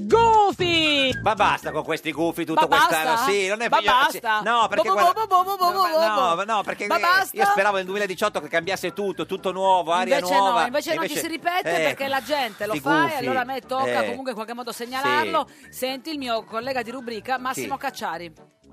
Goofy! Ma basta con questi gufi tutto Ma quest'anno, basta? sì, non è Ma figlio- basta? sì, No, perché Bo- bo- guarda- bo- bo- bo- bo- bo- no, bo- no, perché Ma eh, basta? io speravo nel 2018 che cambiasse tutto, tutto nuovo, aria invece nuova. no, invece, no, ci si ripete eh, perché la gente lo i fa gufi, e allora a me tocca eh. comunque in qualche modo segnalarlo. Senti il mio collega di rubrica Massimo Sì. Cacciari.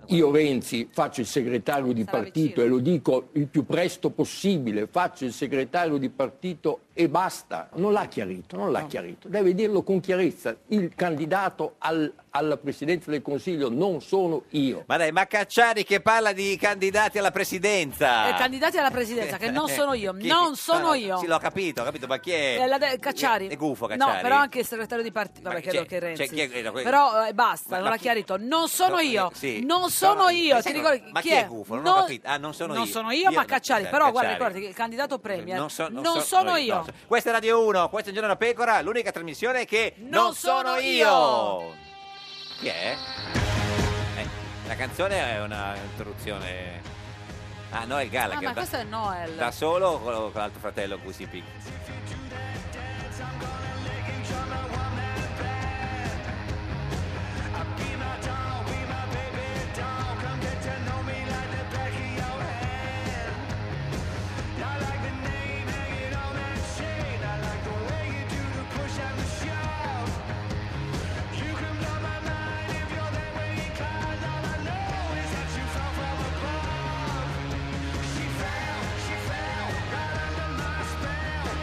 Io Renzi faccio il segretario di partito e lo dico il più presto possibile, faccio il segretario di partito e basta. Non l'ha chiarito, non l'ha chiarito. Deve dirlo con chiarezza. Il candidato al- alla presidenza del Consiglio non sono io. Ma dai, ma Cacciari che parla di candidati alla presidenza. Eh, candidati alla presidenza, che non sono io, Ah. Chi- non sono Ah, io. Sì, l'ho capito, ho capito, ma chi è? Eh, la de- Cacciari. È gufo No, Cacciari. però anche il segretario di partito. Vabbè, chi- credo c'è- che Renzi. c'è chi è- no, que- Però eh, basta, Ma- non ma l'ha chi- chiarito. Non sono io. eh, sì. Non sono io. Ti sai ricordi ma chi è gufo? Non ho capito. Ah, non sono non io. sono io, ma Io- Cacciari. eh, Però guarda, Cacciari. ricordi che il candidato premier non, so- non so- sono io. no. Questa è Radio 1, questo è Un Giorno da Pecora, l'unica trasmissione che non, sono sono io. io. Chi è? Eh, la canzone è una interruzione. Ah, no, è Ah, Gallagher. ma da, questo è Noel. da solo o con con l'altro fratello cui si picchia? She fell, she fell, right under my spell.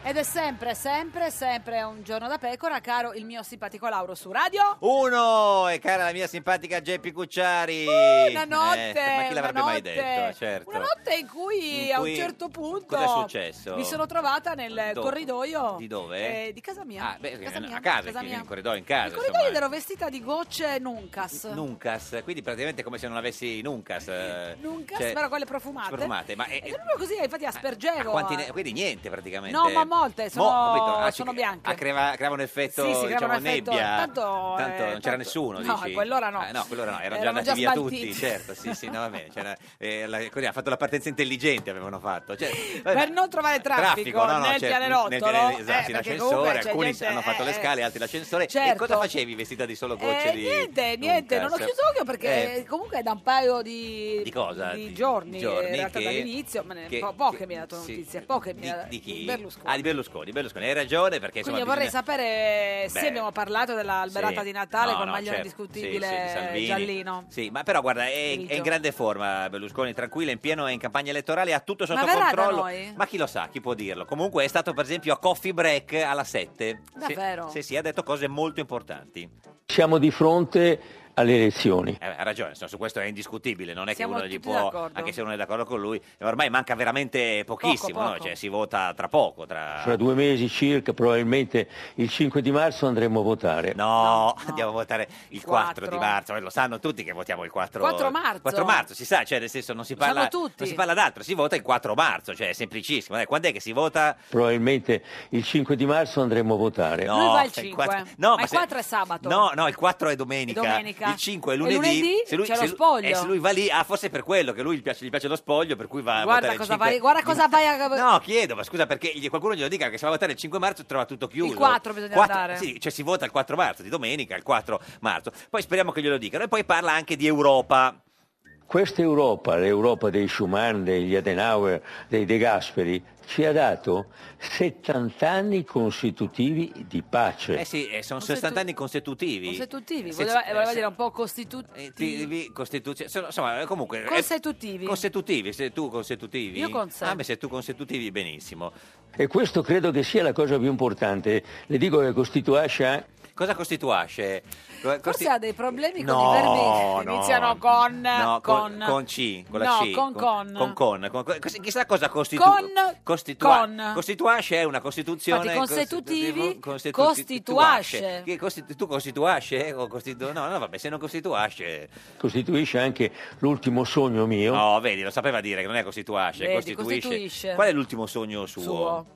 Ed è sempre, sempre, sempre un giorno da pecora, caro il mio simpatico Lauro su radio. Uno! E cara la mia simpatica Geppi Cucciari. Una Uh, notte, Eh, ma chi l'avrebbe una mai notte, detto? Certo. Una notte in cui, In a un cui- certo punto cosa è successo? mi sono trovata nel Do- corridoio di dove? eh, di casa mia. Ah, beh, casa mia, a casa, casa in mia. in corridoio in casa. Il corridoio insomma. ero vestita di gocce Nuncas. Nuncas, quindi praticamente è come se non avessi Nuncas. eh, Nuncas, cioè, però quelle profumate. profumate, Eh, ma è- Ed è proprio così, infatti a aspergevo. quanti ne- quindi niente praticamente. No, ma molte, sono- Mo- capito? Ah, ci- sono bianche. ah, creva- creava un effetto, Sì, sì, diciamo, creava un effetto- nebbia. tanto, eh, non c'era tanto- nessuno, no, dici? quell'ora no. Ah, no, quell'ora no, erano, già Erano andati già via smaltiti. tutti, certo, sì, sì, no, va bene. c'era- eh, la- così, ha fatto la partenza intelligente, avevano fatto. Cioè, vabbè, per non trovare traffico, traffico no, no, nel certo, pianerottolo nel pianerottolo, esatto, eh, in perché ascensore, comunque c'è alcuni gente- hanno fatto le eh, scale, altri l'ascensore. E Certo. cosa facevi vestita di solo gocce eh, di niente, niente, non ho Nuncas? chiuso occhio perché Eh, comunque è da un paio di, Di cosa? di Di- giorni, di giorni in realtà che- dall'inizio, ma ne- che- po- poche che- mi ha dato sì. notizie, poche mi ha di chi? Berlusconi. Ah, di Berlusconi, Berlusconi. Hai ragione perché insomma, Quindi io vorrei bisogna- sapere se Beh, abbiamo parlato dell'alberata Sì. di Natale No, col no, maglione certo. indiscutibile Sì, sì, di Salvini. giallino. Sì, ma però guarda, è, Grigio. è in grande forma Berlusconi, tranquillo, è in pieno è in campagna elettorale, ha tutto sotto Ma verrà da controllo. noi? Ma chi lo sa, chi può dirlo? Comunque è stato per esempio a Coffee Break alla 7. Davvero? Sì, sì, ha detto cose molto importanti. Siamo di fronte alle elezioni. Eh, ha ragione, insomma, su questo è indiscutibile, non è Siamo che uno gli tutti può, d'accordo. anche se uno è d'accordo con lui, ormai manca veramente pochissimo, no? poco. Cioè, si vota tra poco, tra... Fra due mesi circa, probabilmente il 5 di marzo andremo a votare. No, Oh, andiamo a votare il 4, Quattro. di marzo, eh, lo sanno tutti che votiamo il 4, 4 marzo. 4 marzo, si sa, cioè nel senso non si Lo sanno parla, tutti. non si parla d'altro, si vota il 4 marzo, cioè è semplicissimo. Dai, quando è che si vota? Esatto. Probabilmente il 5 di marzo andremo a votare. Lui va al il 5, quattro- no, no, ma ma il se- 4 è sabato. No, no, il 4 è domenica, È domenica. il 5 è E lunedì. lunedì se lui, c'è se lo lui- spoglio. eh, se lui va lì, ah, forse è per quello che lui gli piace, gli piace lo spoglio, per cui va Guarda a votare il cosa, 5. vai, guarda cosa vai a... No, chiedo, ma scusa, perché gli- qualcuno glielo dica che se va a votare il 5 marzo trova tutto chiuso. Il 4 bisogna Quattro- andare. Sì, cioè si vota il 4 marzo, di domenica, il 4 marzo. Poi speriamo che glielo dicano. E poi parla anche di Europa. Questa Europa, l'Europa dei Schumann, degli Adenauer, dei De Gasperi, ci ha dato 70 anni consecutivi di pace. Eh sì, eh, sono 60 anni consecutivi. Consecutivi, Se- voleva, eh, voleva se- Eh, dire un po' costitutivi. Consecutivi, costituzio- sono- insomma, eh, comunque... eh, Consecutivi. consecutivi, se tu consecutivi. Io conse- Ah, beh, se tu consecutivi, benissimo. E questo credo che sia la cosa più importante. Le dico che costituisce anche... Cosa costituisce? Co- costi- Forse ha dei problemi con No, i verbi che no. iniziano con... No, con, con, con C, con la No, C. con con. Con, con, con- con- cos- Chissà cosa costituisce. Con- con. Costituasce è una costituzione... Infatti, consecutivi, costitu- costituasce. Che costitu- tu costituasce? Eh, O costitu- no, no, vabbè, se non costituasce... costituisce anche l'ultimo sogno mio. No, vedi, lo sapeva dire che non è costituasce, Vedi, costituisce. costituisce. Qual è l'ultimo sogno suo?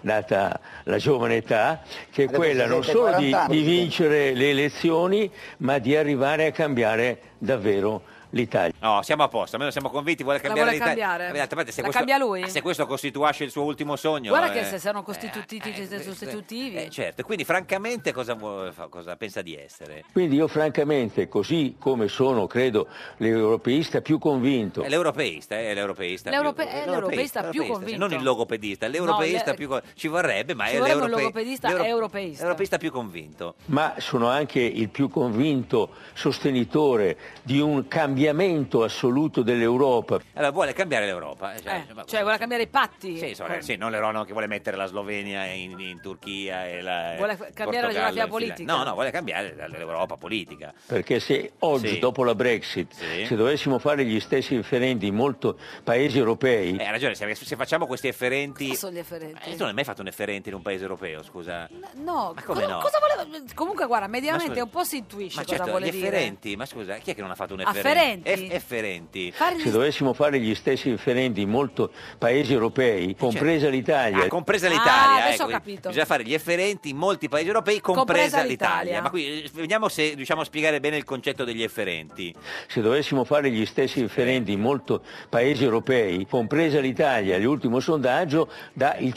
data la giovane età, che è Adesso quella siete non solo di, 40 anni. di vincere le elezioni, ma di arrivare a cambiare davvero l'Italia. No, siamo a posto, almeno siamo convinti, vuole cambiare vuole l'Italia. cambiare. Eh, d'altra parte, se La questo- cambia lui? ah, Se questo costituisce il suo ultimo sogno. Guarda eh, che se sono costitutivi, sostitutivi. eh, certo, quindi francamente cosa, vuole fa- cosa pensa di essere? Quindi io francamente, così come sono, credo, l'europeista più convinto, È l'europeista, eh, è l'europeista. più- L'europe- è l'europeista più l'europeista, convinto. Non il logopedista, l'europeista le- più con- Ci vorrebbe, ma Ci è vorrebbe un l'europe- logopedista l'euro- europeista. L'europeista più convinto. ma sono anche il più convinto sostenitore di un cambiamento assoluto dell'Europa. Allora, vuole cambiare l'Europa. eh, cioè, ma- Cioè, vuole cambiare i patti. Sì, insomma, Cioè, sì, non l'Europa che vuole mettere la Slovenia in, in Turchia e la Vuole il cambiare la Portogallo geografia in Finlandia. politica. No, no, vuole cambiare la- l'Europa politica. Perché se oggi, Sì. dopo la Brexit, Sì. se dovessimo fare gli stessi referendi in molti paesi europei, Eh, ha ragione, se, se facciamo questi efferenti... Cosa sono gli afferenti? Eh, tu non hai mai fatto un efferente in un paese europeo, scusa? No, come cosa, no? cosa voleva... Comunque, guarda, mediamente Ma scusa- un po' si intuisce Ma cosa certo, vuole gli dire. Ah, efferenti, ma scusa, chi è che non ha fatto un efferente? Afferenti? Eff- efferenti. se dovessimo fare gli stessi referendi in molti paesi europei, compresa l'Italia, Cioè, Ah, compresa l'Italia, adesso ho ecco, capito. bisogna fare gli efferenti in molti paesi europei, compresa, Compresa l'Italia. l'Italia. Ma qui eh, vediamo se riusciamo a spiegare bene il concetto degli efferenti. se dovessimo fare gli stessi referendi in molti paesi europei, compresa l'Italia, l'ultimo sondaggio dà il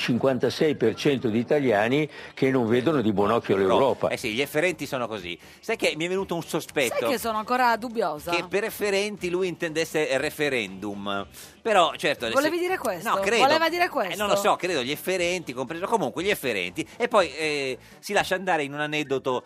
56% di italiani che non vedono di buon occhio l'Europa. Eh sì, gli efferenti sono così. Sai che mi è venuto un sospetto? Sai che sono ancora dubbiosa? che per efferenti lui intendesse referendum. Però, certo. se- Volevi dire questo? No, credo. Voleva dire questo? Eh, non lo so, credo gli efferenti, compreso comunque gli efferenti. E poi eh, si lascia andare in un aneddoto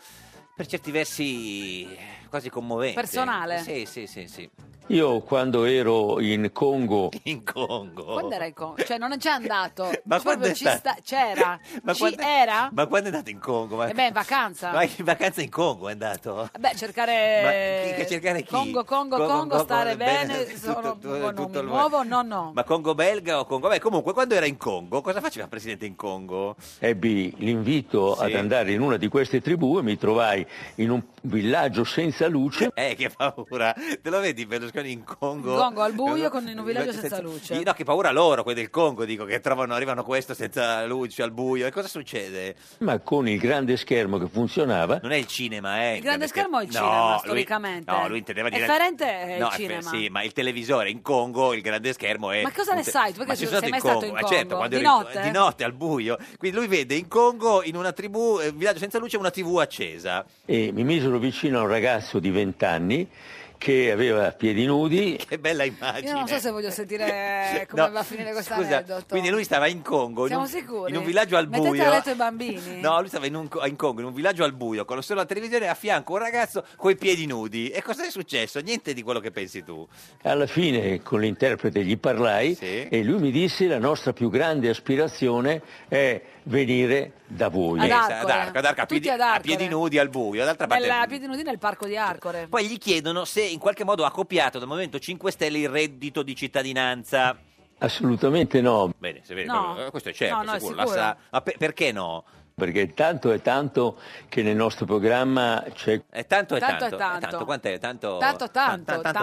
per certi versi quasi commovente. Personale. Sì, sì, sì, sì. Io quando ero in Congo, In Congo. Quando era il Congo? Cioè, non è già andato. Oh. Ma Cioè, proprio quando è ci stato? sta- c'era. Ma ci quando- era? Ma quando è andato in Congo? Ma... Ah. Eh beh, in vacanza. Ma in vacanza in Congo è andato? Beh, cercare, Ma chi- che cercare chi? Eh, Congo, Congo, Congo, Congo, Congo, stare bene, bene, tutto- sono tutto- buono, tutto il- mi muovo, no, no. Ma Congo belga o Congo? Beh, comunque, quando era in Congo, cosa faceva il presidente in Congo? ebbi l'invito ad andare in una di queste tribù e mi trovai in un villaggio senza luce. Eh, che paura! Te lo vedi Berlusconi in Congo? In Congo, al buio, con in un villaggio senza luce. Io, No, che paura loro, quelli del Congo, dico, che trovano, arrivano questo senza luce, al buio. E cosa succede? Ma con il grande schermo che funzionava, Non è il cinema, eh? Il grande schermo è il No, cinema, lui- storicamente. No, lui intendeva dire... Efferente è Eh, il No, effe- cinema. Sì, ma il televisore in Congo, il grande schermo è... Ma cosa ne un te- sai? Tu perché Ma ci sei sono mai stato in Ma Congo? certo, quando Di ero in- notte? Di notte, al buio. Quindi lui vede in Congo, in una tribù, eh, villaggio senza luce, una tv accesa. e mi misero vicino a un ragazzo di 20 anni che aveva piedi nudi. Che bella immagine. Io non so se voglio sentire come No, va a finire questo scusa, aneddoto. Quindi lui stava in Congo, in Siamo un, sicuri? in un villaggio al Mettete buio. a letto i bambini? No, lui stava in, un- in Congo, in un villaggio al buio, con solo la televisione e a fianco un ragazzo coi piedi nudi. E cosa è successo? Niente di quello che pensi tu. Alla fine con l'interprete gli parlai e lui mi disse la nostra più grande aspirazione è venire da voi. Ad Pensa, Arcore. ad Arcore, ad Arcore, a, Tutti piedi, ad a Arcore. piedi nudi al buio. D'altra parte, Nella- a piedi nudi nel parco di Arcore. poi gli chiedono se in qualche modo ha copiato dal Movimento 5 Stelle il reddito di cittadinanza. Assolutamente no, Bene, se vedi, No. eh, questo è certo, No, no, è sicuro, la sicuro. sa. Ma per- perché no? perché tanto è tanto che nel nostro programma c'è Eh, tanto è Tanto tanto, è eh, tanto. quant'è? Tanto Tanto, tanto, tan- tanto,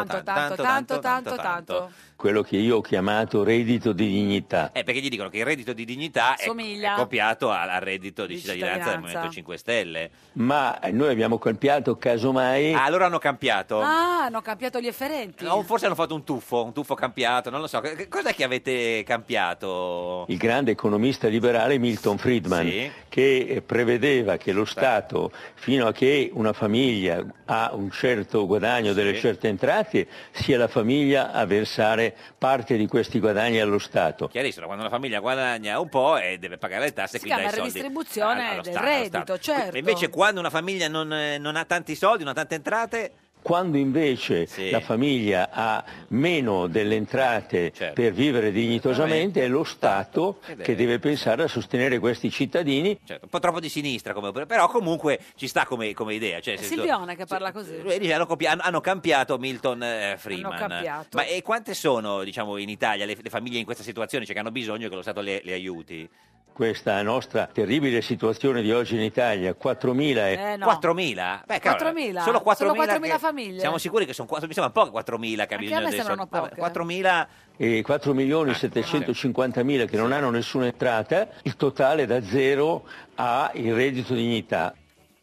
tanto, tanto, tanto, tanto. quello che io ho chiamato reddito di dignità. Eh, perché gli dicono che il reddito di Ah, dignità ecco, è, Somiglia. è copiato al al reddito di, Di cittadinanza, del cittadinanza. Movimento 5 Stelle. Ma noi abbiamo cambiato casomai Ah, allora hanno cambiato? Ah, hanno cambiato gli efferenti. No, forse hanno fatto un tuffo, un tuffo cambiato, non lo so. Che- che- Cos'è che avete cambiato? il grande economista liberale Milton Friedman Sì. che eh, prevedeva che lo Stato fino a che una famiglia ha un certo guadagno, delle certe entrate, sia la famiglia a versare parte di questi guadagni allo Stato. Chiarissimo, quando una famiglia guadagna un po' e deve pagare le tasse, Si quindi dà chiama i soldi Ah, redistribuzione allo del Stato, allo reddito, Stato. certo. E Invece quando una famiglia non, eh, non ha tanti soldi, non ha tante entrate, Quando invece Sì. la famiglia ha meno delle entrate Certo. per vivere dignitosamente è lo Stato Ed è- che deve pensare a sostenere questi cittadini certo, un po' troppo di sinistra, come, però comunque ci sta come, come idea. Cioè, È nel senso- Silvione che parla così. Lui dice, hanno, copi- hanno- hanno cambiato Milton eh, Freeman. Hanno cambiato. Ma e quante sono, diciamo, in Italia le, le famiglie in questa situazione, cioè che hanno bisogno che lo Stato le, le aiuti? questa nostra terribile situazione di oggi in Italia, 4.000 e- Eh, no. 4.000? Beh, cavolo, 4.000? Solo 4.000, Solo 4.000 che- famiglie? Siamo sicuri che sono 4.000, mi sembrano poche 4.000 che ha Anche bisogno a me adesso. sembrano Vabbè, poche. 4.000 e 4 milioni e 750.000 che non hanno nessuna entrata, il totale da zero a il reddito dignità.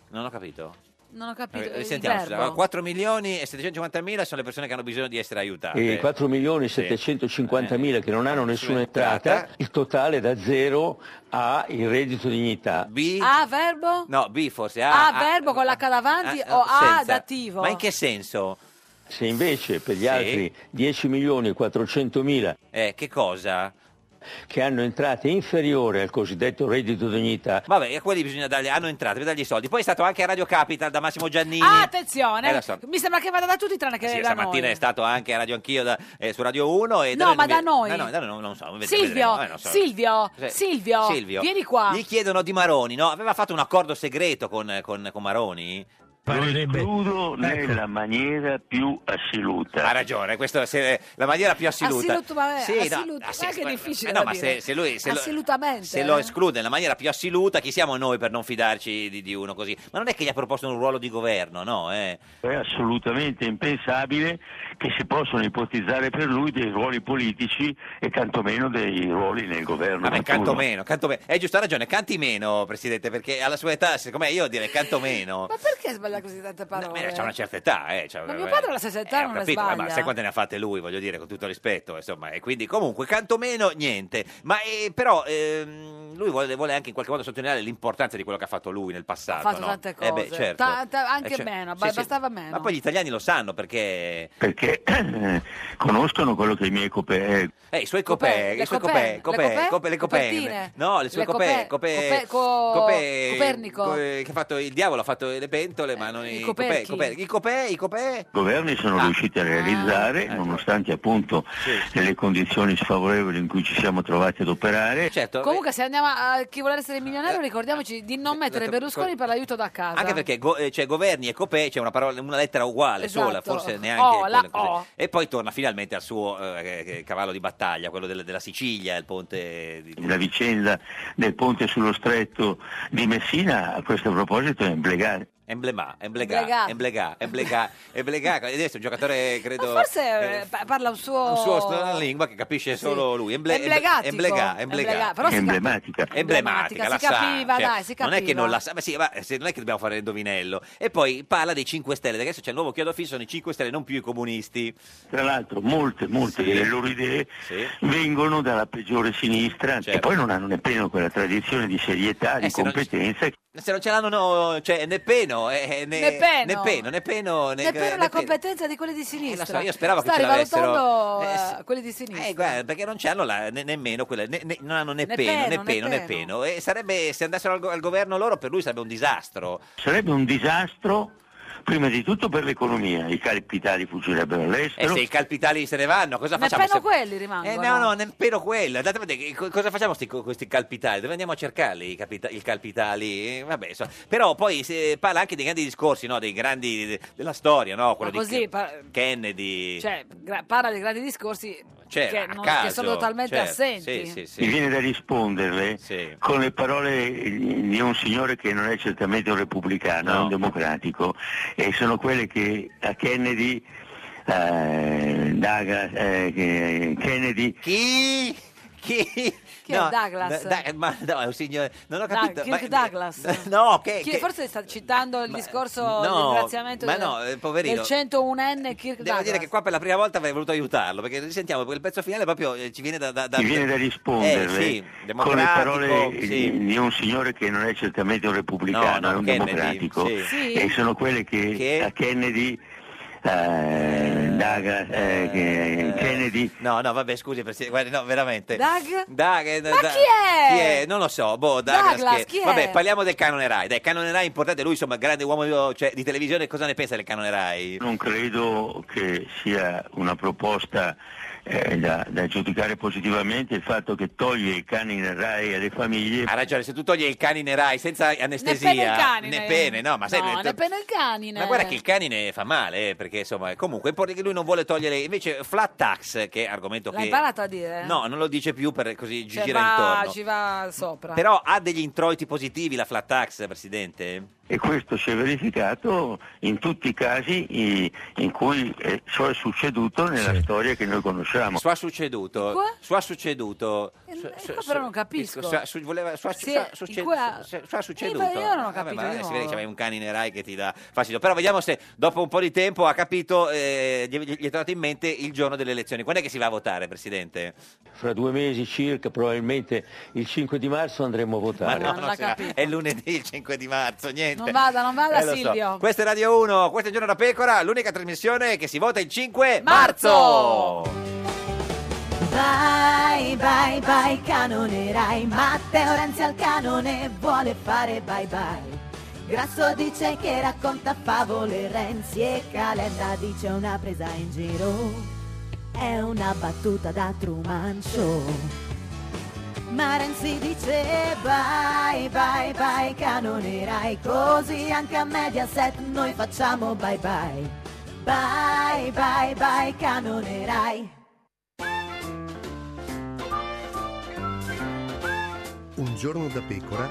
non ho capito. Non ho capito. Eh, il Sentiamo, verbo. 4 milioni e 750 mila sono le persone che hanno bisogno di essere aiutate. E 4 milioni e Sì. 750.000 che non Eh, hanno nessuna entrata, il totale da zero a il reddito dignità. B? Ah, verbo? No, B forse. Ah, A, verbo con l'H davanti o A ah, senza. dativo? Ma in che senso? Se invece per gli Sì. altri 10 milioni e 400.000 Eh, che cosa? che hanno entrate inferiori al cosiddetto reddito dignità, Vabbè, a quelli bisogna dargli, hanno entrate, bisogna dargli i soldi. Poi è stato anche a Radio Capital da Massimo Giannini. Ah, attenzione. Eh, lo so. Mi sembra che vada da tutti tranne che Sì, da stamattina noi. è stato anche a Radio Anch'io da- eh, su Radio 1. E No, ma da noi? No, no, da noi non- non so. ved- Silvio, vedremo, eh, non so. Silvio, Cos'è? Silvio, vieni qua. Gli chiedono di Maroni, no? Aveva fatto un accordo segreto con, con- con Maroni? Parerebbe... nella maniera più assoluta. Ha ragione, questa è la maniera più assoluta. Assoluto, vabbè, no, assoluto, assi- ma che difficile eh, no, da ma dire. se, se lui se Assolutamente, lo, se lo eh. esclude nella maniera più assoluta, chi siamo noi per non fidarci di, di uno così? Ma non è che gli ha proposto un ruolo di governo, no? Eh. È assolutamente impensabile che si possano ipotizzare per lui dei ruoli politici e tantomeno dei ruoli nel governo. Vabbè, futuro. Ah, canto meno, canto meno. È giusto, ha ragione, canti meno, Presidente, perché alla sua età, secondo me, io direi canto meno. Ma perché sbaglia così tante parole? c'è una certa età, eh. c'ha- Ma mio padre alla stessa età ho non le capito, Eh, ma- Ma sbaglia. sai quante ne ha fatte lui, voglio dire, con tutto rispetto, insomma. E quindi, comunque, canto meno, niente. Ma eh, però, ehm, mh, lui vuole, vuole anche in qualche modo sottolineare l'importanza di quello che ha fatto lui nel passato. fatto no? tante Eh beh, cose. certo. Ta- ta- anche Eh, cioè- meno, sì, ba- sì. bastava meno. Ma poi gli italiani lo sanno perché perché conoscono quello che i miei cope... Eh, i suoi copè, Copè, le i suoi copè, copè, le copè, copè, copè, le copè, copertine. no, le sue Le copè, copè, copè, copè, co- copè- Copernico. Eh, co- eh, che ha fatto il diavolo ha fatto le pentole, ma non i copè, coperchi. copè, i copè, i copè. governi sono riusciti a realizzare, nonostante appunto le condizioni sfavorevoli in cui ci siamo trovati ad operare. Comunque, se andiamo a a chi vuole essere Eh, milionario, ricordiamoci di non mettere Berlusconi per l'aiuto da casa. Anche perché go- eh, cioè, governi e copè c'è una, parola, una lettera uguale Esatto. sola, forse neanche O, la oh. quella cosa. O. E poi torna finalmente al suo eh, eh, cavallo di battaglia, quello del- della Sicilia, il ponte di... La vicenda del ponte sullo stretto di Messina a questo proposito è emblemare. Emblema, Emblegà. emblegà, emblegà, emblegà, emblegà, ed adesso è un giocatore credo... Forse eh, eh, pa- parla un suo. un suo str- una lingua che capisce solo lui. Emble- emble- Oh. Emblegatico. Emblegà, emblegà. Emblegà, però si capi- emblematica. Emblematica, la si sa, capiva, cioè, dai, si Non è che capiva. non la sa, ma sì, ma se- non è che dobbiamo fare il indovinello. E poi parla dei 5 Stelle, perché adesso c'è il nuovo chiodo fisso, sono i 5 Stelle, non più i comunisti. Tra l'altro molte, molte delle loro idee vengono dalla peggiore sinistra che poi non hanno nemmeno quella tradizione di serietà, di competenza. Se non ce l'hanno, no, cioè, né peno, eh, né, Né peno. né peno, né peno, né- Neppure né la peno. competenza di quelli di sinistra. Eh, so, io speravo Sta che ce l'avessero. rivalutando, Eh, eh, quelli di sinistra. Eh, guarda, perché non c'hanno la- ne- nemmeno quella, ne- ne- non hanno né, Né peno, peno, né peno, né peno. E sarebbe, se andassero al, go- al governo loro, per lui sarebbe un disastro. Sarebbe un disastro prima di tutto per l'economia, i capitali fuggirebbero E all'estero. se i calpitali se ne vanno, cosa facciamo? Nemmeno Se- quelli rimangono. Eh, no, no, nemmeno quello. Andate a vedere che co- cosa facciamo sti- con questi calpitali? Dove andiamo a cercarli i, capita- i calpitali? Eh, vabbè, insomma. Però poi si eh, parla anche dei grandi discorsi, no? dei grandi de- della storia, no? Ma quello così, di pa- Ke- Kennedy. cioè, gra- parla di grandi discorsi Cioè, che, a non- che caso, sono totalmente certo, assenti. sì, sì, sì. Mi viene da risponderle con le parole di un signore che non è certamente un repubblicano, è un democratico, e sono quelle che a Kennedy, eh, Daga- eh, che- Kennedy... Chi? Chi? Chi è Douglas? da- da- ma no, è un signore. Non ho Da- capito. Kirk ma- Douglas. No, che. Chi- che- forse sta citando il discorso del no, ringraziamento ma del, no, eh, poverino. del 101enne Kirk Devo dire Douglas. che qua per la prima volta avrei voluto aiutarlo perché risentiamo perché il pezzo finale proprio eh, ci viene da, da, da- Ti viene da risponderle Eh, sì, con le democratico, parole sì. di un signore che non è certamente un repubblicano, No, no, è un Kennedy, democratico, sì. Sì. e sono quelle che, a Kennedy, eh, Daga- eh, che- Kennedy... No, no, vabbè, scusi, Presidente, guardi, no, veramente. Doug? Doug, eh, Ma chi è? Chi è? Non lo so, boh, Douglas, Douglas, chi è? chi è? Vabbè, parliamo del canone Rai. Dai, canone Rai è importante, lui insomma, grande uomo cioè, di televisione, cosa ne pensa del canone Rai? Non credo che sia una proposta eh, da, da giudicare positivamente il fatto che toglie i cani in Rai alle famiglie. Ha ragione, Cioè, se tu togli il canine Rai senza anestesia, il canine. né pene, no, ma sai, No, ne pena il canine. Ma guarda che il canine fa male, eh, perché insomma, comunque, che lui non vuole togliere, invece flat tax, che è argomento L'ha che... imparato a dire? No, non lo dice più per così gi- Cioè, gira va- intorno. ci va sopra. Però ha degli introiti positivi la flat tax, Presidente? E questo si è verificato in tutti i casi i- in cui eh, ciò è succeduto nella storia che noi conosciamo. Sua succeduto, Qua? sua succeduto, su- Eh, su- qua su- però non capisco. sua- su- voleva- sua- Se- sua- in succe- qua- su- sua succeduto. Eh, ma io non ho Vabbè, capito ma di si vede che nuovo. c'è un canine Rai che ti dà fastidio. Però vediamo se dopo un po' di tempo ha capito, eh, gli, gli è tornato in mente il giorno delle elezioni. Quando è che si va a votare, Presidente? Fra due mesi circa, probabilmente il 5 di marzo andremo a Ma votare. no, non si va. è lunedì il 5 di marzo, niente. Non vada, non vada, Eh, lo so. Silvio. Questa è Radio 1, questo è Giorno da Pecora, l'unica trasmissione che si vota il 5 Marzo! marzo. Vai, vai, vai, canonerai. Matteo Renzi al canone vuole fare bye bye. Grasso dice che racconta favole Renzi e Calenda dice una presa in giro. È una battuta da Truman Show. Ma Renzi dice bye, bye, bye, canonerai. Così anche a Mediaset noi facciamo bye bye. Bye, bye, bye, canonerai. Un giorno da pecora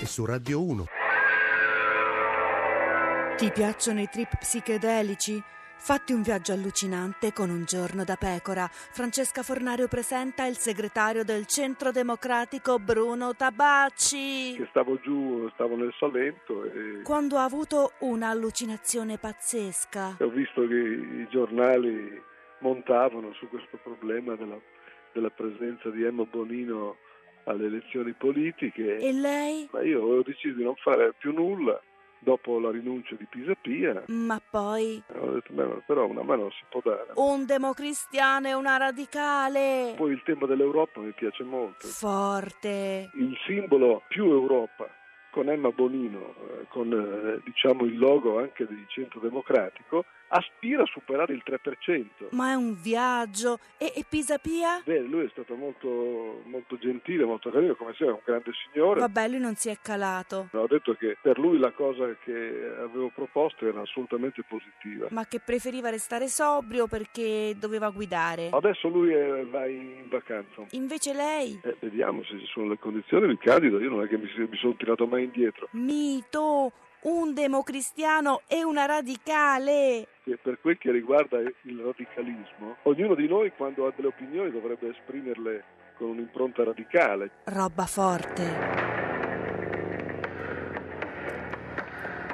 e su Radio 1. Ti piacciono i trip psichedelici? Fatti un viaggio allucinante con un giorno da pecora. Francesca Fornario presenta il segretario del Centro Democratico Bruno Tabacci. che stavo giù, stavo nel Salento e Quando ha avuto un'allucinazione pazzesca. ho visto che i giornali montavano su questo problema della, della presenza di Emma Bonino alle elezioni politiche. E lei? Ma io ho deciso di non fare più nulla dopo la rinuncia di Pisapia. Ma poi, Ho detto, beh, ma però una mano si può dare. un democristiano e una radicale. Poi il tema dell'Europa mi piace molto. Forte. Il simbolo più Europa con Emma Bonino, eh, con eh, diciamo il logo anche del Centro Democratico, aspira a superare il 3%. Ma è un viaggio. E, e Pisapia? Beh, lui è stato molto, molto gentile, molto carino, come sempre, un grande signore. Vabbè, lui non si è calato. Ho detto che per lui la cosa che avevo proposto era assolutamente positiva. Ma che preferiva restare sobrio perché doveva guidare. Adesso lui eh, va in vacanza. Invece lei? Eh, vediamo se ci sono le condizioni, mi candido, io non è che mi, mi sono tirato mai indietro. Mito, un democristiano e una radicale. Che per quel che riguarda il radicalismo, ognuno di noi quando ha delle opinioni dovrebbe esprimerle con un'impronta radicale. Roba forte.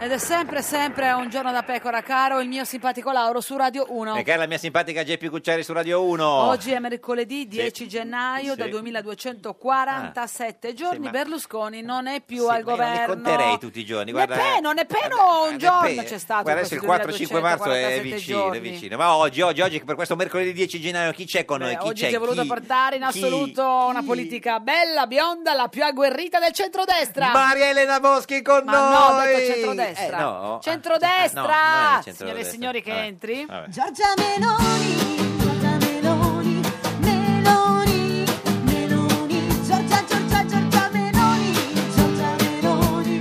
Ed è sempre, sempre un giorno da pecora, caro il mio simpatico Lauro su Radio 1. E cara la mia simpatica Geppi Cucciari su Radio 1. Oggi è mercoledì 10 gennaio, Sì. Ah. da 2247 giorni ma- Berlusconi non è più Sì, ma al io Non li governo. Eh, conterei tutti i giorni. Guarda, eh. Neppeno, neppeno un giorno Beh, c'è stato. guarda, adesso il 4-5 marzo è 4-5 vicino, è vicino. Ma oggi, oggi, oggi, per questo mercoledì 10 gennaio, chi c'è con noi? Chi Oggi c'è? ti ho voluto Chi? portare in Chi? assoluto una politica bella, bionda, la più agguerrita del centrodestra. Maria Elena Boschi con Ma no, ho noi! detto centrodestra. Eh, no. Centrodestra! Ah, no, non era il centrodestra. Signore e signori che Vabbè. entri. Vabbè. Giorgia Meloni, Giorgia Meloni, Meloni, Meloni, Giorgia, Giorgia, Giorgia Meloni, Giorgia Meloni,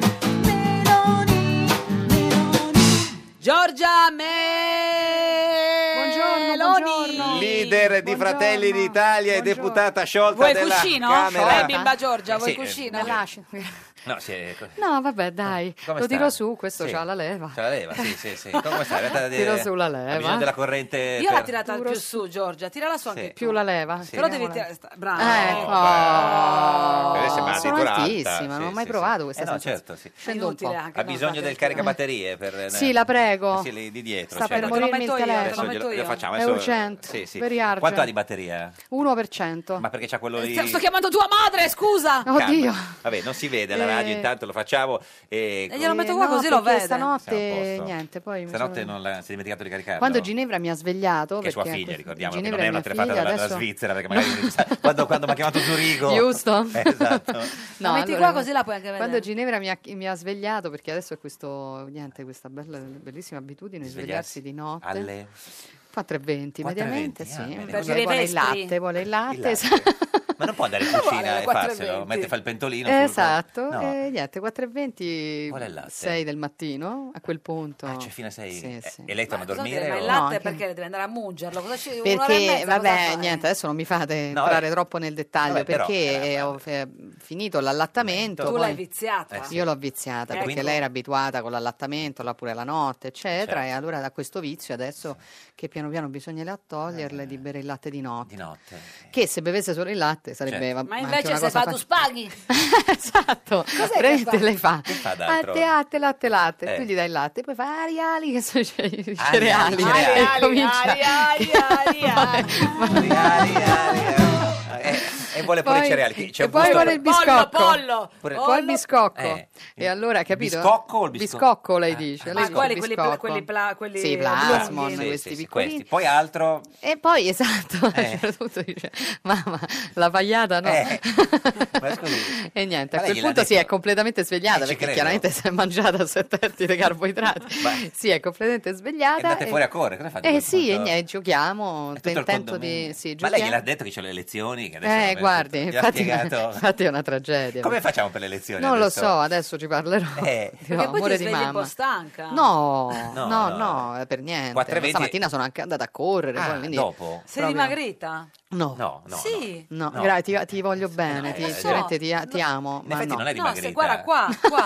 Meloni, Giorgia Meloni. Leader di Fratelli d'Italia e deputata sciolta Vuoi della cuscino? Camera. Eh, bimba Giorgia, Eh, vuoi sì, cuscino? eh, lascio. No, sì, eh, co- No, vabbè, dai, Ah, come lo sta? tiro su, questo Sì. c'ha la leva. Ce la leva, sì, sì, sì. Come stai? Aspetta di- Tiro su la ha leva. bisogno della corrente Io per- l'ho tirata più su, Giorgia. Tirala su anche tu. Più la leva. Però devi tirare... Bravo. Ecco. Eh, Ecco. Perché sembra Sono addirittura alta. altissima, Sì, non ho sì, mai sì. provato questa Eh no, sensazione. certo, sì. Scendo un po'. Ha bisogno del caricabatterie per eh, Sì, la prego. Sì, lì di dietro. cioè, Sta per lo- morirmi adesso il glielo- telefono. glielo- glielo facciamo È adesso- urgente, Sì, sì. per Ecco. Iarge. Quanto ha di batteria? 1%. Ma perché c'ha quello lì Sto chiamando tua madre, scusa. Calma. Vabbè, non si vede la Eh. radio, intanto lo facciamo e Eh, glielo metto qua così lo vede. stanotte niente, poi mi Stanotte sono- non la, si è dimenticato di caricarlo. Quando Ginevra mi ha svegliato che è sua perché- figlia, ricordiamo, che Ginevra non è è una mia telefonata figlia, dalla, dalla adesso- Svizzera, perché magari quando, quando mi ha chiamato Zurigo. Giusto? Eh, Esatto. La metti qua così la puoi anche vedere. Quando Ginevra mi ha, mi ha svegliato, perché adesso è questo, niente, questa bella, bellissima abitudine di Svegliarsi svegliarsi di notte. alle- 4.20 4:20, mediamente, sì. ah, bene. Perché Perché vuole il resti- latte, vuole il latte. latte. Ma non può andare in cucina Vuole e le farselo, 4:20. mette fa il pentolino. sul- Esatto, No. e niente, 4.20, Vuole il latte. 6 del mattino, a quel punto. Cioè, fino a sei. Sì, eh, sì. E lei torna a Cosa dormire? dire, ma o- il latte perché deve andare a mungerlo? Cosa ci... un'ora e Perché, mezza, cosa vabbè, fai? niente, adesso non mi fate entrare vabbè. troppo nel dettaglio, eh, Vabbè, però, perché ho eh, finito l'allattamento. Tu poi- l'hai viziata. Eh sì. Io l'ho viziata Eh, perché quindi- lei era abituata con l'allattamento, là pure la notte, eccetera. Certo. E allora da questo vizio adesso che piano piano bisognerà Eh, toglierle di bere il latte di notte. Che se bevesse solo il latte sarebbe Certo. va- Ma anche invece una se cosa fa tu spaghi. esatto, prende le fa. fa d'altro? Latte, latte, latte, latte. Eh. Tu gli dai il latte, poi fa ariali, che sono i ce- Ariali, i cereali. cereali, E ariali, comincia- E vuole pure i cereali. che C'è e un poi gusto- vuole il biscocco. Pure- Vuole il biscocco. Eh, E allora, capito? biscocco o il biscocco? lei dice. lei Ma dice quelli, quelli, biscocco. quelli, pla- quelli Sì, oblunghi. plasmon, Sì, questi sì, sì, piccolini. questi. Poi altro... E poi, esatto, a un Eh. certo punto dice, mamma, la pagliata no. e niente, a Ma lei quel gliel'ha punto si detto? Eh, è completamente svegliata, perché credo. chiaramente si è mangiata sette terzi di carboidrati. si è completamente svegliata. andate fuori a correre, cosa fate a Eh quel sì, e punto? niente, giochiamo, tutto il tento di... condominio. Sì, Ma lei giochiamo. gliel'ha detto che c'è le elezioni? Che adesso Eh, vabbè, guardi, gliel'ha infatti, spiegato? infatti è una tragedia. Come facciamo per le elezioni? Non lo adesso? Ah, so, adesso ci parlerò. Eh. Dirò, Perché poi amore ti di svegli un po' mamma. stanca. No, No, no, no, no, eh, per niente. Ma 4:20. Stamattina sono anche andata a correre. Ah, poi, quindi dopo? Sei proprio- dimagrita? No. No, no. sì. No, No. grazie, ti, ti voglio bene, eh, ti, lo so. veramente ti, ti amo. In ma effetti no. non è No, se dimagrita. guarda qua, qua.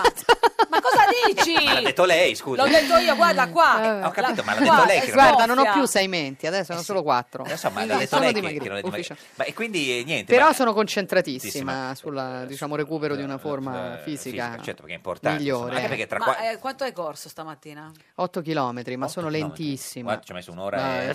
Ma cosa L'ha dici? detto lei, scusa. L'ho detto io, guarda Eh. qua. Ho capito, ma l'ha Guarda, detto lei che Guarda, non ho Scoffia. più sei menti, adesso sono solo quattro. Adesso, ma Quindi l'ha detto sono lei che, dimagrita, che non è dimagrita. ufficio. Ma e quindi eh, niente. Però ma- sono Tantissima. concentratissima sul diciamo, recupero di una forma fisica, fisica certo, perché è importante, migliore. insomma, anche perché tra Ma eh, quanto hai corso stamattina? 8 km, ma sono lentissima. Guarda, ci ha messo un'ora, Ma- e,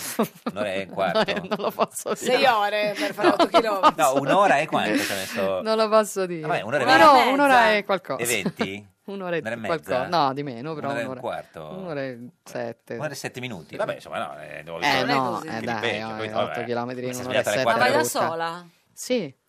un'ora e un quarto. Non lo posso dire. Sei ore per fare 8 km. No, un'ora e quanto ci ha messo? Non lo posso dire. Vabbè, un'ora e Però venti. un'ora e qualcosa. E venti? Un'ora e Un'ora e mezza? qualcosa. No, di meno, però Un'ora e un'ora. un quarto? Un'ora e sette. Un'ora e sette minuti? Vabbè, insomma, no, eh, devo Eh, vedere no, che eh, ripeto, dai, poi, eh, vabbè, otto chilometri in mi sono un'ora e svegliato alle sette. Ma quattro vai da del- sola? Sì.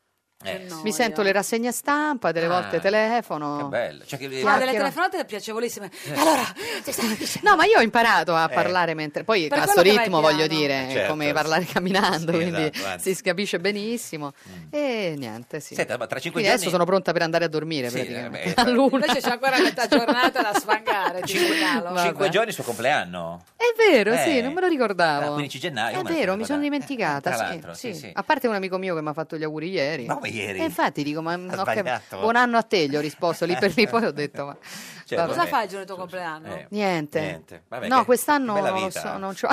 Eh, no. Mi sento le rassegne stampa, delle Ah, volte telefono. Che bello. Cioè, che- Ah, chiaro. delle telefonate piacevolissime. Eh. Allora, No, ma io ho imparato a Eh. parlare mentre. Poi Per a quello sto che vai ritmo, piano. voglio dire, Eh, è certo, come parlare camminando, Sì, quindi esatto, anzi. si capisce benissimo. E niente, sì. Senta, ma tra cinque Quindi adesso giorni- sono pronta per andare a dormire Sì, eh, praticamente. vabbè. All'una. invece c'è ancora metà giornata da sfangare, ti segnalo. Vabbè. Cinque giorni il suo compleanno. È vero, Eh. sì, non me lo ricordavo. Ah, 15 gennaio, È me lo vero, sono mi sono dimenticata. Eh, tra sì, l'altro, sì, sì. sì. A parte un amico mio che mi ha fatto gli auguri ieri. Ma come ieri? E infatti dico, ma no, che- sbagliato. buon anno a te, gli ho risposto lì per lì, poi ho detto, ma... Cioè, Eh, vabbè. Cosa fai il giorno del tuo compleanno? Niente. Niente. Vabbè, no, che- quest'anno che bella non lo vita. so, non c'ho...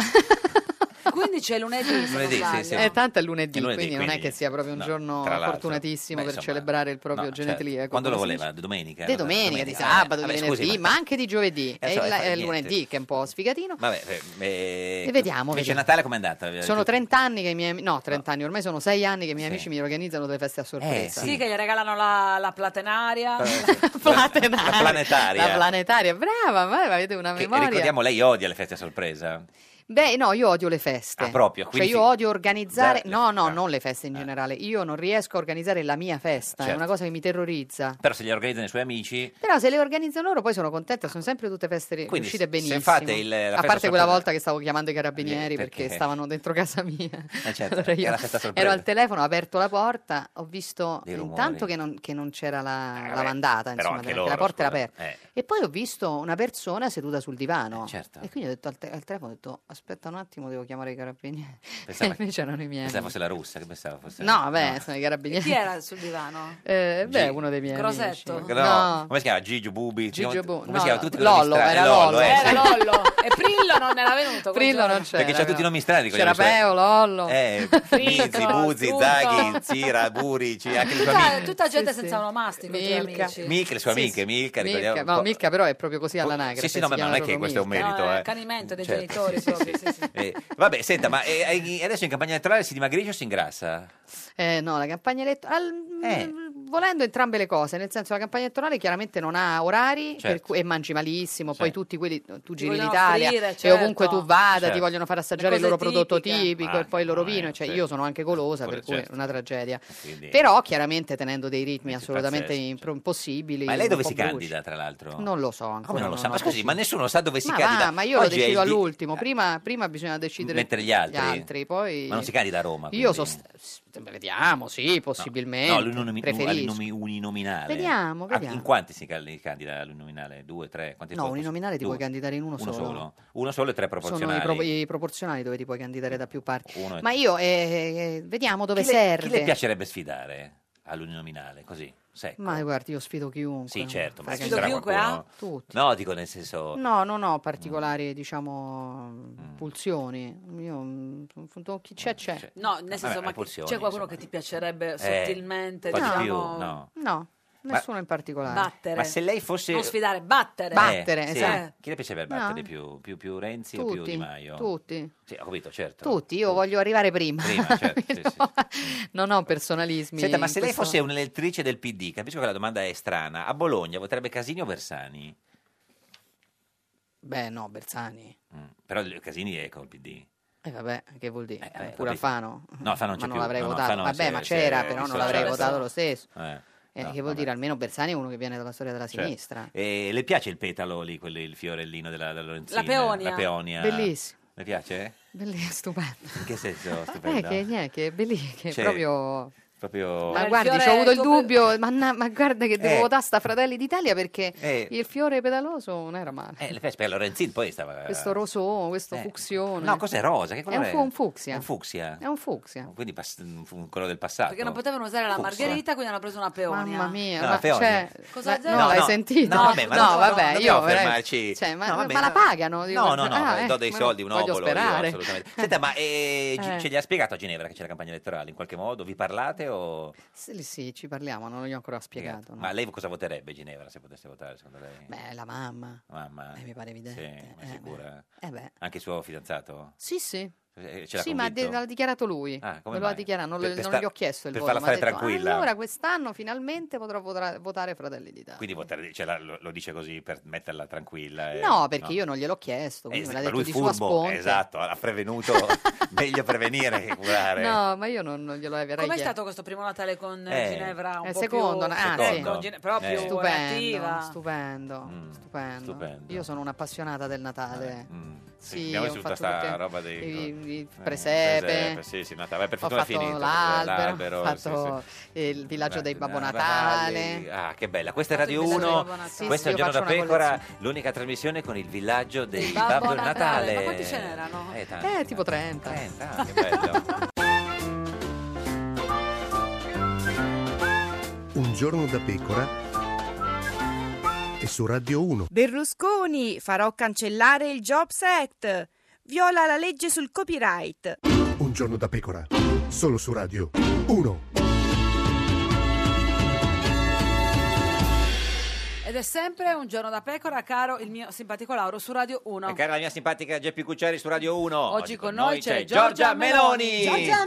Quindi c'è lunedì, se Lunedì, sì, non sì. sbaglio. Eh, tanto è lunedì, È lunedì, quindi, non è quindi- che sia proprio un no, giorno tra l'altro. fortunatissimo Beh, per insomma, celebrare il proprio no, genetlia. certo. ecco, Quando lo come si voleva? Domenica? Di Vabbè, domenica, di domenica. Eh, sabato, vabbè, di scusi, venerdì, ma- ma... anche di giovedì. Eh, e so, il, eh, fa è il niente. lunedì che è un po' sfigatino. Vabbè, eh, eh, E vediamo, Invece vediamo. Natale com'è andata? Sono 30 anni che i miei no, 30 anni, ormai sono 6 anni che i miei amici mi organizzano delle Eh, feste a sorpresa. Sì, che gli regalano la, la platenaria. Eh. planetaria. La planetaria. La planetaria, brava, ma avete una Che, memoria. ricordiamo, lei odia le feste a sorpresa. Beh, no, io odio le feste. Ah, proprio, Cioè, quindi io fi- Ah. odio organizzare. Dare- No, no, non le feste in generale. Io non riesco a organizzare la mia festa, è Certo. una cosa che mi terrorizza. Però se le organizzano i suoi amici... Però se le organizzano loro poi sono contenta, sono sempre tutte feste ri- Quindi riuscite se- se benissimo. fate il- la a festa parte sorpresa- quella volta che stavo chiamando i carabinieri Eh, perché? perché stavano dentro casa mia. Eh, certo, Allora io era festa sorpresa. ero al telefono, ho aperto la porta, ho visto Dei rumori. Eh, intanto che non, che non c'era la, la vabbè, mandata, però insomma, anche perché loro, la porta era scusa, eh. aperta. E poi ho visto una persona seduta sul divano. certo. E quindi ho detto al, te- al telefono, ho detto aspetta un attimo, devo chiamare i carabinieri. Pensava e Eh, invece erano i miei. Pensavo amici. fosse la russa, che pensavo fosse... No, vabbè, sono i carabinieri. Chi era sul divano? Eh, Gi- beh, uno dei miei Crosetto? amici. No, come si chiama? Gigio Bubi? Gigio Come- Bu- Come no, si chiama? Tutti quei Lollo, nomi strani. era Lollo. eh, Era sì. Lollo. E Prillo non era venuto. quel Prillo giorno. non c'era. Perché c'ha tutti i nomi strani. con i C'era nomi strani. Peo, Lollo. cioè, Eh, Mizzi, Buzzi, tutto. Zaghi, Zira, Burici, anche le sue Tutta, amiche. tutta gente Sì, sì. senza onomastico, i tuoi Milka. amici. Mica, le sue Sì, amiche, sì. Mica, Milka, ricordiamo. no, Milka però è proprio così all'anagrafe. Sì, sì, no, si ma non chiama è che proprio questo è un Milka. merito. No, è eh. il accanimento dei Certo, genitori sì, sì, proprio, sì, sì. Eh, vabbè, senta, ma eh, eh, adesso in campagna elettorale si dimagrisce o si ingrassa? Eh, no, la campagna elettorale. Eh. Volendo entrambe le cose, nel senso la campagna elettorale chiaramente non ha orari Certo. per cui- e mangi malissimo, poi tutti quelli tu giri in vogliono Italia offrire, e ovunque certo. tu vada Certo. ti vogliono far Le assaggiare il cose loro prodotto tipiche. tipico e Ah, poi il loro vino, cioè sì. io sono anche golosa Pure- per cui certo. è una tragedia. Quindi- Però chiaramente tenendo dei ritmi assolutamente pazzeschi, impro- impossibili. Ma lei un dove po' si bruci. candida, tra l'altro? Ah, Non lo so Ah, ancora. Come non lo no, sa? no, Ma scusi, ma nessuno sa dove si ma candida. va, ma io lo Oggi è decido il di- all'ultimo. Prima, prima bisogna decidere Mettere gli altri. poi... Ma non si candida a Roma. Io quindi. sono. Vediamo, sì, possibilmente. No, l'uninomi- Preferisco. all'unomi- uninominale. Vediamo, Ah, vediamo. In quanti si cal- candida all'uninominale? Due, tre? Quanti No, sono? uninominale ti Due. puoi candidare in uno, Uno solo. solo. Uno solo e tre Sono i, proporzionali. pro- i proporzionali dove ti puoi candidare da più parti. Uno e Ma tre. io, eh, eh, vediamo dove Chi le- serve. Chi le piacerebbe sfidare all'uninominale? Così, secco. Ma guardi, io sfido chiunque. Sì, certo, ma ah. Fai ci sarà candidare. qualcuno. Tutti. No, dico nel senso... No, non ho Mm. particolari, diciamo, pulsioni. Io, mm, chi c'è, c'è. No, nel senso, Vabbè, ma le pulsioni, Eh, c'è qualcuno che ti piacerebbe sottilmente, quasi diciamo, più, no. No, Ma- nessuno in particolare. battere. Ma se lei fosse... Non sfidare, battere. Eh, sì. Chi le piacerebbe esatto. No. battere più, più, più Renzi o più Tutti, Di Maio? tutti. Sì, ho capito, certo. Tutti, io voglio arrivare prima. Prima, certo, sì, non ho personalismi. Senta, ma in se lei questo- fosse un'elettrice del PD, capisco che la domanda è strana, a Bologna voterebbe Casini o Bersani? Beh, no, Bersani. Però il- Casini è col PD. E vabbè, che vuol dire? Cioè, Eh, Pure capito. Alfano. No, Alfano non ma c'è non più. l'avrei No, no, votato. Alfano vabbè, si è- ma si è c'era, però non l'avrei dissociato. votato lo stesso. Eh, Eh, no, che vuol dire? Almeno Bersani è uno che viene dalla storia della certo. sinistra. E le piace il petalo lì, quello, il fiorellino della, della Lorenzina? La peonia. La peonia. Bellissimo. Le piace? Bellissimo, stupendo. In che senso? Eh, Stupendo. che, niente, che, belli- che Cioè, proprio Proprio... Ma guardi, ho avuto il dubbio, ma, na- ma guarda che devo Eh. votare sta Fratelli d'Italia perché Eh. il fiore pedaloso non era male. Eh, le feste, perché Lorenzin poi stava... eh, questo rosò, questo fucsione. No, cos'è rosa? Che è un, colore fu- un fucsia. Un fucsia. È un fucsia. Quindi pas- fu un colore del passato. Perché non potevano usare la Fucsia. margherita, quindi hanno preso una peonia. Ah. Mamma mia, No, ma la Feonia. cioè, Cosa la- già- no, No, l'hai no, sentito? no, vabbè, ma no, no, vabbè, no, io dobbiamo veramente- fermarci. cioè, ma, No, vabbè, ma la no. pagano? Dico, No, no, no, ah, eh, eh, do dei ma soldi, un voglio obolo. io, sperare. assolutamente. Senta, ma eh, ci- Eh. ce li ha spiegato a Ginevra che c'è la campagna elettorale in qualche modo? Vi parlate o... Sì, sì, ci parliamo, non gli ho ancora spiegato. no. Ma lei cosa voterebbe Ginevra se potesse votare secondo lei? Beh, la mamma. Mamma. Eh, mi pare evidente. Sì, ma Eh, sicura? beh. Eh, beh. Anche il suo fidanzato? Sì, sì. Eh, ce l'ha sì, ma ha de- convinto? l'ha dichiarato lui. Ah, come Me lo ha mai? dichiarato, non, Per- lo- per non sta- gli ho chiesto il per voto. farla ma ha stare detto, tranquilla." allora, quest'anno finalmente potrò votra- votare Fratelli d'Italia. Quindi votare- ce l'ha- lo, lo dice così per metterla tranquilla? eh? No, perché io non gliel'ho chiesto, Eh, quindi me l'ha ma detto lui di sua furbo, sponte. esatto, eh. ha prevenuto, meglio prevenire che curare. No, ma io non, non glielo avrei Com'è chiesto. stato questo primo Natale con eh, Eh. Ginevra? Un Eh, po' secondo, no, più, ah, con- sì. con Gine- però più stupendo, attiva. stupendo, stupendo. Mm, stupendo. mm, Io sono un'appassionata del Natale. Sì, Sì, abbiamo ho visto tutta fatto sta tutte- roba dei... i- i- eh, presepe. Sì, sì, Natale. Per Ho fortuna è fatto finito. l'albero, ho sì, fatto sì. il villaggio dei Babbo Ah, Natale. Ah, che bella. Questa è Ho fatto il Radio villaggio 1, di Babbo Natale. Sì, questo è sì, un giorno io da faccio una pecora, l'unica trasmissione con il villaggio dei Babbo, Natale. Ma quanti ce n'erano? Eh, tanti. Eh, tipo 30. Ah, che bello. Un giorno da pecora e su Radio 1. Berlusconi, farò cancellare il Jobs Act. Viola la legge sul copyright. Un giorno da pecora, solo su Radio 1. Ed è sempre un giorno da pecora, caro il mio simpatico Lauro su Radio 1. E cara la mia simpatica Geppi Cucciari su Radio 1. Oggi, con noi c'è Giorgia Giorgia Meloni. Giorgia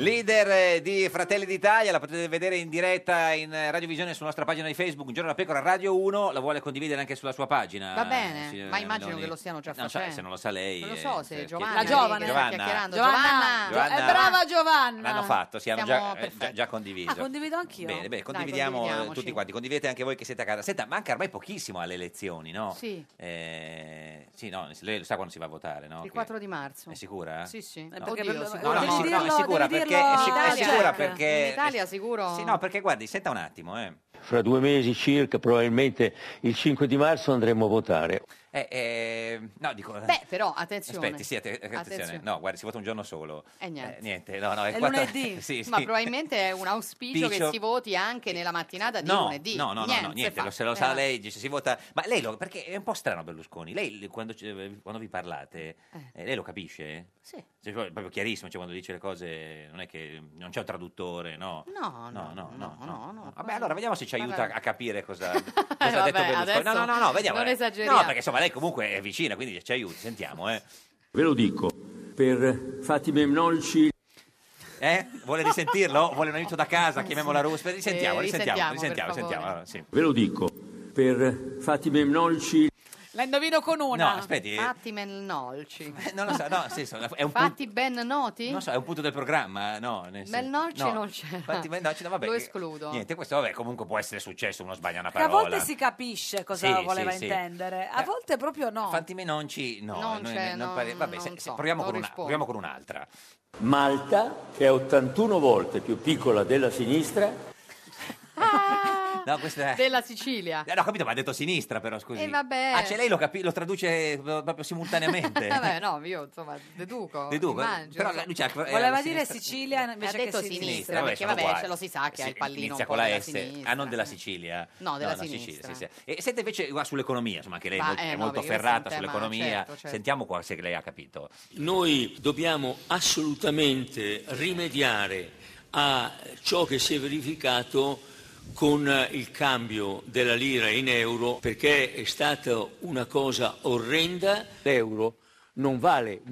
Leader eh, di Fratelli d'Italia, la potete vedere in diretta in eh, radiovisione sulla nostra pagina di Facebook, Un giorno da pecora Radio 1, la vuole condividere anche sulla sua pagina. eh, Va bene, signora ma immagino Meloni. che lo stiano già Non so, facendo. se non lo sa lei. Non lo eh, so se Giovanna La giovane. Giovanna. chiacchierando. Giovanna, Giovanna. Gio- eh, brava Giovanna. L'hanno fatto, si hanno Siamo già, eh, già, già condiviso. Ah, condivido anch'io. Bene, bene, Dai, condividiamo eh, condividiamoci. tutti quanti, condividete anche voi che siete a casa. Senta, manca ormai pochissimo alle elezioni, no? Sì. Eh, sì, no, lei lo sa quando si va a votare, no? Il Che- 4 di marzo. È sicura? Sì, sì. No. Oddio, Eh, perché per- sicura. Eh? No, no, Devi sì, no, dirlo- è sicura devi perché dirlo è, sic- è in sicura Itac. perché In Italia sicuro? Sì, no, perché guardi, senta un attimo, eh. Fra due mesi circa, probabilmente il 5 di marzo andremo a votare. Eh, eh, no, dico Beh, però, attenzione. Aspetti, sì, att- attenzione. Attenzione. No, guardi, si vota un giorno solo. E niente. Eh, niente, no, no, è, È quattro- lunedì. sì, sì. Ma probabilmente è un auspicio Piccio- che si voti anche nella mattinata di no, lunedì. No, no, no, no, niente, fa. lo- se lo sa Eh, lei, dice, si vota. Ma lei lo. perché è un po' strano Berlusconi. Lei l- quando, ci- quando vi parlate, eh, lei lo capisce? Sì. Cioè, proprio proprio chiarissimo, cioè, quando dice le cose, non è che non c'è un traduttore, no? No, no, no, no. No, no. Vabbè, allora vediamo se ci aiuta Vabbè. a capire cosa, cosa ha detto vabbè, Berlusconi. No, adesso no, no, no, vediamo. non eh. esageriamo. No, perché insomma lei comunque è vicina, quindi ci aiuti, sentiamo, eh. Ve lo dico, per Fatime Mnolci... Eh? Vuole risentirlo? Vuole un aiuto da casa? Chiamiamola Russa? Risentiamo, Eh, risentiamo, risentiamo, risentiamo, per risentiamo. favore. allora, sì. Ve lo dico, per Fatime Mnolci... La indovino con una. No, aspetti. eh. Fatti ben nolci. Non lo so, no, nel senso, è un punto... Fatti ben noti? Non so, è un punto del programma, no? nel senso- Bel Nolci no. non c'era. Infatti, beh, no, ci- no, vabbè, Lo eh, escludo. Niente, questo vabbè, comunque può essere successo, uno sbaglia una Che a parola. volte si capisce cosa Sì, voleva sì, Eh. sì. intendere, a volte proprio no. Fantimenonci, no, Non noi- c'è, non non- pare- vabbè, non se- se- so, proviamo, non con una- rispondo. proviamo con un'altra. Malta, che è 81 volte più piccola della sinistra, No, questa è... Della Sicilia. Eh, no, capito, ma ha detto sinistra però, scusi. Eh, vabbè. Ah, cioè lei lo, capi- lo traduce proprio simultaneamente. Vabbè, no, io insomma deduco. Deduco, immagino, però insomma. lui c'ha- eh, Voleva la dire sinistra- Sicilia invece Ha detto che sinistra, sinistra. vabbè, perché sono vabbè, uguali. ce lo si sa che ha Sì, il pallino un inizia po' con la della S, sinistra. eh. ah, non della Sicilia. No, della Sicilia, sì, sinistra. sì. E senta invece qua sull'economia, insomma, che lei è Ma, molto, eh, è no, molto perché questo è un ferrata tema- sull'economia. certo, certo. Sentiamo qua se lei ha capito. Noi dobbiamo assolutamente rimediare a ciò che si è verificato con il cambio della lira in euro perché è stata una cosa orrenda. L'euro non vale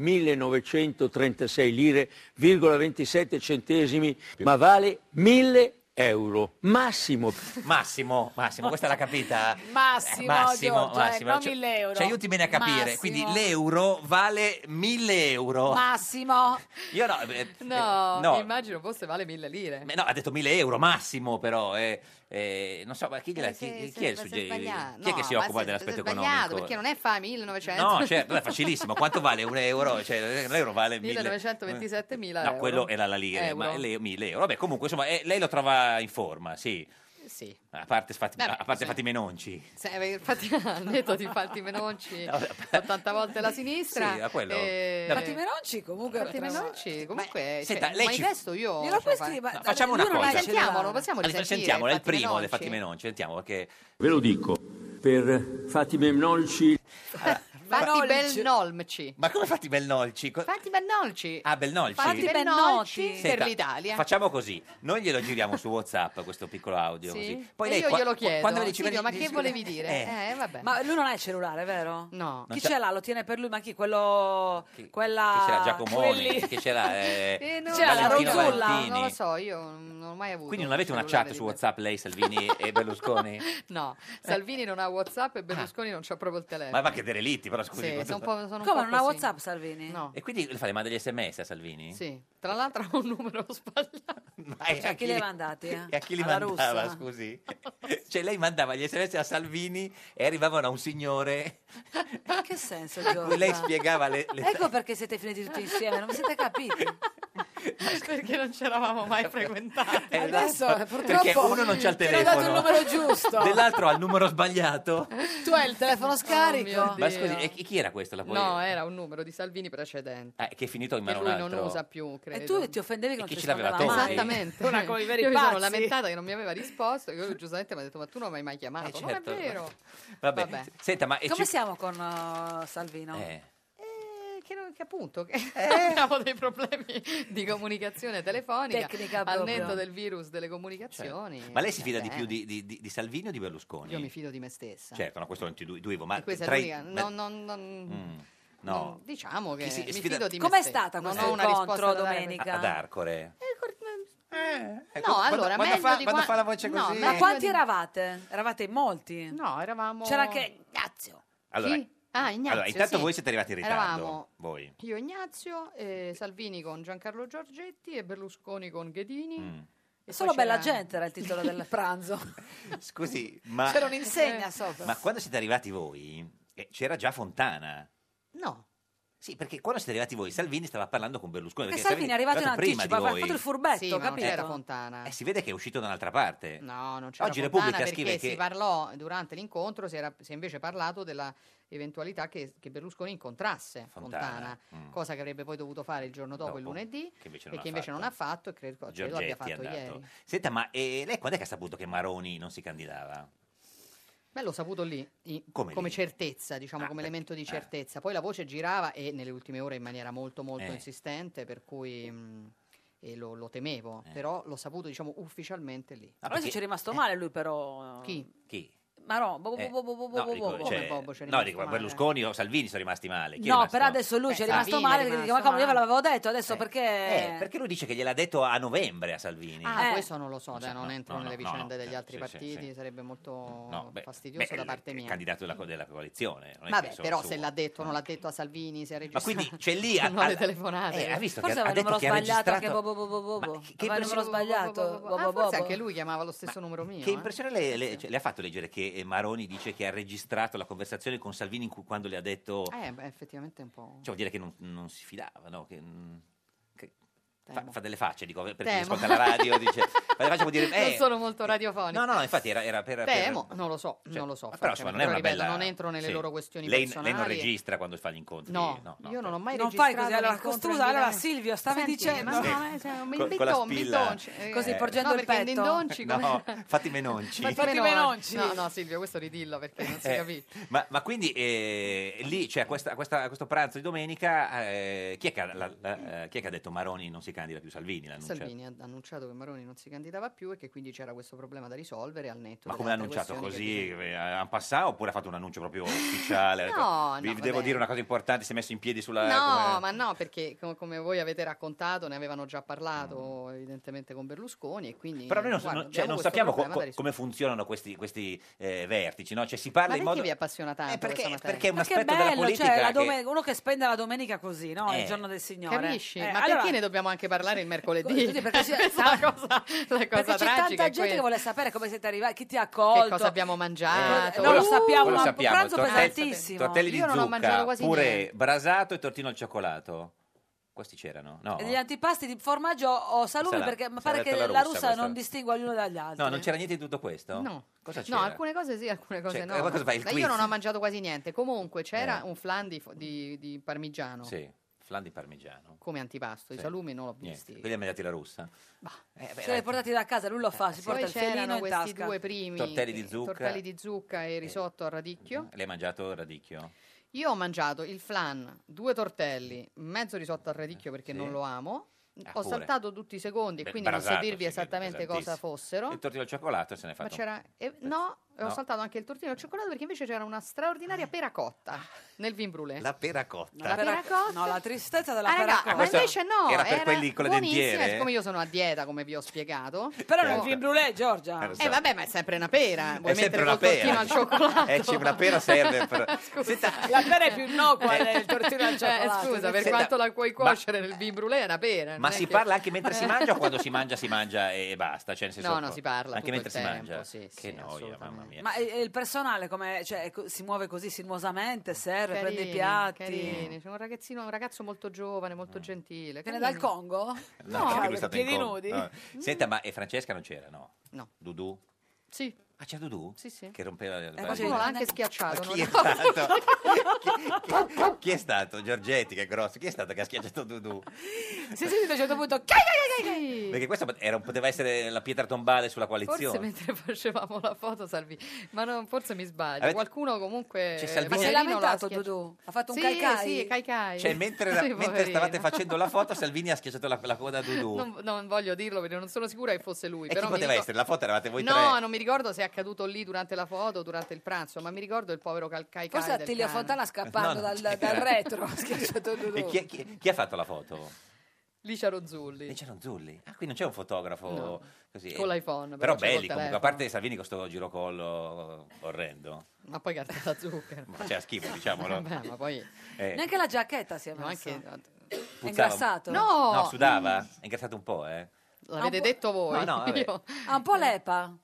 1936 lire, 27 centesimi, ma vale 1000 euro, massimo. Massimo, Massimo, questa l'ha capita? Massimo, Giorgia, eh, non Ci- 1000 euro. cioè, Ci aiuti bene a capire. Massimo. Quindi l'euro vale 1000 euro. Massimo, Io no, eh, No, eh, no. immagino forse vale mille lire. eh, no, ha detto 1000 euro massimo però. eh. eh, non so, ma chi, gliela- chi- chi è il suggerimento? sbagliato. Chi è che si No, ma occupa se- dell'aspetto se è sbagliato, economico? perché non è fa 1900. No, certo, è facilissimo. Quanto vale un euro? Cioè, l'euro vale mille. 1927.000 No, euro. quello era la lira, Euro. ma lei 1000 euro. Vabbè, comunque, insomma, eh, lei lo trova in forma, sì. Sì. A parte, fatti, Vabbè, a parte sì. fatti menonci. Se- eh, infatti al netto di Fatti Menonci 80 volte la sinistra Sì, a quello. eh, Fatti Menonci comunque Fatti Menonci comunque senta, cioè, lei ma ci- il resto io Glielo puoi fare- scrivere? No, Facciamo una Lui non cosa. ha il Sentiamolo, possiamo Allora, risentire sentiamolo, è il Fatti primo dei Fatti Menonci? Menonci, sentiamo perché Ve lo dico, per Fatti Menonci Fatti Menonci. Belnolci Ma come fatti Belnolci? Co- Fatti Belnolci Ah, Belnolci. Fatti Belnolci per Senta, l'Italia Facciamo così, noi glielo giriamo su WhatsApp questo piccolo audio. Sì? Così. E io qua- glielo qua- chiedo Quando le dici, Silvio, "Ma ma gli- che volevi dire? Eh. Eh, vabbè. Ma lui non ha il cellulare, vero? No. Chi c'ha- ce l'ha? Lo tiene per lui, ma chi? Quello. quella. Ah, Che c'era Giacomoni, quelli- che c'era, eh, Eh, no, C'era la Valentino Rozzulla? Valentini. non lo so io non ho mai avuto Quindi non avete una un chat cellulare di su WhatsApp lei, Salvini e Berlusconi? No, Salvini non ha WhatsApp e Berlusconi non c'ha proprio il telefono. Ah. Ma va che derelitti, però scusi. Eh. Sì, ma- sono un po', sono un Come po' non ha così. WhatsApp Salvini? No. E quindi le fa, le manda gli sms a Salvini? Sì, tra l'altro ha un numero sbagliato. Ma e Cioè, a chi li hai mandati? eh? E a chi li Alla mandava, russa? scusi? Cioè lei mandava gli sms a Salvini e arrivavano a un signore Ma che senso, a cui Giorgia? lei spiegava le... le- Ecco perché siete finiti tutti insieme, non vi siete capiti? Perché non c'eravamo mai frequentati. Eh, Adesso, esatto, purtroppo, Perché uno non c'ha il ti hanno telefono. dato il numero giusto. Dell'altro ha il numero sbagliato. Tu hai il telefono scarico? mio Ma Dio. scusi, e chi chi era questo? La poi- No, era un numero di Salvini precedente. Eh, che è finito in Che mano lui un non altro. usa più, credo. e tu ti offendevi E con chi te ce l'aveva tolto? Esattamente. Una con i veri Io mi sono pazzi. lamentata che non mi aveva risposto e lui giustamente mi ha detto "Ma tu non mi hai mai chiamato". Eh, certo. Non è vero. Vabbè. Vabbè. Senta, ma... e Come ci- siamo con uh, Salvino? Eh. Eh. Eh, Che, non- che appunto che abbiamo dei problemi di comunicazione telefonica Tecnica al proprio. netto del virus delle Cioè, comunicazioni. Eh. ma lei si fida di Bene. più di, di- di- di Salvini o di Berlusconi? Io mi fido di me stessa. Certo, no, questo non ti du- duivo, ma E questa è tra i- l'unica. ma- non- non- non- Mm, non- no. diciamo che Chi si mi sfida- Ah, fido di me Com'è stessa. stato Non questo ho una incontro risposta da dare per- domenica? Ad Arcore. Eh, quando- Ecco, no, allora, quando meglio fa- di quando fa qua- la voce no, così- meglio Ma quanti di- eravate? Eravate in molti? No, eravamo... C'era che Ignazio. Allora, Chi? Ah, Ignazio, allora, intanto sì. voi siete arrivati in ritardo. Eravamo Voi. io Ignazio, eh, Salvini con Giancarlo Giorgetti e Berlusconi con Ghedini. Mm. E Solo poi c'era- bella gente era il titolo del pranzo. Scusi, ma, C'era Eh, un'insegna sopra. ma quando siete arrivati voi, eh, c'era già Fontana. No, Sì, perché quando siete arrivati voi, Salvini stava parlando con Berlusconi. Perché Perché, Salvini è arrivato in prima anticipo, di ha voi. fatto il furbetto, sì, ma non capito? c'era Fontana. Eh, si vede che è uscito da un'altra parte. No, non c'era Oggi Fontana Repubblica perché scrive che... si parlò durante l'incontro, si, era, si è invece parlato della eventualità che, che Berlusconi incontrasse Fontana, Fontana, mm. cosa che avrebbe poi dovuto fare il giorno dopo, il Dopo, lunedì, che invece e non che ha invece fatto. non ha fatto, e credo, credo Giorgetti abbia è fatto andato. ieri. Senta, ma eh, lei quando è che ha saputo che Maroni non si candidava? Beh, l'ho saputo lì, i- Come come, lì? certezza, diciamo, Ah, come perché- elemento di eh. certezza. Poi la voce girava e nelle ultime ore in maniera molto molto Eh. insistente, per cui mh, e lo, lo temevo, però l'ho saputo, diciamo, ufficialmente lì. Eh. Eh. Ah, Adesso perché- ci è rimasto male boh, lui però. Chi? Chi? Ma no, bo- Eh, bo- bo- bo- bo- no, bo- dico, bo- Boh, come cioè, Bobo ci è no, rimasto dico, male? Berlusconi o Salvini sono rimasti male. Chi è No, rimasto? per adesso lui Eh, ci è Salvini rimasto è male perché rimasto dice, ma come io ve male." l'avevo detto adesso perché Eh, perché lui dice che gliel'ha detto a novembre a Salvini. Ah, Eh. questo non lo so, dai, Cioè, non no, entro no, nelle no, no, vicende no, degli sì, altri sì, partiti, sì. sarebbe molto No, beh, fastidioso beh, da è parte il mia. candidato della, co- della coalizione. non è che Vabbè, so- però suo. se l'ha detto o non l'ha detto a Salvini, se ha Ma registrato. quindi c'è lì... a- Sono le alla- telefonate. Eh, ha visto Forse che ha- aveva ha detto il numero che ha sbagliato anche registrato... bo- bo- bo- bo- bo- Ma bo. che Aveva il numero impressione- sbagliato. bo- Ah, bo- forse bo- anche lui chiamava lo stesso numero mio. Che eh. impressione le, le- cioè, le ha fatto leggere che eh, Maroni dice che ha registrato la conversazione con Salvini in cui, quando le ha detto... Cioè Eh, beh, effettivamente è un po'. vuol dire che non, non si fidava, no? Che, mm, che- fa, Temo. fa delle facce, dico, perché Temo. ascolta la radio, dice... Fa delle facce, vuol dire... eh, non sono molto radiofonico. No, no, infatti era, era per... per- Temo, non lo so, Cioè, non lo so. ma Però insomma, non è francamente, una ripeto, bella... non entro nelle sì. loro questioni lei, personali. Lei non registra quando fa gli incontri? No, io non ho mai Non registrato. fai così, allora, l'incontro scusa, in diretta. allora, Silvio, stavi Senti, dicendo- ma Sì. no, eh, cioè, un Con- con la bindon- spilla. bindonci, eh. Così, Eh. porgendo no, il perché petto. indonci come- No, fatti menonci. Fatti Fatti menonci. No, no, Silvio, questo ridillo perché non si Eh, capì. ma, ma quindi eh, lì, cioè, questa, questa- questo pranzo di domenica, eh, chi, è che ha, la- la- eh, chi è che ha detto Maroni non si candida più? Salvini l'annuncia. Salvini ha annunciato che Maroni non si candidava più e che quindi c'era questo problema da risolvere al netto. Ma delle come l'ha altre annunciato? questioni Così che eh, a passato oppure ha fatto un annuncio proprio ufficiale? Ha detto, No, "Vi no, devo vabbè. dire una cosa importante, si è messo in piedi sulla... No, eh, come- ma no, perché com- come voi avete raccontato, ne avevano già parlato evidentemente con Berlusconi e quindi... Mm. Però noi non, guarda, non- cioè, non abbiamo questo sappiamo co- problema da co- risolvere. come funzionano questi, questi, eh, vertici, no? Cioè si parla Ma in perché modo... vi appassiona tanto Eh, perché, questa materia? perché è un Ma che aspetto della bello, politica cioè, la che- domen- uno che spende la domenica così, no? Eh. Il giorno del Signore. Capisci? Eh, ma allora- perché ne dobbiamo anche anche parlare il mercoledì. Scusi, perché c'è- Questa è la cosa, la cosa Perché tragica. c'è tanta è gente che questa. vuole sapere come siete arrivati, chi ti ha Che accolto. cosa abbiamo mangiato. Eh, non lo sappiamo, Voi lo ma un sappiamo, pranzo tortelli- pesantissimo. Tortelli di Io non ho mangiato zucca, quasi pure niente. brasato e tortino al cioccolato. Questi c'erano? No. E Eh, Gli antipasti di formaggio o salumi, Sala- perché mi pare salata che la alla russa, russa questa. non distingua l'uno dagli altri. No, non c'era niente di tutto questo? eh. No. Cosa c'era? No, alcune cose sì, alcune cose Cioè, no. ma cosa fai, il Ma quiz? io non ho mangiato quasi niente. Comunque c'era Eh. un flan di, di- di parmigiano Sì, flan di parmigiano. come antipasto. I Sì. salumi non l'ho Niente, Eh, visti. Quelli ha mangiati la russa. Eh, Se li portati da casa, lui lo fa, si porta Poi il fielino c'erano in questi tasca. due primi Eh, Tortelli di zucca. Eh. Mm. tortelli di zucca e risotto al radicchio. L'hai mangiato radicchio? Io ho mangiato il flan, due tortelli, mezzo risotto al radicchio perché Eh, Sì. non lo amo. Ah, ho pure. saltato tutti i secondi, Beh, quindi non brasato, so dirvi sì, esattamente cosa pesantissimo. fossero. Il tortino al cioccolato se ne è Ma fatto. c'era, eh, no, ho No. Ah. saltato anche il tortino al cioccolato perché invece c'era una straordinaria pera cotta nel vin brûlé. La pera cotta. La pera cotta. No, la tristezza della Ah, pera raga, cotta. ma invece no, era per quelli con le buonissima, dentiere? e Siccome io sono a dieta, come vi ho spiegato, Però non non il vin brûlé, Giorgia. Eh, lo so. Eh vabbè, ma è sempre una pera. Vuoi È sempre mettere una col tortino pera. al cioccolato? Eh, c'è una pera serve per... La pera è più innocua Eh, del tortino al cioè, cioccolato. scusa, per Senta, quanto la puoi cuocere nel vin brûlé è una pera. non Ma è si che- parla anche mentre si mangia o quando si mangia si mangia e basta? Cioè, nel senso- No, no, si parla Anche tutto mentre il si tempo, mangia? sì, che noia, mamma mia. Ma e- e il personale come cioè, co- si muove così sinuosamente, serve, Carini, prende i piatti. carini. C'è un ragazzino, un ragazzo molto giovane, molto gentile. eh, Viene Carino. dal Congo? Eh. No, perché lui è i stato in Eh. piedi coma. nudi. Mm. No. Senta, ma e Francesca non c'era, no? No. Dudu? Sì. Ah, c'era Dudu? Sì, sì. Che rompeva le Ma qualcuno l'ha anche schiacciato. Chi è non- stato? Chi è stato? Giorgetti, che è grosso. Chi è stato che ha schiacciato Dudu? Si è sentito a un certo punto. "Chiai, chiai, chiai, chiai". Perché questa era- poteva essere la pietra tombale sulla Forse coalizione. mentre facevamo la foto Salvini, ma non- forse mi sbaglio. Avete- Qualcuno comunque. C'è Salvini- Ma si poverino, è lamentato l'ha schiacci- Dudu? Ha fatto un sì, cai cai? Sì, cai cai. Cioè, mentre, Sì, mentre poverino. stavate facendo la foto, Salvini ha schiacciato la, la coda a Dudu. Non, non voglio dirlo perché non sono sicura che fosse lui. e chi però mi poteva dico- essere? La foto eravate voi no, tre. non mi ricordo se è accaduto lì durante la foto o durante il pranzo, ma mi ricordo il povero Cal- Cai Cai. Forse del Attilio cane. Fontana scappando No, no, dal, dal c'era. retro. ha schiacciato E Dudu. chi, chi- chi ha fatto la foto? Licia Rozzulli. E c'erano Zulli. Ah, qui non c'è un fotografo No. così. Con l'iPhone, Però, però c'è col belli comunque, telefono. a parte Salvini con sto girocollo orrendo. Ma poi carta da zucchero. Ma c'era schifo, diciamolo. Vabbè, ma poi Eh, Neanche la giacchetta si è messa. puzzava. ingrassato? No! Mm. No, sudava. È ingrassato un po', eh. l'avete Ah, un po- detto voi. No, no, vabbè. Io- Ha un po' l'EPA.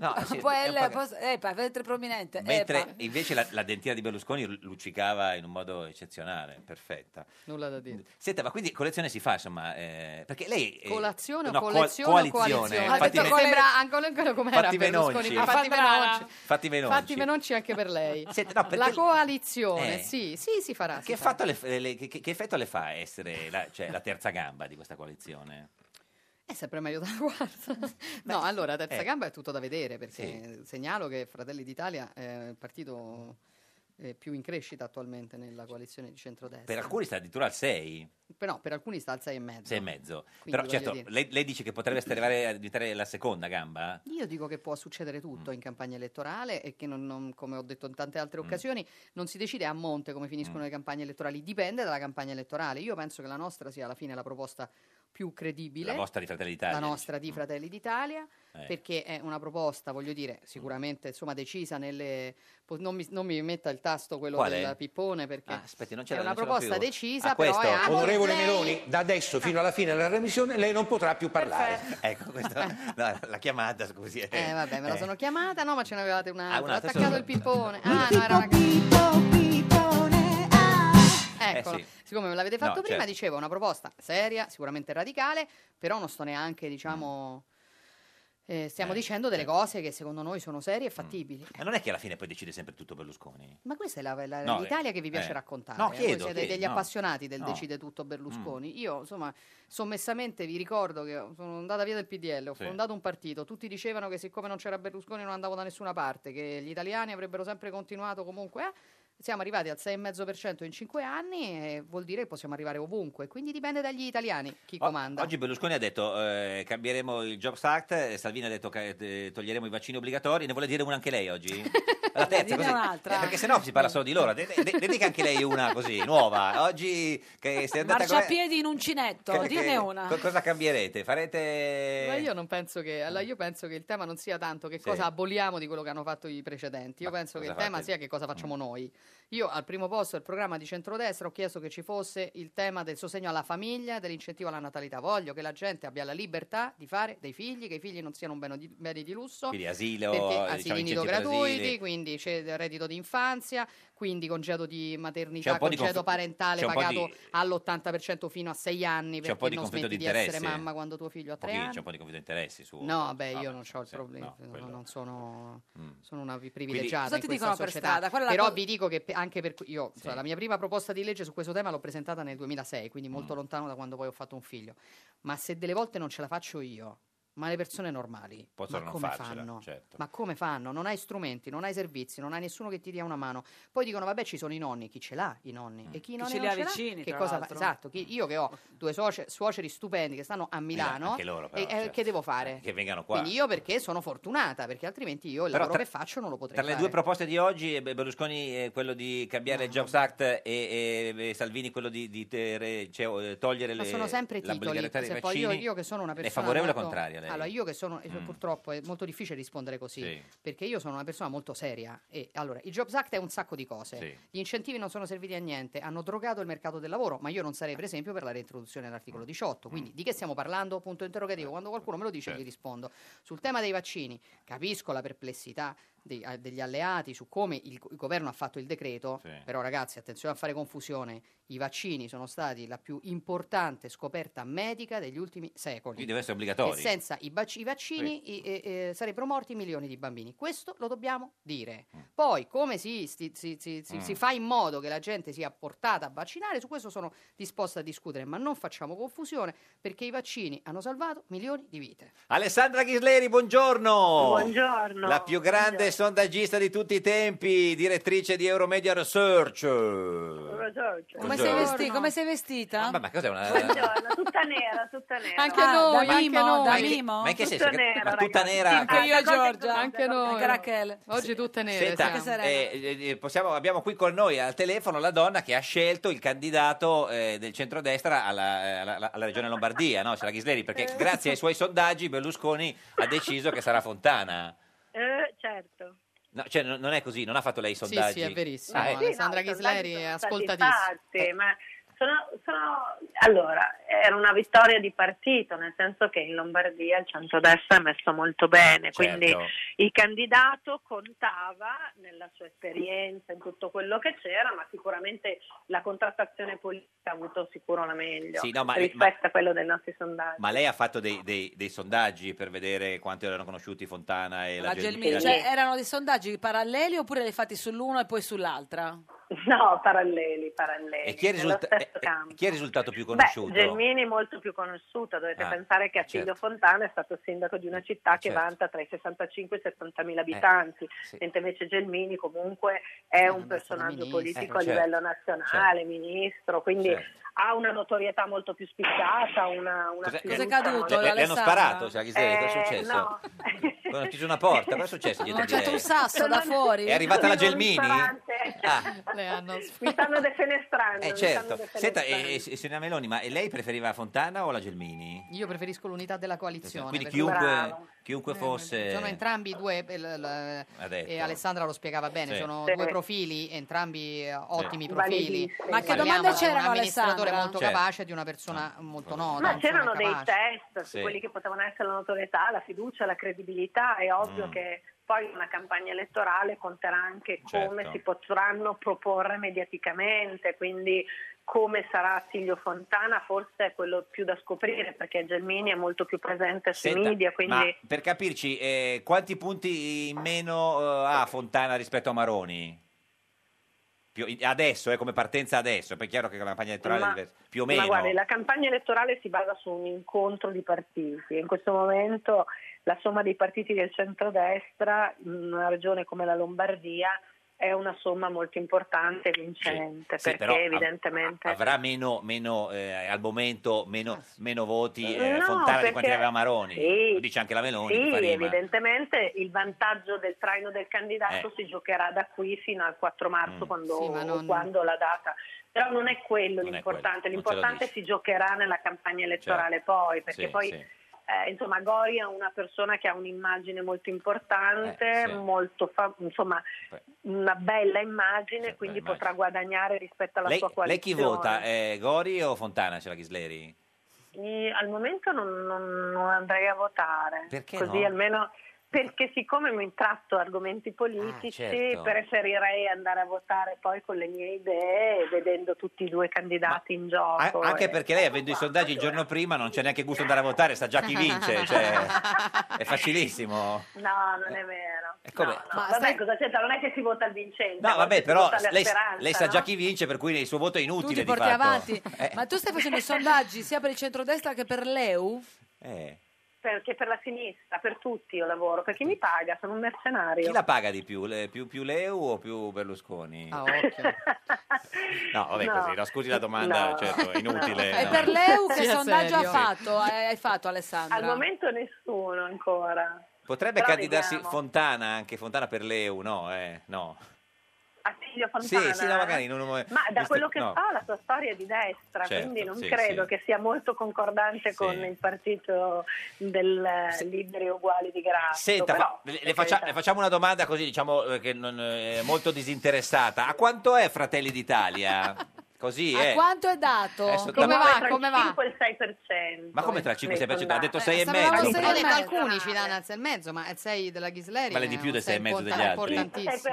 No, sì, Ah, un po' eh, è un el- po' che- pos- EPA, ventre prominente. Mentre EPA. invece la, la dentiera di Berlusconi lu- luccicava in un modo eccezionale, perfetta. Nulla da dire. Senta, ma quindi colazione si fa, insomma, eh, perché lei... eh, Colazione o no, col- collezione o coalizione? coalizione? Ha Fatti, detto ve- come- sembra ancora ancora com'era Fatti Berlusconi, Menonci. ma Fatti Menonci. fatti venonci. Fatti Menonci anche per lei. no, perché- La coalizione, Eh. sì, sì, si farà. Che, si farà. fatto le- le- le- che- che effetto le fa essere la, cioè, la terza gamba di questa coalizione? È sempre meglio della quarta. no, allora, terza eh. gamba è tutto da vedere, perché segnalo che Fratelli d'Italia è il partito eh, più in crescita attualmente nella coalizione di centrodestra. Per alcuni sta addirittura al 6, Per- no, per alcuni sta al 6,5. 6 e mezzo. Eh, Quindi Però voglio certo, dire- lei, lei dice che potrebbe arrivare a diventare la seconda gamba? Io dico che può succedere Mm. tutto in campagna elettorale e che, non, non- come ho detto in tante altre occasioni, non si decide a monte come Mm. finiscono le campagne elettorali, dipende dalla campagna elettorale. Io penso che la nostra sia alla fine la proposta più credibile. La vostra di Fratelli d'Italia? la nostra di Fratelli d'Italia, Eh. perché è una proposta, voglio dire, sicuramente insomma decisa nelle... po- Non mi, non mi metta il tasto quello Qual è? del pippone perché Ah, aspetti, non ce è la- una non ce l'ho proposta più. decisa, Ah, però è questo. anche... Onorevole Meloni, da adesso fino alla fine della remissione lei non potrà più parlare. Ecco, questa, no, la chiamata, scusi. Eh vabbè, me la Eh. sono chiamata, no ma ce n'avevate un'altra, Ah, un'altra, attaccato solo- il pippone. Ah no, era una... Eh, Eccolo, sì. Ecco, siccome me l'avete fatto No, prima, certo. dicevo, una proposta seria, sicuramente radicale, però non sto neanche, diciamo... eh, stiamo Eh, Mm. dicendo delle cose che secondo noi sono serie e fattibili. Ma non è che alla fine poi decide sempre tutto Berlusconi? Ma questa è la, la- No, l'Italia eh, che vi piace eh. raccontare. No, eh. chiedo, Voi siete chiedo, degli no. appassionati del No. Mm. decide tutto Berlusconi. Io, insomma, sommessamente vi ricordo che sono andata via del PDL, ho Sì. fondato un partito. Tutti dicevano che siccome non c'era Berlusconi non andavo da nessuna parte, che gli italiani avrebbero sempre continuato comunque. eh. Siamo arrivati al 6,5% in 5 anni e vuol dire che possiamo arrivare ovunque. Quindi dipende dagli italiani chi O- comanda. Oggi Berlusconi ha detto eh, cambieremo il Jobs Act, eh, Salvini ha detto che eh, toglieremo i vaccini obbligatori, ne vuole dire uno anche lei oggi? alla terza, Dine così. un'altra. Eh, Perché sennò si parla solo di loro. De- de- dedica anche lei una così, nuova. Oggi che sei andata con Marciapiedi in uncinetto, eh, che- dine che- una. co- cosa cambierete? Farete... Ma io non penso che allora io penso che il tema non sia tanto che Eh, Sì. cosa aboliamo di quello che hanno fatto i precedenti. Io penso che il cosa tema fate? Mm. sia che cosa facciamo noi. Io al primo posto del programma di centrodestra ho chiesto che ci fosse il tema del sostegno alla famiglia, dell'incentivo alla natalità. Voglio che la gente abbia la libertà di fare dei figli, che i figli non siano un bene di, beni di lusso. Quindi asilo, perché diciamo, asili nido incentivi gratuiti, all'asili. quindi c'è il reddito di infanzia, quindi congedo di C'è un maternità, po' di congedo conf- parentale c'è un po' pagato di- all'80% fino a 6 anni C'è un perché po' di non conflitto smetti di di essere interesse. mamma quando tuo figlio ha Un 3 pochino- anni. C'è un po' di conflitto di interessi su... Ah, No, beh, io vabbè, non ho il sì, problema, no, no, quello- non sono, Mm. sono una vi- privilegiata Cosa in ti questa dicono per società. strada? Qual è la Però cosa- vi dico che pe- anche per cui- io, cioè, la mia prima proposta di legge su questo tema l'ho presentata nel 2006, quindi Mm. molto lontano da quando poi ho fatto un figlio. Ma se delle volte non ce la faccio io, ma le persone normali, Possono ma non come farcela, fanno? certo. Ma come fanno? Non hai strumenti, non hai servizi, non hai nessuno che ti dia una mano. Poi dicono "Vabbè, ci sono i nonni, chi ce l'ha i nonni?" Mm. E chi, non ce non li ha ce l'ha? vicini, che tra cosa fa? l'altro. Esatto, chi- io che ho due soce- suoceri stupendi che stanno a Milano, Esatto, anche loro però, e- eh, cioè, che devo fare? Che vengano qua. Quindi io perché sono fortunata, perché altrimenti io il Però lavoro tra- che faccio non lo potrei Tra le fare. due proposte di oggi, eh, Berlusconi eh, quello di cambiare il Jobs Act e, e- e Salvini quello di, di tere- cioè, eh, togliere le ma sono sempre la titoli. obbligatorietà dei se poi io, vaccini. io che sono una Lei è persona favorevole o molto- contraria, lei? Allora, io che sono eh, Mm. purtroppo è molto difficile rispondere così, Sì. perché io sono una persona molto seria e allora il Jobs Act è un sacco di cose. Sì. Gli incentivi non sono serviti a niente, hanno drogato il mercato del lavoro, ma io non Eh. sarei per esempio per la reintroduzione Mm. dell'articolo 18, quindi di che stiamo parlando? Punto Eh. interrogativo. Quando qualcuno me lo dice Certo. gli rispondo. Sul tema dei vaccini, capisco la perplessità dei- eh, degli alleati su come il, go- il governo ha fatto il decreto, però ragazzi attenzione a fare confusione, i vaccini sono stati la più importante scoperta medica degli ultimi secoli. Quindi deve essere obbligatorio. E senza i, bac- i vaccini i- e- e sarebbero morti milioni di bambini. Questo lo dobbiamo dire. Poi come si, sti- si- si- si- Mm. si fa in modo che la gente sia portata a vaccinare, su questo sono disposta a discutere, ma non facciamo confusione perché i vaccini hanno salvato milioni di vite. Alessandra Ghisleri, buongiorno. Buongiorno. La più grande sondaggista di tutti i tempi, direttrice di Euromedia Research. Come Buongiorno. sei, vesti- come sei vestita? Ma cos'è una... Buongiorno, tutta nera, tutta nera. Anche noi, da Mimo, Ah, da Ma in che- Mimo? Ma in che Tutta senso? Che- nera, ma tutta ragazzi. nera. Anche io, Tante cose Giorgia. Anche noi. Anche Raquel. Oggi tutte nere. Senta, siamo. eh, eh, possiamo- abbiamo qui con noi al telefono la donna che ha scelto il candidato eh, del centrodestra alla, eh, alla- alla regione Lombardia, no? C'è la Ghisleri, perché Eh. grazie ai suoi sondaggi Berlusconi ha deciso che sarà Fontana. Eh, certo. No, cioè, non non è così, non ha fatto lei i sondaggi. sì, è verissimo. Ah, ecco. Alessandra no, i sondaggi Ghisleri sono è stati ascoltatissima. fatti, ma sono- sono- Allora, era una vittoria di partito, nel senso che in Lombardia il centrodestra è messo molto bene, quindi Certo. il candidato contava nella sua esperienza, in tutto quello che c'era, ma sicuramente la contrattazione politica ha avuto sicuro la meglio Sì, no, ma- rispetto a quello dei nostri sondaggi. Ma lei ha fatto dei, dei- dei sondaggi per vedere quanto erano conosciuti Fontana e la, La Gel- Gelmini. la- Cioè, erano dei sondaggi paralleli oppure li hai fatti sull'uno e poi sull'altra? No, paralleli, paralleli. E chi è, nello risulta- stesso eh, eh, campo. chi è il risultato più Beh, conosciuto? Gelmini è molto più conosciuta, dovete Ah, pensare che Attilio certo. Fontana è stato sindaco di una città che Certo. Eh, vanta tra i 65 e i 70 mila abitanti, sì. mentre invece Gelmini comunque è Eh, un vabbè, è stata personaggio ministra. politico Eh, a certo. livello nazionale, ministro, quindi Certo. ha una notorietà molto più spiccata, una, una Cos'è- fiducia. Cos'è caduto, Le- le- le hanno Alessandra? sparato, cioè, Ghisleri, cosa è Eh, successo? no. Hanno chiuso una porta, cosa è successo dietro Hanno di lei? lanciato un sasso Sono- da fuori? È arrivata la Gelmini? Ah. Mi stanno defenestrando. Eh mi stanno certo. defenestrando. Senta, eh, eh, signora Meloni, ma lei preferiva Fontana o la Gelmini? Io preferisco l'unità della coalizione. Quindi perché- Eh, chiunque, chiunque Sono fosse... entrambi due, eh, l- l- Ha detto. e Alessandra lo spiegava Ecco. bene, Sì. sono Sì. due profili, entrambi eh, ottimi profili. Validissimi. Ma che Parliamo domande di c'erano, Un amministratore Alessandra? molto Certo. capace e di una persona molto nota. Ma insomma, c'erano dei capace. test su Sì. quelli che potevano essere la notorietà, la fiducia, la credibilità. È ovvio Mm. che poi in una campagna elettorale conterà anche come Certo. si potranno proporre mediaticamente, quindi come sarà Attilio Fontana forse è quello più da scoprire perché Gelmini è molto più presente sui Senta, media, ma quindi per capirci, eh, quanti punti in meno eh, ha Fontana rispetto a Maroni? Più- adesso, eh, come partenza adesso, perché è chiaro che la campagna elettorale è Ma- diversa, più o Ma meno. guardi, la campagna elettorale si basa su un incontro di partiti. In questo momento la somma dei partiti del centrodestra in una regione come la Lombardia è una somma molto importante e vincente, Sì, però perché av- evidentemente... Avrà meno, meno, eh, al momento meno, Ah, meno voti eh, No, Fontana di quanti perché- ne aveva Maroni. Sì. Lo dice anche la Meloni. sì, mi fa rima. evidentemente il vantaggio del traino del candidato Eh. si giocherà da qui fino al 4 marzo, quando, Sì, ma non- quando la data. Però non è quello Non è l'importante, quello, non te lo l'importante dici. si giocherà nella campagna elettorale Certo. poi, perché Sì, poi... sì. eh, insomma, Gori è una persona che ha un'immagine molto importante, Eh, sì. molto fa- insomma, una bella immagine, quindi potrà guadagnare rispetto alla Lei, sua lei chi coalizione. vota? Eh, Gori o Fontana, c'è la Ghisleri? Eh, Al momento non, non- non andrei a votare. Perché Così no? almeno perché siccome mi tratto argomenti politici, certo. preferirei andare a votare poi con le mie idee, vedendo tutti e due i candidati in A- gioco. eh. anche e- perché lei, avendo i sondaggi il giorno prima, non c'è neanche Eh. gusto andare a votare, sa già chi vince. cioè, è facilissimo. No, non è vero. E come- No, vabbè, cosa c'entra? Non è che si vota il vincente. No, vabbè, si però vota la lei, speranza, lei sa no? già chi vince, per cui il suo voto è Tu inutile ti di porti fatto. avanti. Eh, Ma tu stai facendo i sondaggi sia per il centrodestra che per l'EU? eh. Perché per la sinistra, per tutti io lavoro, perché mi paga, sono un mercenario. Chi la paga di più? Le- più, più Leu o più Berlusconi? Ah, No, vabbè, No. così, no, scusi la domanda, No. certo, è inutile. E no. per l'EU che Sia sondaggio serio. ha fatto, eh, hai fatto Alessandra? Al momento nessuno ancora. Potrebbe Però candidarsi vediamo. Fontana, anche Fontana per Leu, no? Eh, no. Attilio Fontana. Sì, sì, no, magari non- Ma da visto- quello che no. fa la sua storia è di destra, Certo, quindi non sì, credo sì. che sia molto concordante con il partito del eh, Liberi e Uguali di Grasso. Senta, però, fa- le, le faccia- le facciamo una domanda così, diciamo, eh, che non, eh, molto disinteressata. A quanto è Fratelli d'Italia? Così A è. quanto è dato? Adesso- come Ma- va? tra Come il va? 5 e il 6%. Ma come tra il 5 e il 6%? Ha detto Eh, 6 e stavamo mezzo. Ho detto alcuni ci danno al 6 e mezzo, ma il 6 della Ghisleri Vale di è più del un 6 sei e mezzo degli import- altri. importantissimo.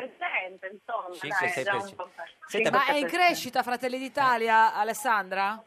6%, insomma, diciamo. Cinque, dai, sei è già per- un po'. Senta, Ma è in crescita Fratelli d'Italia, Alessandra?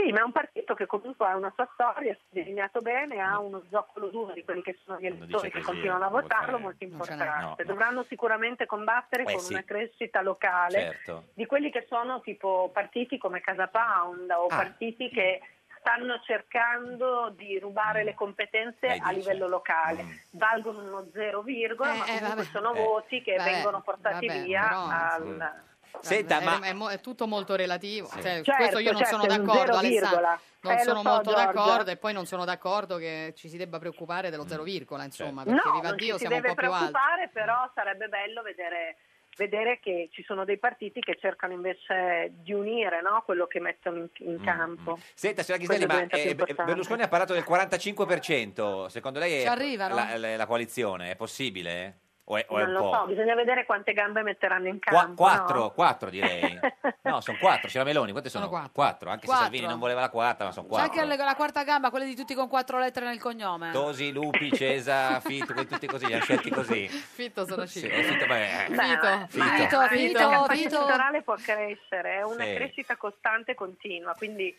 Sì, ma è un partito che comunque ha una sua storia, si è disegnato bene, ha uno zoccolo duro di quelli che sono gli elettori che Mm. così, continuano a non votarlo, votare. molto Non ce n'è. importante. No, no. Dovranno sicuramente combattere Eh, con sì. una crescita locale Certo. di quelli che sono tipo partiti come Casa Pound o Ah. partiti che stanno cercando di Mm. rubare le competenze a livello locale. Valgono uno zero virgola, ma Eh, eh, comunque vabbè. sono Eh. voti che Vabbè, vengono portati vabbè, via però, Mm. al... Senta, è, ma- è mo- è tutto molto relativo. Cioè, Certo, questo io non certo, sono è un d'accordo, zero Alessandra. virgola. Non Eh, lo sono so, molto Giorgio. d'accordo e poi non sono d'accordo che ci si debba preoccupare dello zero virgola, insomma, perché Certo. no, viva non ci Dio si siamo un deve po' più alti. preoccupare, però sarebbe bello vedere, vedere che ci sono dei partiti che cercano invece di unire no, quello che mettono in, Mm, in campo. Senta, signora Ghiselli, Quello ma diventa più eh, importante. Berlusconi ha parlato del 45%. Secondo lei è- Ci arrivano? la, la- la coalizione è possibile? O è, o è Non un lo po'? so, bisogna vedere quante gambe metteranno in Qua- campo. quattro, no? quattro direi. No, sono quattro, c'è la Meloni, quante sono? Sono quattro. anche Quattro. se Salvini non voleva la quarta, ma sono C'è quattro. anche le- la quarta gamba, quelle di tutti con quattro lettere nel cognome. Tosi, Lupi, Cesa, Fitto, quelli tutti così, li hanno scelti così. Fitto sono Sì, scelto. Fitto, beh, eh. Beh, Fito. ma- Fito, ma Fito, La campagna Fito. elettorale può crescere, è una Sì. crescita costante e continua, quindi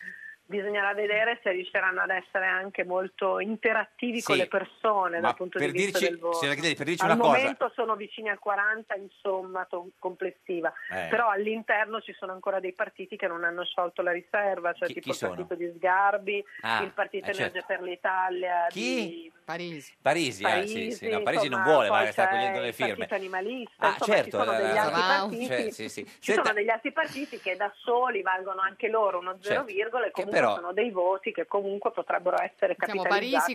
bisognerà vedere se riusciranno ad essere anche molto interattivi con Sì, le persone ma dal punto per di vista dirci- del voto. signora Chielli, per dirci Al una cosa- momento sono vicini al 40 insomma to- complessiva, Eh. però all'interno ci sono ancora dei partiti che non hanno sciolto la riserva, cioè Chi- tipo chi sono? il partito di Sgarbi, Ah, il partito eh, certo. Energia per l'Italia, di Chi? Parisi. Parisi, eh, sì, sì, no, Parisi non vuole, va, sta cogliendo le firme. Partito animalista, Ah, insomma, certo, ci sono la- degli la- altri la- partiti. cioè, sì, sì. Ci Senta- sono degli altri partiti che da soli valgono anche loro uno zero Certo, virgola e che comunque però- sono dei voti che comunque potrebbero essere Siamo capitalizzati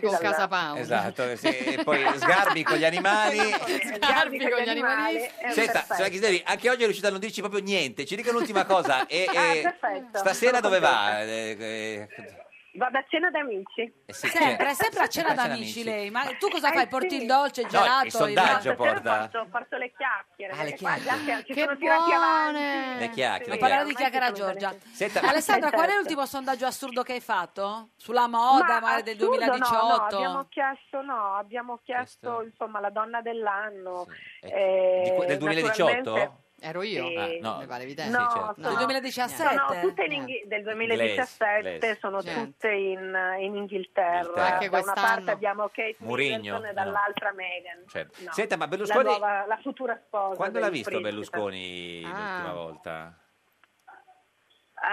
Parisi con dalla- Casa Pound. Esatto, sì, e poi sgarbi con gli animali. Sgarbi con gli animali. è un Senta, perfetto. signora Ghisleri, anche oggi è riuscita a non dirci proprio niente. Ci dica un'ultima cosa. E, Ah, e perfetto. stasera Sono dove va? contenta. Eh, eh, Vado a cena da amici. eh, sì, Sempre, cioè- sempre a cena Sempre a cena d'amici d'amici. lei. Ma tu cosa fai? Porti il dolce, il No, il gelato? sondaggio il... porta. Ho fatto le chiacchiere. Ah, le perché qua chiacchiere. già che- ci Che sono tirati avanti. Le chiacchiere, Non le parlare di chiacchiere. chiacchiera Giorgia. Senta, ma- Alessandra, qual è Esatto. l'ultimo sondaggio assurdo che hai fatto? Sulla moda Ma magari del assurdo, no, 2018? No, abbiamo chiesto, no, abbiamo chiesto insomma la donna dell'anno. Eh, Eh, di que- del 2018? Ero io? Ah, no. Mi pare Del evidente. no, certo. sono- Del 2017? Sono tutte in Inghi- del 2017 Glaze, Glaze. sono Certo. tutte in, in Inghilterra. Inghilterra. Anche da una quest'anno. parte abbiamo Kate Mourinho, Middleton no. e dall'altra Meghan. Certo. No. Senta, ma La, Berlusconi nuova- la futura sposa. quando del l'ha visto principe. Berlusconi Ah. l'ultima volta?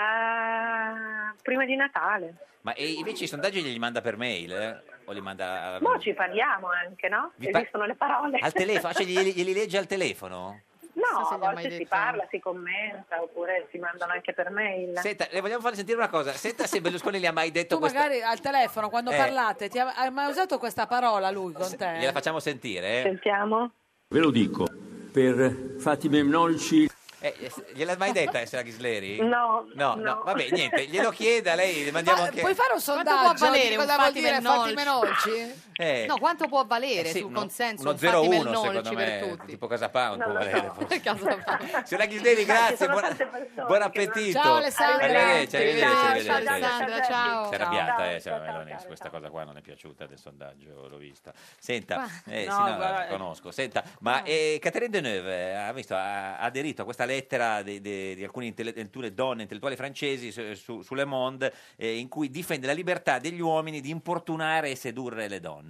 Ah, prima di Natale. Ma e invece i sondaggi gli manda per mail eh? o li manda Mo ci parliamo anche, no? Vi E par- lì sono le parole. al telefono? Ah, cioè, glieli, glieli legge al telefono? No, se a gli ha mai volte si detto- parla, si commenta oppure si mandano anche per mail. Senta, le vogliamo farle sentire una cosa. Senta se Berlusconi le ha mai detto Tu questa. magari al telefono quando Eh. parlate, ti ha, hai mai usato questa parola lui con te? Gliela facciamo sentire. eh. Sentiamo. Ve lo dico, per fatti memnonici... Eh, eh, s- gliel'ha mai detta eh, la Ghisleri? No, No, no, vabbè, niente, glielo chieda lei, le mandiamo Ma, anche... puoi fare un Quanto sondaggio? può valere di un cosa vuol dire Fatima Fatima Nolci? Nolci? Eh, No, quanto può valere sì, sul uno- consenso uno un Fatima 0-1 Nolci secondo per me, tutti? tipo Casa Pound può valere. forse. Casa- Signora Ghisleri, grazie, buona- buon appetito. Ciao, Alessandra. Arrivederci, arrivederci, Ciao, arrivederci, ciao, arrivederci. Alessandra, ciao. Si è arrabbiata, Ciao, eh, signora ciao, ciao, Meloni, ciao, ciao. questa cosa qua non è piaciuta del sondaggio, l'ho vista. Senta, Ma- eh, no, sì, no, guarda- la conosco. Senta, ma eh, Catherine Deneuve eh, ha, visto, ha ha aderito a questa lettera di, di- di alcune intellettuali- donne intellettuali francesi su, su- su Le Monde eh, in cui difende la libertà degli uomini di importunare e sedurre le donne.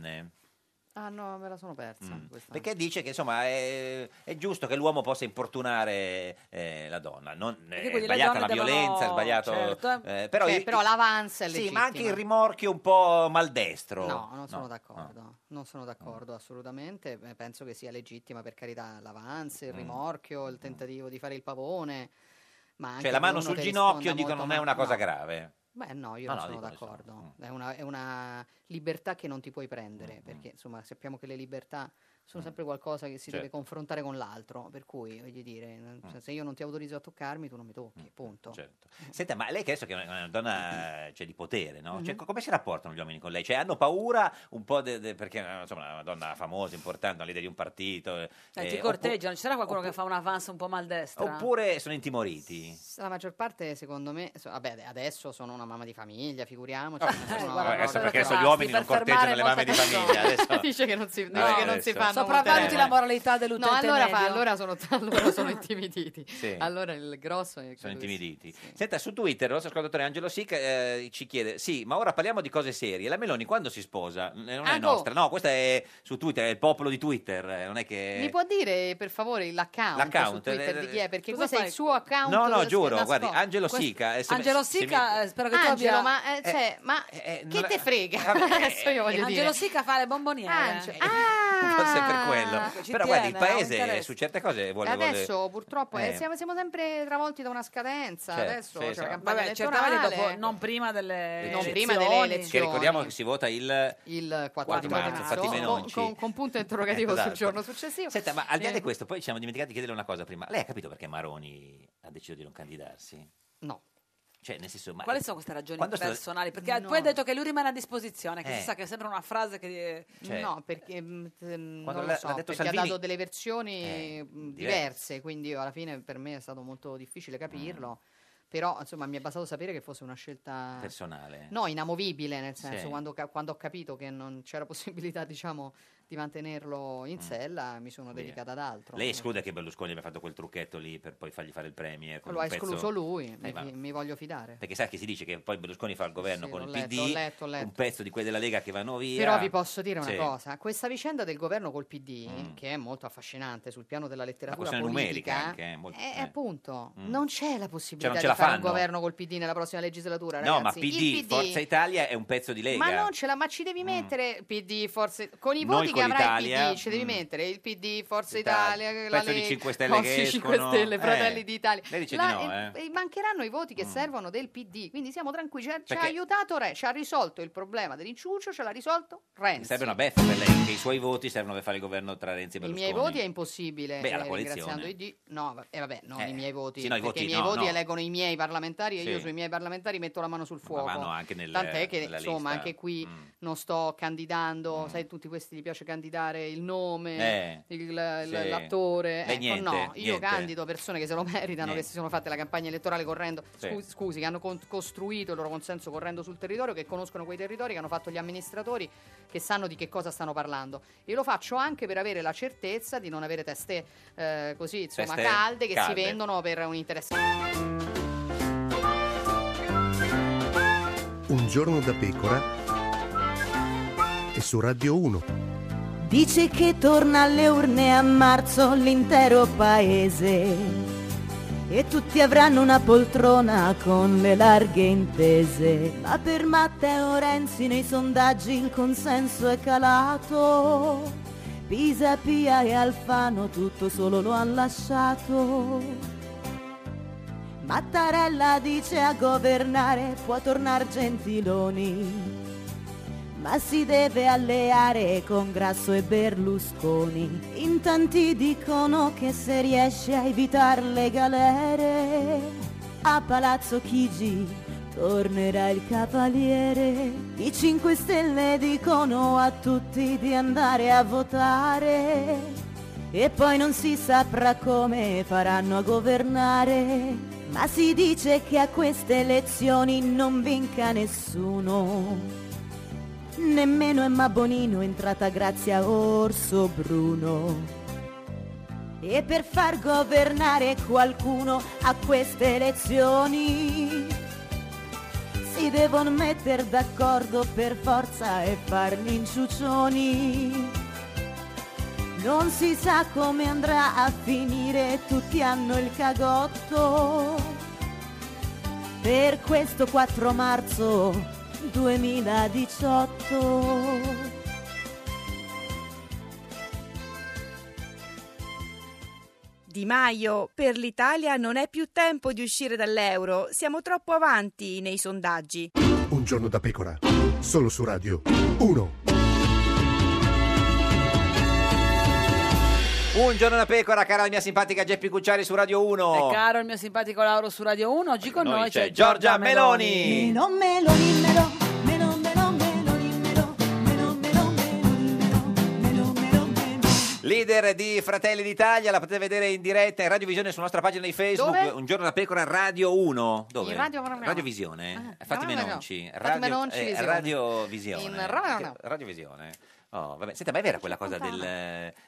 Ah no, me la sono persa. Mm. questa. Perché dice che insomma è, è giusto che l'uomo possa importunare eh, la donna. Non, è quindi le sbagliata donne la devono- violenza, è sbagliato. Certo. eh, però, Cioè, io- però l'avance è Sì, ma anche il legittima. rimorchio un po' maldestro. No, non No, ah. sono Mm. d'accordo. Non sono d'accordo assolutamente. Eh, Penso che sia legittima, per carità, l'avance, Mm. il rimorchio, il tentativo di fare il pavone. Ma anche Cioè, la mano uno sul che ginocchio risponda dicono molto non è una male. cosa No. grave. Beh, no, io No, non no, dico, sono Mm. insomma, d'accordo. È una, è una libertà che non ti puoi Mm, prendere, perché insomma sappiamo che le libertà sono sempre qualcosa che si deve Certo. Mm. confrontare con l'altro, per cui voglio dire, se io non ti autorizzo a toccarmi, tu non mi tocchi, punto. Certo. Senta, ma lei che adesso che è una- una donna eh, cioè, di potere, no? Cioè, Mhm. co- come si rapportano gli uomini con lei? Cioè, hanno paura un po' de- de- perché eh, insomma, è una donna famosa, importante, una leader di un partito. eh, Eh, eh, ti corteggiano, c'era qualcuno che fa un avance un po' maldestra? oppu- oppure sono intimoriti? La maggior parte, secondo me, so- vabbè, ade- adesso sono una mamma di famiglia, figuriamoci. Eh, sono- guarda, adesso no, perché no, adesso gli no, uomini per non corteggiano fermare le mamme di molte famiglia. persone. Adesso. Dice che non si, dice Eh, che non adesso. si fanno Sopravvaluti molte- la moralità dell'utente No, allora, fa- medio. allora sono, allora sono intimiditi. Sì. Allora il grosso è Sono credo che intimiditi. Senta, su Twitter il nostro ascoltatore Angelo Sic eh, ci chiede: Sì, ma ora parliamo di cose serie. La Meloni quando si sposa? N- Non Ah, è no. nostra, no, questa è su Twitter, è il popolo di Twitter. eh, Non è che. Mi può dire per favore l'account, L'account, su Twitter eh, di chi è? Perché cosa questo è fai? il suo account. No, no, nascosto. giuro, guardi, Angelo Sica. eh, se- Angelo se mi- Sica, eh, spero che tu Angelo, abbia... ma, eh, cioè, ma che non- te frega? Vabbè, Adesso io voglio Angelo dire. Sica fa le bomboniere. Ah! Forse è per quello. Ci Però guardi, il tiene, eh, ha un paese interesse. su certe cose vuole. adesso vuole- purtroppo eh, eh. siamo, siamo sempre travolti da una scadenza. Certo, adesso sì, c'è sì. la campagna Vabbè, certamente elettorale. dopo, non prima Eh, delle Non elezioni. prima delle elezioni. Che ricordiamo che si vota il. Il 4 4 di marzo, marzo, Fatima con, Enonci. con- con punto interrogativo Esatto. sul giorno successivo. Senta, ma al di là Eh, di questo, poi ci siamo dimenticati di chiederle una cosa prima. Lei ha capito perché Maroni ha deciso di non candidarsi? No. Cioè, nel senso, ma Quali sono queste ragioni Quando sta- personali? Perché poi ha detto che lui rimane a disposizione, che Eh. si sa che è sempre una frase che... Cioè- no, perché mm, t- mm, Quando non l'ha- lo so, l'ha detto perché ha Salvini- dato delle versioni Eh, mm, diverse. diverse. Mm. quindi io alla fine per me è stato molto difficile capirlo. Però insomma mi è bastato sapere che fosse una scelta personale. No, inamovibile, nel senso, eh. Sì. quando, ca- quando ho capito che non c'era possibilità, diciamo, di mantenerlo in sella, mi sono Via. dedicata ad altro. Mm. Lei esclude che Berlusconi abbia fatto quel trucchetto lì per poi fargli fare il premier. con Lo un ha pezzo- escluso lui, mi, Eh, ma- mi voglio fidare. Perché sa che si dice che poi Berlusconi fa il governo Sì, con l'ho il letto, PD, ho letto, ho letto. un pezzo di quelli della Lega che vanno via. Però vi posso dire una Sì. cosa, questa vicenda del governo col PD, Mm. che è molto affascinante sul piano della La letteratura questione numerica politica, anche. eh, molto- eh, eh. appunto, Mm. non c'è la possibilità ce di la fare un fanno. governo col PD nella prossima legislatura, No, ma ragazzi. PD, Il Forza Italia è un pezzo di Lega. Ma non ce la, ma ci devi mettere PD Forza con i Noi voti che con avrà l'Italia, il PD, ci devi mm. mettere il PD Forza Italia, la pezzo di Lega, 5 Stelle Forza che 5 escono. Stelle, Eh, Fratelli d'Italia. lei dice di no, e- eh. e mancheranno i voti che servono del PD, quindi siamo tranquilli, ci ha- ci ha Perché- aiutato Re, ci ha risolto il problema dell'inciuccio, ce l'ha risolto Mi Renzi. Sarebbe una beffa per lei, che i suoi voti servono per fare il governo tra Renzi e I Berlusconi. miei voti è impossibile, Beh, alla eh, coalizione. ringraziando i D. No, va- eh, vabbè, no, Eh, i miei voti. sì, no, i perché voti i miei no, voti no. eleggono i miei parlamentari e io Sì. sui miei parlamentari metto la mano sul fuoco. vanno anche nel- Tant'è che, nella insomma, lista. Mm. anche qui non sto candidando, sai, tutti questi gli piace candidare il nome, Eh, il- il- sì. l'attore. Lei Ecco, niente, no, io niente. candido persone che se lo meritano, Niente. che si sono fatte la campagna elettorale correndo, Sì. scu- scusi, che hanno con- costruito il loro consenso correndo sul territorio, che conoscono quei territori, che hanno fatto gli amministratori, che sanno di che cosa stanno parlando. E lo faccio anche per avere la certezza di non avere teste eh, così, insomma, Teste calde che calde. si vendono per un interesse. Certo. Un giorno da pecora e su Radio 1. Dice che torna alle urne a marzo l'intero paese e tutti avranno una poltrona con le larghe intese. Ma per Matteo Renzi nei sondaggi il consenso è calato. Pisa, Pia e Alfano tutto solo lo han lasciato. Mattarella dice a governare può tornar Gentiloni, ma si deve alleare con Grasso e Berlusconi. In tanti dicono che se riesce a evitare le galere, a Palazzo Chigi tornerà il cavaliere. I 5 Stelle dicono a tutti di andare a votare. E poi non si saprà come faranno a governare. Ma si dice che a queste elezioni non vinca nessuno. Nemmeno Emma Bonino è entrata grazie a Orso Bruno. E per far governare qualcuno a queste elezioni si devono mettere d'accordo per forza e fargli inciuccioni. Non si sa come andrà a finire, tutti hanno il cagotto. Per questo 4 marzo 2018. Di Maio, per l'Italia non è più tempo di uscire dall'euro, siamo troppo avanti nei sondaggi. Un giorno da pecora, solo su Radio 1. Un giorno da pecora, cara la mia simpatica Geppi Cucciari su Radio 1. E Oh. caro il mio simpatico Lauro su Radio 1, oggi con noi noi c'è c'è Giorgia Meloni. Meno Meloni, meno, meno, meno, Leader di Fratelli d'Italia, la potete vedere in diretta in radiovisione sulla nostra pagina di Facebook. Dove? Un giorno da pecora, Radio 1. Dove? In radio- Radiovisione. Eh, Ah, Fatemi no, no, no. nonci. Fatemi nonci, eh, visione. radiovisione. In radio- no. Che- Radiovisione. Oh, vabbè. Senta, ma è vera quella cosa del,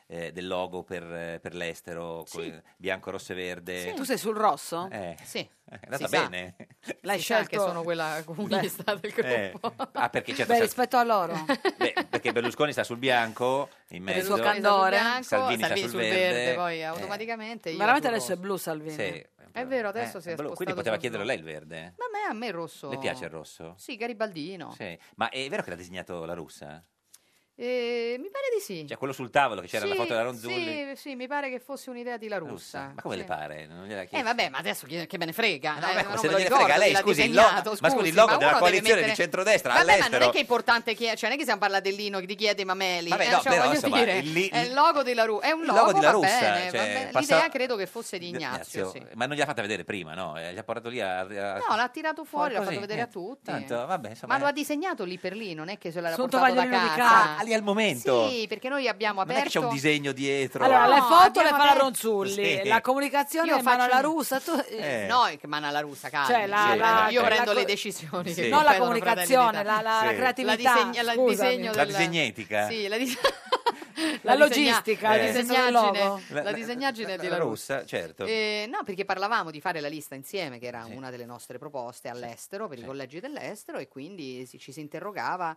eh, del logo per, eh, per l'estero, quel bianco, rosso e verde? Tu sei sul rosso? Eh. Sì. È andata Si sa. bene? L'hai Si sa scelto che sono quella comunista del gruppo. Eh. Ah, perché certo, Beh, certo. rispetto a loro. perché Berlusconi sta sul bianco, in Per mezzo, il suo candore. Salvini, sta sul, verde, poi Eh, automaticamente. io Veramente sul adesso è rosso. blu Salvini. sì. È vero, adesso Eh, si è blu. spostato. Quindi poteva sul chiederlo blu. lei il verde. Ma a me, a me il rosso. Le piace il rosso? Sì, Garibaldino. Sì. Ma è vero che l'ha disegnato la russa? Eh, mi pare di sì. Cioè quello sul tavolo che c'era la Sì, foto della Ronzulli? Sì, sì, mi pare che fosse un'idea di La Russa. Ma come Sì. le pare? Non gliela ha Eh chiesto. vabbè, ma adesso chi- che me ne frega. No, Eh, beh, non ma se me non lo gliene ricordo frega chi lei, l'ha scusi, il disegnato, logo- ma scusi, il ma logo della uno deve coalizione mettere- di centrodestra Vabbè, ma non all'estero. è che è importante chi è, cioè non è che stiamo parlando del Lino, di chi è dei Mameli. Vabbè, eh, no, cioè, però, voglio insomma, dire, il li- è il logo della Russia. È un il logo, logo della va Russa, bene, cioè, va bene. passa- L'idea credo che fosse di Ignazio, Ignazio, sì. Ma non gliel'ha fatta vedere prima, no? Eh, Gli ha portato lì a... a- No, l'ha tirato fuori, l'ha così, fatto vedere a niente. tutti. Tanto, vabbè, insomma, eh, ma lo è- ha disegnato lì per lì, non è che se l'era Sotto portato da casa. Vagliolino di Ah, lì al momento. Sì, perché noi abbiamo Non è che c'è aperto un disegno dietro. Allora, le foto le abbiamo fa la aperto- Ronzulli, Sì. la comunicazione Io le fanno faccio- la russa. Tu... Eh. No, è che mano alla russa, calma. Cioè, la- la- io la- prendo la- le decisioni. Sì. che Non la prendono comunicazione, Fratelli d'Italia. la- la Sì. creatività, La disegna- la- il scusami. disegno La della- disegnetica. Sì, la, dis- La disegna- eh. logistica, il la senso del logo. disegnaggine, La- la, la- disegnaggine La della russa. russa, certo. Eh, no, perché parlavamo di fare la lista insieme, che era una delle nostre proposte all'estero, per i collegi dell'estero, e quindi si- ci si interrogava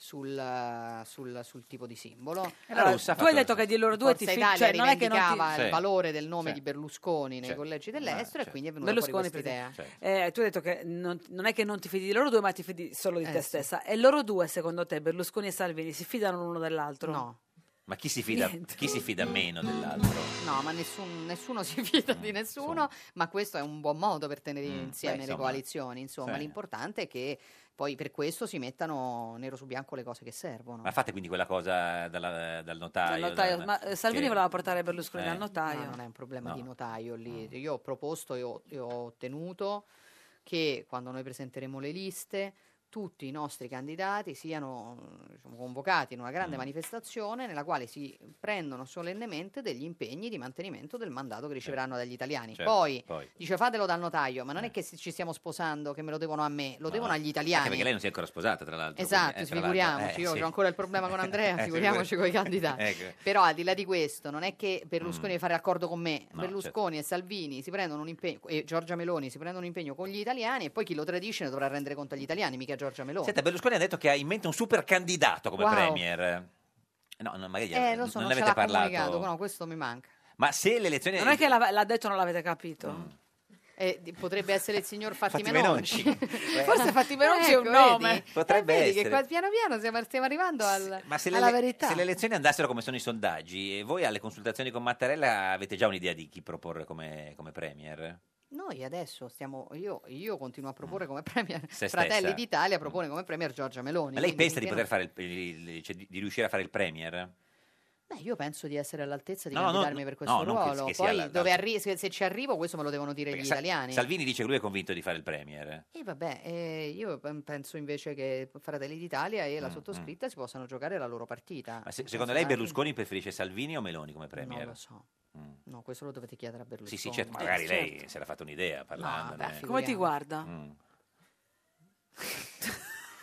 sul, sul- sul tipo di simbolo. Allora, tu hai detto che di loro due ti Forza fi- Italia cioè, non è che non ti... rivendicava il Sì. valore del nome Sì. di Berlusconi nei Sì. collegi dell'estero e quindi è venuta Berlusconi fuori questa idea. per te. Eh, tu hai detto che non, non è che non ti fidi di loro due, ma ti fidi solo di Eh, te stessa. E loro due, secondo te, Berlusconi e Salvini, si fidano l'uno dell'altro? No. Ma chi si fida, Niente. chi si Mm, fida meno dell'altro? No, ma nessun- nessuno si fida di nessuno, ma questo è un buon modo per tenere insieme Eh, Mm, beh, le insomma. coalizioni. Insomma, Sì. l'importante è che poi per questo si mettano nero su bianco le cose che servono. Ma fate quindi quella cosa dalla- dal notaio? Dal notaio, dal- ma, eh, Salvini che- voleva portare Berlusconi Eh. al notaio. No, non è un problema No. di notaio lì. Io ho proposto e ho, e ho ottenuto che quando noi presenteremo le liste tutti i nostri candidati siano eh, diciamo, convocati in una grande Mm. manifestazione nella quale si prendono solennemente degli impegni di mantenimento del mandato che riceveranno dagli italiani. Certo, poi, poi. Eh. dice fatelo dal notaio, ma non è che se ci stiamo sposando che me lo devono a me, lo devono agli italiani. Anche perché lei non si è ancora sposata, tra l'altro. Esatto, quindi, eh, tra l'altro. figuriamoci, Eh, io sì. ho ancora il problema con Andrea, Eh, figuriamoci con i figurati. candidati. Ecco. Però al di là di questo, non è che Berlusconi Mm. deve fare l'accordo con me, No, Berlusconi e Salvini si prendono un impegno e Giorgia Meloni si prendono un impegno con gli italiani e poi chi lo tradisce ne dovrà rendere conto agli italiani, mica Giorgia Meloni. Senta, Berlusconi ha detto che ha in mente un super candidato come Wow. premier. No, no, magari eh, lo non, so, ne non, ce avete l'ha parlato. Eh, comunicato, no, questo mi manca. Ma se le elezioni... Non è che l'ha, l'ha detto non l'avete capito? Eh, di- potrebbe essere il signor Fatti Mm. Fatti Menonci. Menonci. Eh. Forse Fatti Menonci è un Ecco, nome. vedi? Potrebbe Eh, vedi essere. che qua piano piano stiamo, stiamo arrivando al- Ma se le, alla le- verità. se le elezioni andassero come sono i sondaggi, e voi alle consultazioni con Mattarella avete già un'idea di chi proporre come, come premier? Noi adesso stiamo, io, io continuo a proporre come premier, Mm. Se Fratelli stessa. Mm. d'Italia propone come premier Giorgia Meloni. Ma lei quindi pensa di che poter non- fare il, il- il- cioè di, di riuscire a fare il premier? Beh, io penso di essere all'altezza di No, no, candidarmi no, per questo no, non che- ruolo. che sia Poi alla- dove arri- se, se ci arrivo questo me lo devono dire Perché gli Sa- italiani. Salvini dice che lui è convinto di fare il premier. E vabbè, eh, io pen- penso invece che Fratelli d'Italia e la sottoscritta si possano giocare la loro partita. Mm, Ma se- Nel secondo senso lei che- Berlusconi preferisce Salvini o Meloni come premier? Esatto. lo so. No, questo lo dovete chiedere a Berlusconi. Sì, sì, certo, magari Eh, lei certo. se l'ha fatta un'idea parlando. vabbè, Come ti Figuriamo. guarda?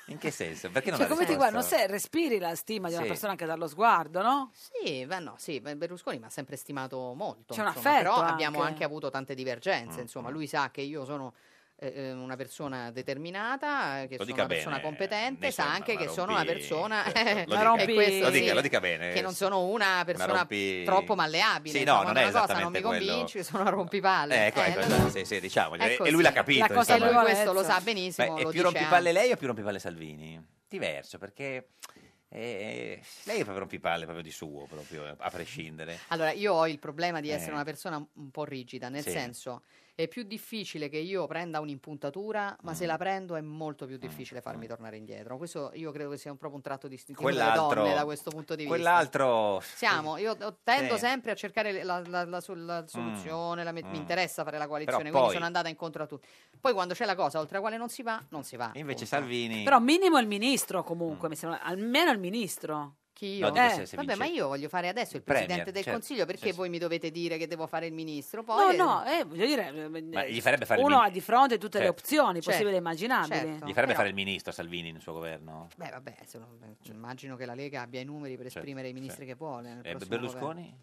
In che senso? Perché non Cioè, ha come ti guarda? Non risposto? sei, respiri la stima di una Sì. persona anche dallo sguardo, no? Sì, beh, no, sì, beh, Berlusconi mi ha sempre stimato molto. C'è un insomma, però affetto abbiamo anche. anche avuto tante Mm, divergenze. Insomma, lui sa che io sono eh, eh, una persona determinata, eh, che Lo sono dica una persona bene, competente, sa anche che sono rompi- una persona certo, lo Ma dica- rompi- lo questo dica- sì, lo dica bene. eh. Che non sono una persona rompi- troppo malleabile. Sì, no, insomma, non una è cosa non mi esattamente quello. convinci, sono una rompivalle. Eh, ecco, Eh, ecco, lo- esatto, sì, sì, diciamogli. Ecco, e lui sì. l'ha capito. La cosa- insomma. lui questo lo sa benissimo, Beh, è lo più dice rompipalle anche. lei o più rompipalle Salvini? Diverso, perché eh, lei è proprio rompipalle proprio di suo, proprio, a prescindere. Allora, io ho il problema di essere Eh. una persona un po' rigida, nel Sì. senso è più difficile che io prenda un'impuntatura, ma Mm. se la prendo è molto più difficile farmi tornare indietro. Questo io credo che sia un- proprio un tratto distintivo delle donne da questo punto di vista. Quell'altro... Siamo, io t- tendo Sì. sempre a cercare la, la- la sol- la soluzione, la me- Mm. mi interessa fare la coalizione, Però quindi poi- sono andata incontro a tutti. Poi quando c'è la cosa oltre la quale non si va, non si va. Invece Salvini... Però minimo il ministro comunque, mi sembra, almeno il ministro. Eh, Chi io? Mm. No, dico se- se Vabbè, vince- ma io voglio fare adesso il Premier, Presidente del certo. Consiglio, perché voi mi dovete dire che devo fare il ministro? No, Poi no, eh, voglio dire, eh, Ma gli farebbe fare il uno min- ha di fronte tutte le Certo. opzioni Certo. possibili e immaginabili. Certo. Gli farebbe Però- fare il ministro a Salvini nel suo governo? Beh, vabbè, se lo- immagino che la Lega abbia i numeri per Certo, esprimere i ministri certo. che vuole. nel E prossimo Berlusconi?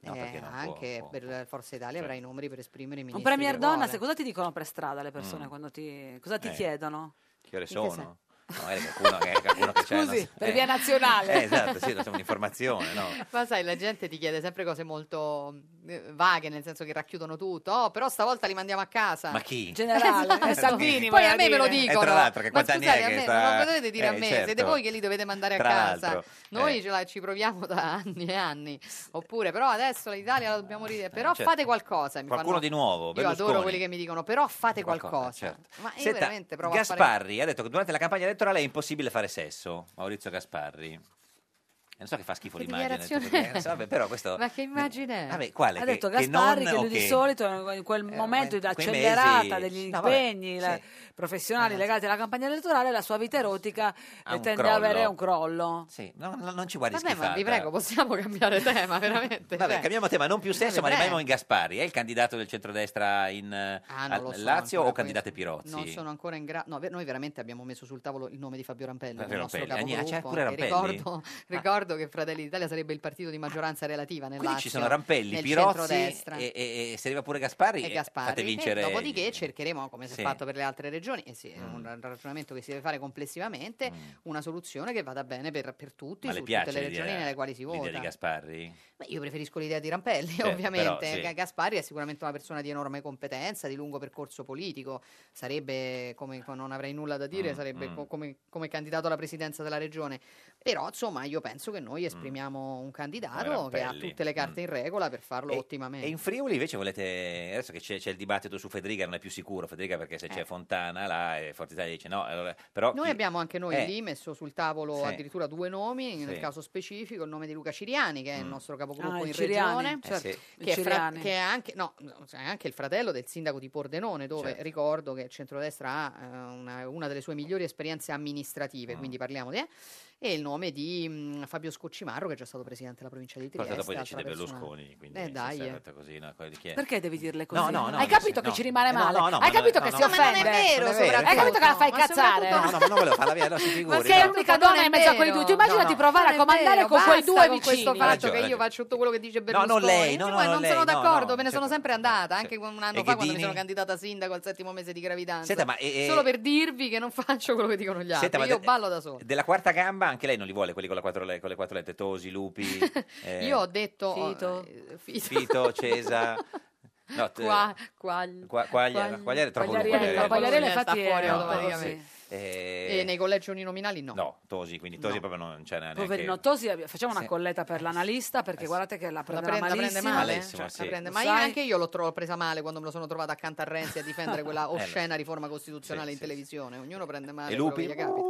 No, governo. perché Eh, non può, anche può. Certo. per Forza Italia avrà i numeri per esprimere i Un ministri. premier che donna, vuole. se cosa ti dicono per strada le persone Mm. quando ti... cosa ti Eh. chiedono? Che ore che sono? No, magari qualcuno che, qualcuno che c'è... Scusi, non so- per eh. via nazionale. Eh, esatto, sì, siamo un'informazione, no? Ma sai, la gente ti chiede sempre cose molto eh, vaghe, nel senso che racchiudono tutto. Oh, però stavolta li mandiamo a casa. Ma chi? Generale, Esatto. eh, Salvini, Poi voleva a me me lo dire. E dicono. tra l'altro, che Ma quanti anni scusate, è a che me sta- non lo potete dire a Eh, me, siete certo. voi che li dovete mandare a Tra casa. l'altro, Noi eh. ce la- ci proviamo da anni e anni. Oppure, però adesso l'Italia la dobbiamo ridere. Però certo. fate qualcosa. Mi Qualcuno fanno- di nuovo, Io adoro Berlusconi. quelli che mi dicono, però fate qualcosa. certo. Ma io Senta, veramente provo a fare... Gasparri ha detto che durante la campagna elettorale è impossibile fare sesso, Maurizio Gasparri. E non so che fa schifo Che l'immagine, dichiarazione tutto, è? perché- vabbè, però questo... Ma che immagine è? Vabbè, quale? Ha Che- detto che Gasparri non che, lui o di che- solito in quel momento di in quei accelerata mesi- degli No, vabbè, Eh. impegni la- professionali legati alla campagna elettorale, la sua vita erotica Ha eh, un tende crollo. ad avere un crollo. Sì, no, no, non ci guardi Vabbè, ma schifata. vi prego, possiamo cambiare tema, veramente. Vabbè, cioè. cambiamo tema, non più sesso, ma Vabbè, rimaniamo in Gasparri. È il candidato del centrodestra in eh, Ah, non al- lo so Lazio ancora o candidate Pirozzi? Non sono ancora in grado. No, ve- noi veramente abbiamo messo sul tavolo il nome di Fabio Rampelli, Fabio il nostro Rampelli. Ah, c'è capogruppo, pure che Rampelli? Ah. Ricordo, ricordo che Fratelli d'Italia sarebbe il partito di maggioranza relativa nel Quindi Lazio, ci sono Rampelli, nel Pirozzi e, centrodestra. e, e se arriva pure Gasparri, e eh, Gasparri. fate vincere... E il- dopodiché cercheremo, come si è Sì. fatto per le altre regioni, e sì, è Mm. un ra- ragionamento che si deve fare complessivamente, una soluzione che vada bene per, per tutti, Ma su le tutte piace le regioni l'idea- nelle quali si l'idea di vota. Gasparri? Beh, io preferisco l'idea di Rampelli, però, ovviamente. sì. Ga- Gasparri è sicuramente una persona di enorme competenza, di lungo percorso politico. Sarebbe, come non avrei nulla da dire, Mm, sarebbe mm. co- come, come candidato alla presidenza della regione. Però, insomma, io penso che noi esprimiamo un candidato Come che ha Mm. Rampelli. Mm. tutte le carte in regola per farlo ottimamente. E in Friuli invece volete, adesso che c'è, c'è il dibattito su Federica, non è più sicuro Federica perché se c'è Fontana là e Forza Italia dice no, allora, però Eh. Noi chi- abbiamo anche noi Eh. lì messo sul tavolo Sì. addirittura due nomi, nel Sì. Mm. caso specifico il nome di Luca Ciriani, che è il nostro capogruppo Ah, il in Ciriani, regione, certo. Eh sì. che, è Il fra- Ciriani. che è, anche, no, no, cioè, è anche il fratello del sindaco di Pordenone, dove Certo. ricordo che il centrodestra ha eh, una, una delle sue migliori esperienze amministrative, Mm. quindi parliamo di... eh, E il nome di mm, Fabio Scoccimarro, che è già stato presidente della provincia di Trieste. Poi dopo altra decide persona- Berlusconi, quindi Eh, se dai, sei eh. fatto così, no, quello di chi è? Perché devi dirle così? No, no, no, Hai no, capito sì, che no. ci rimane Eh, no, male? no, no, ma Hai non- capito no, che no, si ma non è offende? vero, Non è vero, soprattutto. Hai capito che la fai ma soprattutto- Eh, cazzare? No, no, ma non volevo farla via, no, si figuri. Ma sei no. l'unica donna in mezzo a quelli due. Tu immaginati No, no. provare Non a è comandare vero, con quei basta due con vicini. questo fatto ragione, che io ragione. faccio tutto quello che dice No, Berlusconi. non lei, no, Sì, no, ma no, non lei, sono no, d'accordo, no, me ne sono certo. sempre andata, anche un anno fa quando mi Ghedini? sono candidata a sindaco al settimo mese di gravidanza. Senta, ma, eh, eh, Solo per dirvi che non faccio quello che dicono gli altri, Senta, ma io de- ballo da sola. Della quarta gamba anche lei non li vuole, quelli con, la quattro le- con le quattro lette, Tosi, Lupi, eh, Io ho detto oh, Fito. eh, Fito, Cesa, No, t- Qua, quagli- qua- quagliera, quagliera è troppo lungo, eh. Quagliariello, Quagliariello Quagliariello infatti sta fuori è automaticamente. E nei collegi uninominali no. No, Tosi, quindi Tosi proprio non c'è neanche... Poverino Tosi, abbi- facciamo una Sì. Eh, colletta per l'analista perché guardate che la prenderà prende- la prende malissimo. male? Malissimo, La sì. prende- Lo Ma io sai? anche io l'ho tro- presa male quando me lo sono trovata accanto a Renzi a difendere quella Eh, lo so. oscena riforma costituzionale Sì, in sì, televisione. Ognuno prende male E quello Lupi? che gli capita.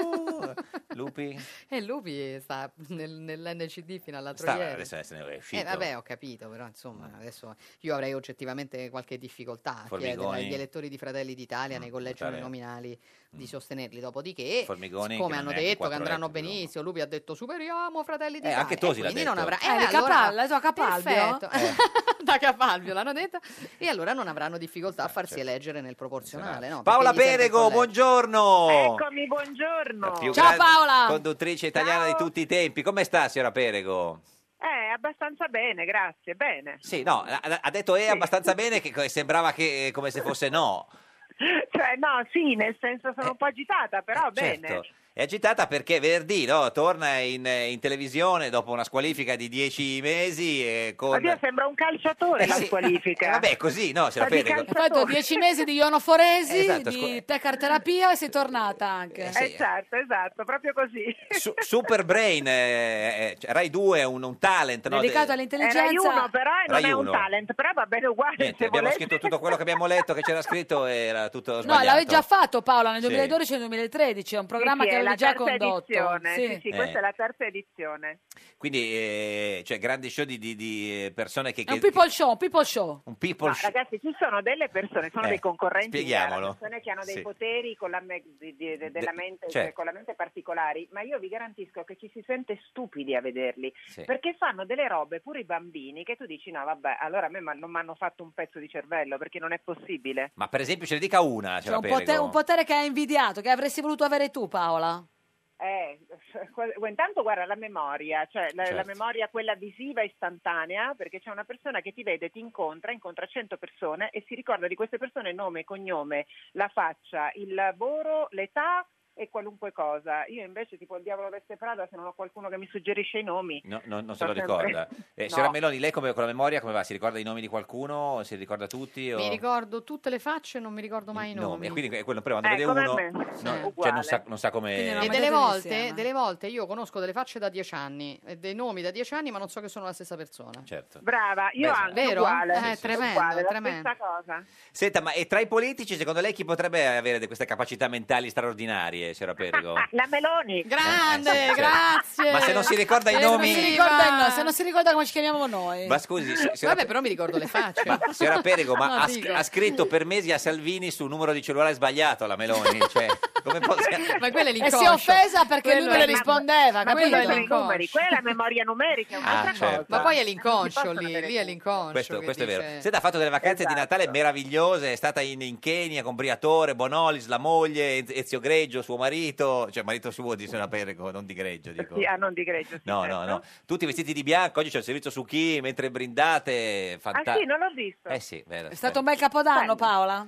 Lupi? E Lupi sta nel- nell'NCD fino all'altro Sta, ieri. adesso se ne è uscito. Mm. Eh, vabbè, ho capito, però insomma, adesso io avrei oggettivamente qualche difficoltà a Formigoni. Mm, chiedere agli elettori di Fratelli d'Italia nei collegi votare. uninominali di sostenerli. Dopodiché, Mm. Formigoni, che come non hanno è neanche detto che quattro andranno eletti, benissimo, Lupi ha detto superiamo Fratelli d'Italia. anche Tosi e l'ha quindi detto. Eh. non avrà... Eh, la Capalla, la tua Capalbio? perfetto. da Capalbio l'hanno detto. E allora non avranno difficoltà a farsi eleggere nel proporzionale. no? certo. Esatto. Paola Perché gli serve il Perego, collegio. buongiorno! Eccomi, buongiorno. La più grande Conduttrice italiana di tutti i tempi. Come sta, signora Perego? Eh, abbastanza bene, grazie, bene. Sì, no, ha ha detto è abbastanza bene che co- sembrava che eh, come se fosse no. Cioè, no, sì, nel senso sono un Eh, po' agitata, però bene. Certo. È agitata perché Verdi no, torna in, in televisione dopo una squalifica di dieci mesi e con... Oddio, sembra un calciatore Eh, la sì. squalifica. Eh, vabbè, così, no, signora Sta di Perego? calcio- Hai fatto dieci mesi di ionoforesi, Esatto, di scu- tecarterapia e sei tornata anche. Eh, sì. Esatto, esatto, proprio così. Su- Super Brain, eh, eh, cioè, Rai 2 è un, un talent, no? Dedicato De- all'intelligenza. Era uno, però eh, non Rai è un uno. talent, però va bene uguale. Niente, se abbiamo volete. scritto tutto quello che abbiamo letto, che c'era scritto, era tutto No, sbagliato. l'avevi già fatto Paola nel Sì. 2012 e nel 2013, è un programma Sì, sì, che è la avevi già terza condotto. edizione, Sì. sì, sì, questa Eh. è la terza edizione. Quindi, eh, cioè, grandi show di, di- di, eh, persone che... È un che- people show, un people show. un people Ma, show. ragazzi, ci sono delle persone, sono Eh, dei concorrenti, cioè- spieghiamolo. delle persone che hanno dei Diciamo, Sì. poteri con la, me- di- di- de- della De- mente, certo. cioè, con la mente particolari, ma io vi garantisco che ci si sente stupidi a vederli, Sì. perché fanno delle robe pure i bambini che tu dici no vabbè, allora a me ma- non mi hanno fatto un pezzo di cervello perché non è possibile. Ma per esempio ce ne dica una, Cioè, signora un, potere, Perego. un potere che hai invidiato, che avresti voluto avere tu Paola. Eh, gu- intanto guarda la memoria, cioè la, Certo. la memoria quella visiva istantanea, perché c'è una persona che ti vede, ti incontra, incontra 100 persone e si ricorda di queste persone nome, cognome, la faccia, il lavoro, l'età e qualunque cosa. Io invece tipo il diavolo veste Prada, se non ho qualcuno che mi suggerisce i nomi. No, no, non se sto lo sempre- ricorda. Eh, No. Signora Meloni, lei come, con la memoria come va? Si ricorda i nomi di qualcuno? Si ricorda tutti? O... Mi ricordo tutte le facce e non mi ricordo mai i No, nomi. e quindi è quello, però quando Eh, vede come uno me. no, Sì. cioè, Uguale. non, sa, non sa come... E delle volte, delle volte io conosco delle facce da dieci anni e dei nomi da dieci anni, ma non so che sono la stessa persona. Certo. Brava, io Beh, sì. anche Vero? uguale, Eh, tremendo, uguale, la tremendo. stessa cosa. Senta, ma e tra i politici secondo lei chi potrebbe avere de- queste capacità mentali straordinarie, signora Perego? La Meloni. Eh, Grande, sì, certo. grazie. Ma se non si Eh, ricorda i Se non nomi- si ricorda i no- se non si ricorda come ci chiamiamo noi. Ma scusi, si- signora, Vabbè, però mi ricordo le facce. ma signora Perego, ma No, ha, dico. sc- ha scritto per mesi a Salvini sul numero di cellulare sbagliato la Meloni, cioè, come possiamo... Ma quella è E l'inconscio. si è offesa perché Quello lui non le è- rispondeva, ma quello capito? è I numeri, quella è la memoria numerica, è un'altra Ah, certo. cosa. Ma poi è Non si l'inconscio possono lì, avere lì è l'inconscio. Questo, che questo è dice- Esatto. vero. Senta, ha fatto delle vacanze di Natale meravigliose, è stata in, in Kenya con Briatore, Bonolis, la moglie, Ez- Ezio Greggio, suo marito, cioè marito suo di Sena Perego, non di Greggio, dico. Sì, ah, non di greggio. sì, No, no, certo. no. Tutti vestiti di bianco, oggi c'è il servizio su chi, mentre brindate, Ah fantastico. sì, non l'ho visto. Eh sì, vero. È stato un bel capodanno Paola.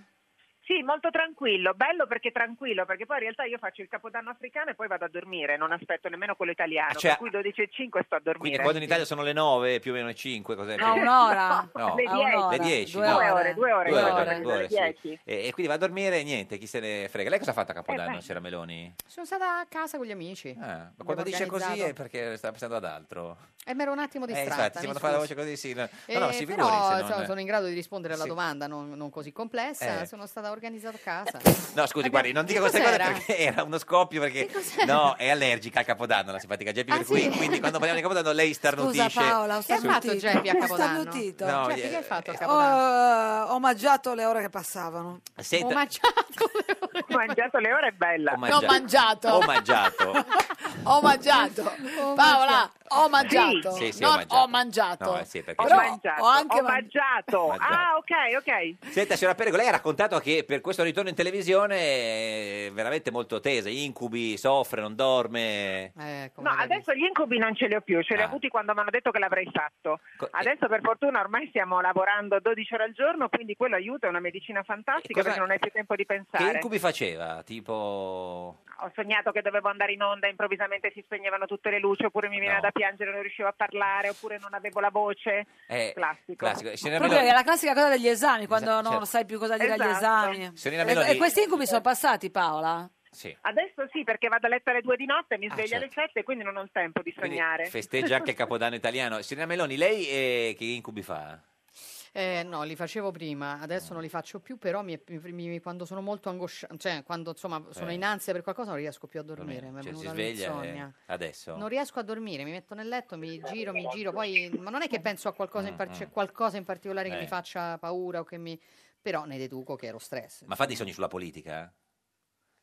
Sì, molto tranquillo, bello perché tranquillo, perché poi in realtà io faccio il capodanno africano e poi vado a dormire, non aspetto nemmeno quello italiano, Ah, cioè- per cui 12 e 5 sto a dormire. Quindi quando in Italia sono le 9, più o meno le 5, cos'è? No, un'ora. No, le Ah, un'ora. le 10. 10, Due no. ore, due Due ore, due ore, ore, due ore, le sì. 10. E, e quindi va a dormire e niente, chi se ne frega. Lei cosa ha fatto a Capodanno, Sera Meloni? Sono stata a casa con gli amici. Ah, ma Abbiamo quando dice così organizzato. è perché sta pensando ad altro. E mi ero un attimo Eh, distratta. infatti, si mi quando fa la scusi. voce così, sì. No, Eh, no, si figuri. però se non- insomma, sono in grado di rispondere alla Sì. domanda non, non così complessa. Eh. Sono stata organizzata a casa. No, scusi, guardi, non dica Che queste cose Eh, cos'era? perché era uno scoppio, perché cos'era? no, è allergica al Capodanno, la simpatica Geppi, Ah, per cui, sì? quindi quando parliamo di Capodanno lei Scusa starnutisce. Paola, ho Sì. starnutito. fatto Geppi a Ho Capodanno? starnutito. No, Geppi, eh, che hai fatto a eh, Ho, Capodanno? ho Oh, omaggiato le ore che passavano. Senta- Ho Ho mangiato le ore è bella. Ho mangiato. mangiato. Ho mangiato. Ho mangiato. Paola, ho mangiato. Sì, sì, ho non mangiato. ho mangiato. No, eh, sì, perché Ho Però mangiato, ho anche ho man- mangiato. Mangiato. Ah, ok, ok. Senta, signora Perego, lei ha raccontato che per questo ritorno in televisione è veramente molto tesa, incubi, soffre, non dorme. No, adesso gli incubi non ce li ho più, ce Eh, li ho ecco, Ah. avuti quando mi hanno detto che l'avrei fatto. Co- eh. Adesso per fortuna ormai stiamo lavorando 12 ore al giorno, quindi quello aiuta, è una medicina fantastica cosa- perché non hai più tempo di Che pensare. incubi faceva? Tipo... Ho sognato che dovevo andare in onda, improvvisamente si spegnevano tutte le luci oppure mi veniva No. da piangere, non riuscivo a parlare oppure non avevo la voce. Eh, classico. classico. Signorina Proprio è Meloni- la classica cosa degli esami, quando Esatto, non certo. sai più cosa dire agli Esatto. esami. Signorina E- Meloni- E questi incubi sono passati, Paola? Sì. Adesso sì, perché vado a letto alle due di notte, mi sveglio certo. alle sette, quindi non ho il tempo di Quindi sognare. Festeggia anche il Capodanno italiano. Signorina Meloni, lei eh, che incubi fa? Eh, no, li facevo prima, adesso non li faccio più, però mi- mi- mi- quando sono molto angosciata, cioè quando insomma sono Eh. in ansia per qualcosa non riesco più a dormire, mi è Cioè, si venuta sveglia eh, l'insonnia. adesso. Non riesco a dormire, mi metto nel letto, mi giro, mi giro, poi ma non è che penso a qualcosa in, par- c'è qualcosa in particolare che Eh. mi faccia paura o che mi però ne deduco che ero stress. Ma fa dei sogni sulla politica?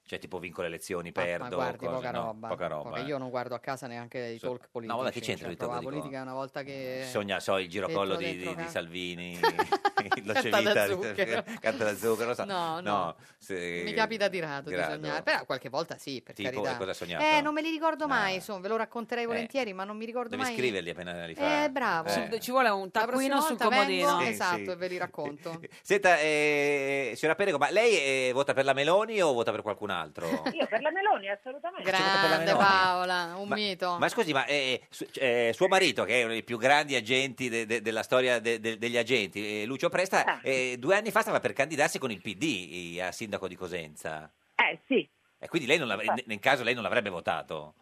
Cioè, tipo vinco le elezioni, perdo. ma guardi, cose, poca no? roba, Poca roba. poca- eh. Io non guardo a casa neanche i talk politici. vabbè, che c'entra cioè, i talk la di politica una volta che Sogna, so, il girocollo dentro, di, di- dentro di ca- Salvini, Carta da zucchero. carta da zucchero, lo so. No, no. se- Mi capita di rado, Eh, rado. di sognare, però qualche volta sì, per Tipo, carità. cosa ha sognato? Eh, non me li ricordo mai, insomma, ve lo racconterei Eh, volentieri, ma non mi ricordo Devi mai. scriverli appena li fa. Eh, bravo. Eh. Ci vuole un La prossima taccuino sul volta vengo, comodino. esatto, sì. e ve li racconto. Senta, eh, signora Perego, ma lei eh, vota per la Meloni o vota per qualcun altro? Io per la Meloni assolutamente. Grande Paola, un Ma- mito. Ma scusi, ma eh, su- eh, suo marito, che è uno dei più grandi agenti de- de- della storia de- de- degli agenti, eh, Lucio Presta, eh, due anni fa stava per candidarsi con il PD eh, a sindaco di Cosenza. Eh sì, E quindi lei non l'av- Infatti. nel caso lei non l'avrebbe votato.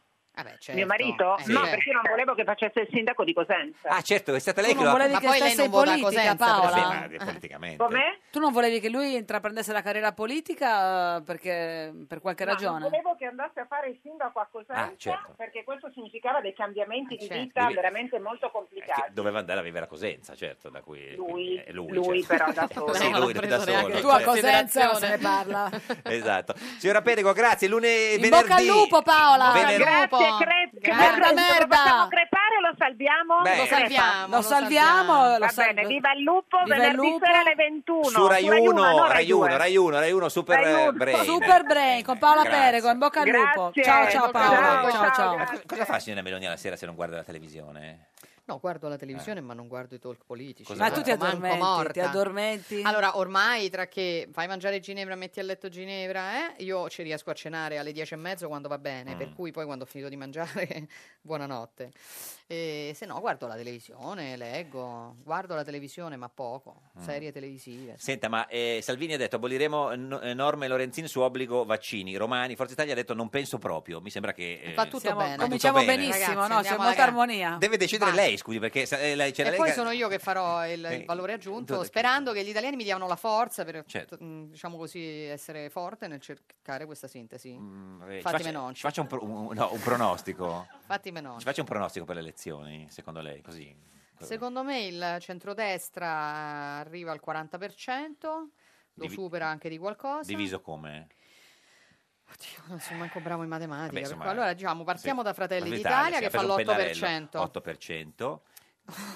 mio marito? Sì. No, Eh. perché io non volevo che facesse il sindaco di Cosenza. Ah, certo, è stata lei Tu che non lo ha- volevi che stesse in politica, Paola? Eh. Vabbè, ma politicamente. Tu non volevi che lui intraprendesse la carriera politica eh, perché, per qualche No, ragione? Non volevo che andasse a fare il sindaco a Cosenza Ah, certo. perché questo significava dei cambiamenti di certo. vita Lui- veramente molto complicati. Doveva andare a vivere a Cosenza, certo, da cui Lui, eh, lui, certo. però da solo. Sì, No, lui non da ha preso solo, neanche Tu a certo. Cosenza non se ne parla. Esatto. Signora Perego, grazie. Lunedì In bocca al lupo, Paola! Vener- Grazie, cre- Grazie. merda, Merda. lo facciamo crepare o lo salviamo? Beh, Lo salviamo, Lo salviamo. lo salviamo, lo Va sal- bene, viva il lupo, Viva il venerdì lupo. sera alle 21. su Rai 1, Rai 1, Rai 1, Rai 1 Super eh, Brain. Super brain con Paola Grazie. Perego, in bocca al lupo. Grazie. Ciao ciao Paola, Ciao, ciao ciao. ciao. Ma co- cosa fa signora Meloni alla sera se non guarda la televisione? No, guardo la televisione, ma non guardo i talk politici. Eh. Cosa Ma guarda? tu ti Manco addormenti, morta. ti addormenti? Allora, ormai tra che fai mangiare Ginevra, metti a letto Ginevra, eh, io ci riesco a cenare alle dieci e mezzo quando va bene, Mm. per cui poi quando ho finito di mangiare, buonanotte. E se no, guardo la televisione, leggo, guardo la televisione, ma poco, Mm. serie televisive. Senta, ma eh, Salvini ha detto aboliremo no- eh, norme Lorenzin su obbligo vaccini. Romani, Forza Italia ha detto non penso proprio. Mi sembra che... eh, Fa tutto siamo- bene. tutto Cominciamo bene. benissimo, Ragazzi, no? C'è andiamo alla molta gara. armonia. Deve decidere Vai. lei, scusi, perché sa- eh, lei- c'è la e Lega- poi sono io che farò il, il Eh, valore aggiunto, tutto- sperando che gli italiani mi diano la forza per Certo. t- mh, diciamo così, essere forte nel cercare questa sintesi. Eh, ci Fatti faccia- menonci. ci faccia un, pro- un- no, un pronostico. Fatti menonci. Ci faccia un pronostico per le elezioni, secondo lei, così. Secondo me il centrodestra eh, arriva al 40%, lo Divi- supera anche di qualcosa. Diviso come? Oddio, non sono manco bravo in matematica. Vabbè, per insomma, cui- allora diciamo, partiamo Sì. da Fratelli Fratelli d'Italia sì, che ha fa preso un l'8%. pennarello,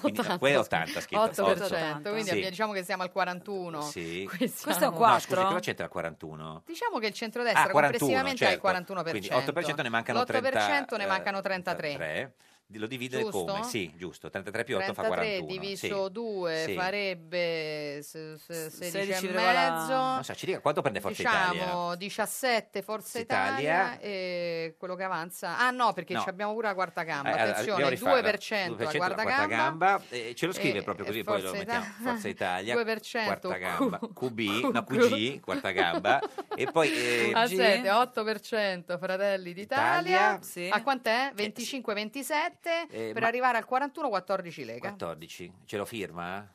8%. Quindi, eh, quello è 80 scritto. 8%, quindi Sì. abbia- diciamo che siamo al 41. Sì. Questo Questo è un No, scusi, 4? cosa c'entra il 41? Diciamo che il centrodestra Ah, 41, complessivamente certo. ha il 41%. Quindi 8% ne mancano L'8% 30, ne mancano eh, 33. 3. Lo divide Giusto? come? Sì, giusto. 33 più 8 fa 33 41. diviso sì. 2 Sì. farebbe se- se- 16 e 16,9. Non mezzo. so, ci dica quanto prende Forza Italia? Diciamo 17 Forza Italia, Italia. e quello che avanza. Ah no, perché No. ci abbiamo pure la quarta gamba. Eh, allora, Attenzione, dobbiamo rifarla. 2%, la quarta quarta eh, gamba. gamba. Eh, ce lo scrive Eh, proprio così, eh, poi lo Forza mettiamo. Italia. Forza Italia, 2%, quarta gamba, Q- QB, no, QG, quarta gamba. E poi eh, Ah, siete 8% Fratelli d'Italia. Italia. A quant'è? 25-27 Eh, per ma- arrivare al 41 14 Lega. 14, ce lo firma?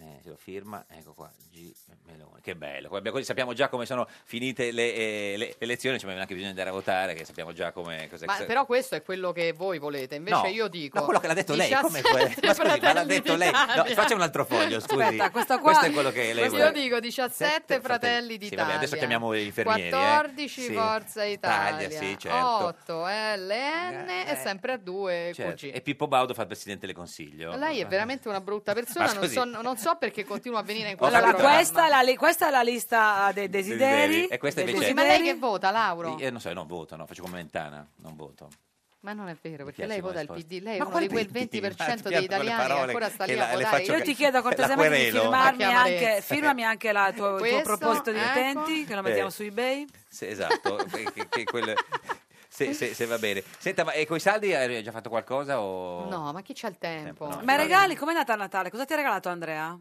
Eh, ce lo firma, ecco qua, G Meloni. Che bello, qua abbiamo- così sappiamo già come sono finite le, eh, le elezioni, ci abbiamo neanche bisogno di andare a votare, che sappiamo già come... Cosa, Ma però questo è quello che voi volete, invece No. io dico No, quello che l'ha detto lei, come 17 quello? Ma scusi, ma l'ha Fratelli detto lei? No, d'Italia. faccia un altro foglio, scusi. Aspetta, questo qua- Questo è quello che lei Io voleva. dico 17 fratelli Sì, d'Italia. vabbè, adesso chiamiamo gli infermieri. eh. 14 Sì. Forza Italia, Italia, sì, certo. Eh, 8 LN e sempre a 2 Certo. QG. E Pippo Baudo fa il presidente del consiglio. Eh, Lei è veramente una brutta persona, Ma non scusi. so, non so perché continua a venire in questo Allora, capito, ma- questa è, la li- questa è la lista dei desideri. E questa dei invece- Ma desideri. lei che vota, Lauro? Io non so, io non voto, no, faccio come Mentana, non voto. Ma non è vero, perché piace lei come vota il risposta. PD, lei è Ma uno quale di quel PD? 20% Ma degli pianto con le italiani che parole ancora sta che lì la- a le votare. faccio Io ti chiedo cortesemente di querelo. firmarmi Ma che amarezza. anche, firmami anche la tua- il tuo Questo, proposito di ecco. utenti, che lo mettiamo Eh. su eBay. Sì, esatto, che- che- che quel- se, se- se va bene. Senta, ma con i saldi hai già fatto qualcosa? O... No, ma chi c'ha il tempo? Tempo, Boh. Eh, no. Ma i regali, com'è nata a Natale? Cosa ti ha regalato Andrea?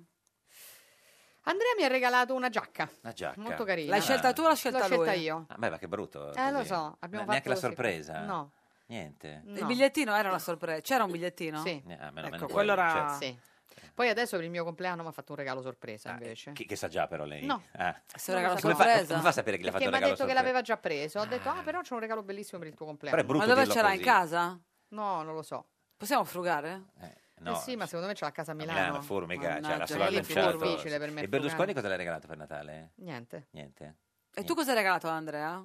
Andrea mi ha regalato una giacca. Una giacca. Molto carina. L'hai scelta tu o l'hai scelta L'ho scelta lui? io. Ah, beh, ma che brutto. Eh, lo così. so, Ne- abbiamo fatto Neanche la così. sorpresa? No. Niente? Il bigliettino era una sorpresa. C'era un bigliettino? Sì. Eh, ah, meno male Certo. Ecco, di quello quello, era... Sì. Poi adesso per il mio compleanno mi ha fatto un regalo sorpresa Ah, invece. Chi- che sa già però lei? No. Ah. Se un regalo come Fa, sorpresa. come fa a sapere chi le ha fatto Perché il mi ha regalo detto che sorpresa? l'aveva già preso. Ho detto, ah, però c'è un regalo bellissimo per il tuo compleanno. Però è brutto Ma dove dirlo ce l'ha così. in casa? No, non lo so. Possiamo frugare? No, eh sì, ma secondo me ce l'ha a casa a Milano. Milano, Foro, mica, cioè, la Mannaggia, solo lì è annunciato. difficile per me E frugare. Berlusconi cosa le ha regalato per Natale? Niente. Niente? E tu cosa hai regalato a Andrea?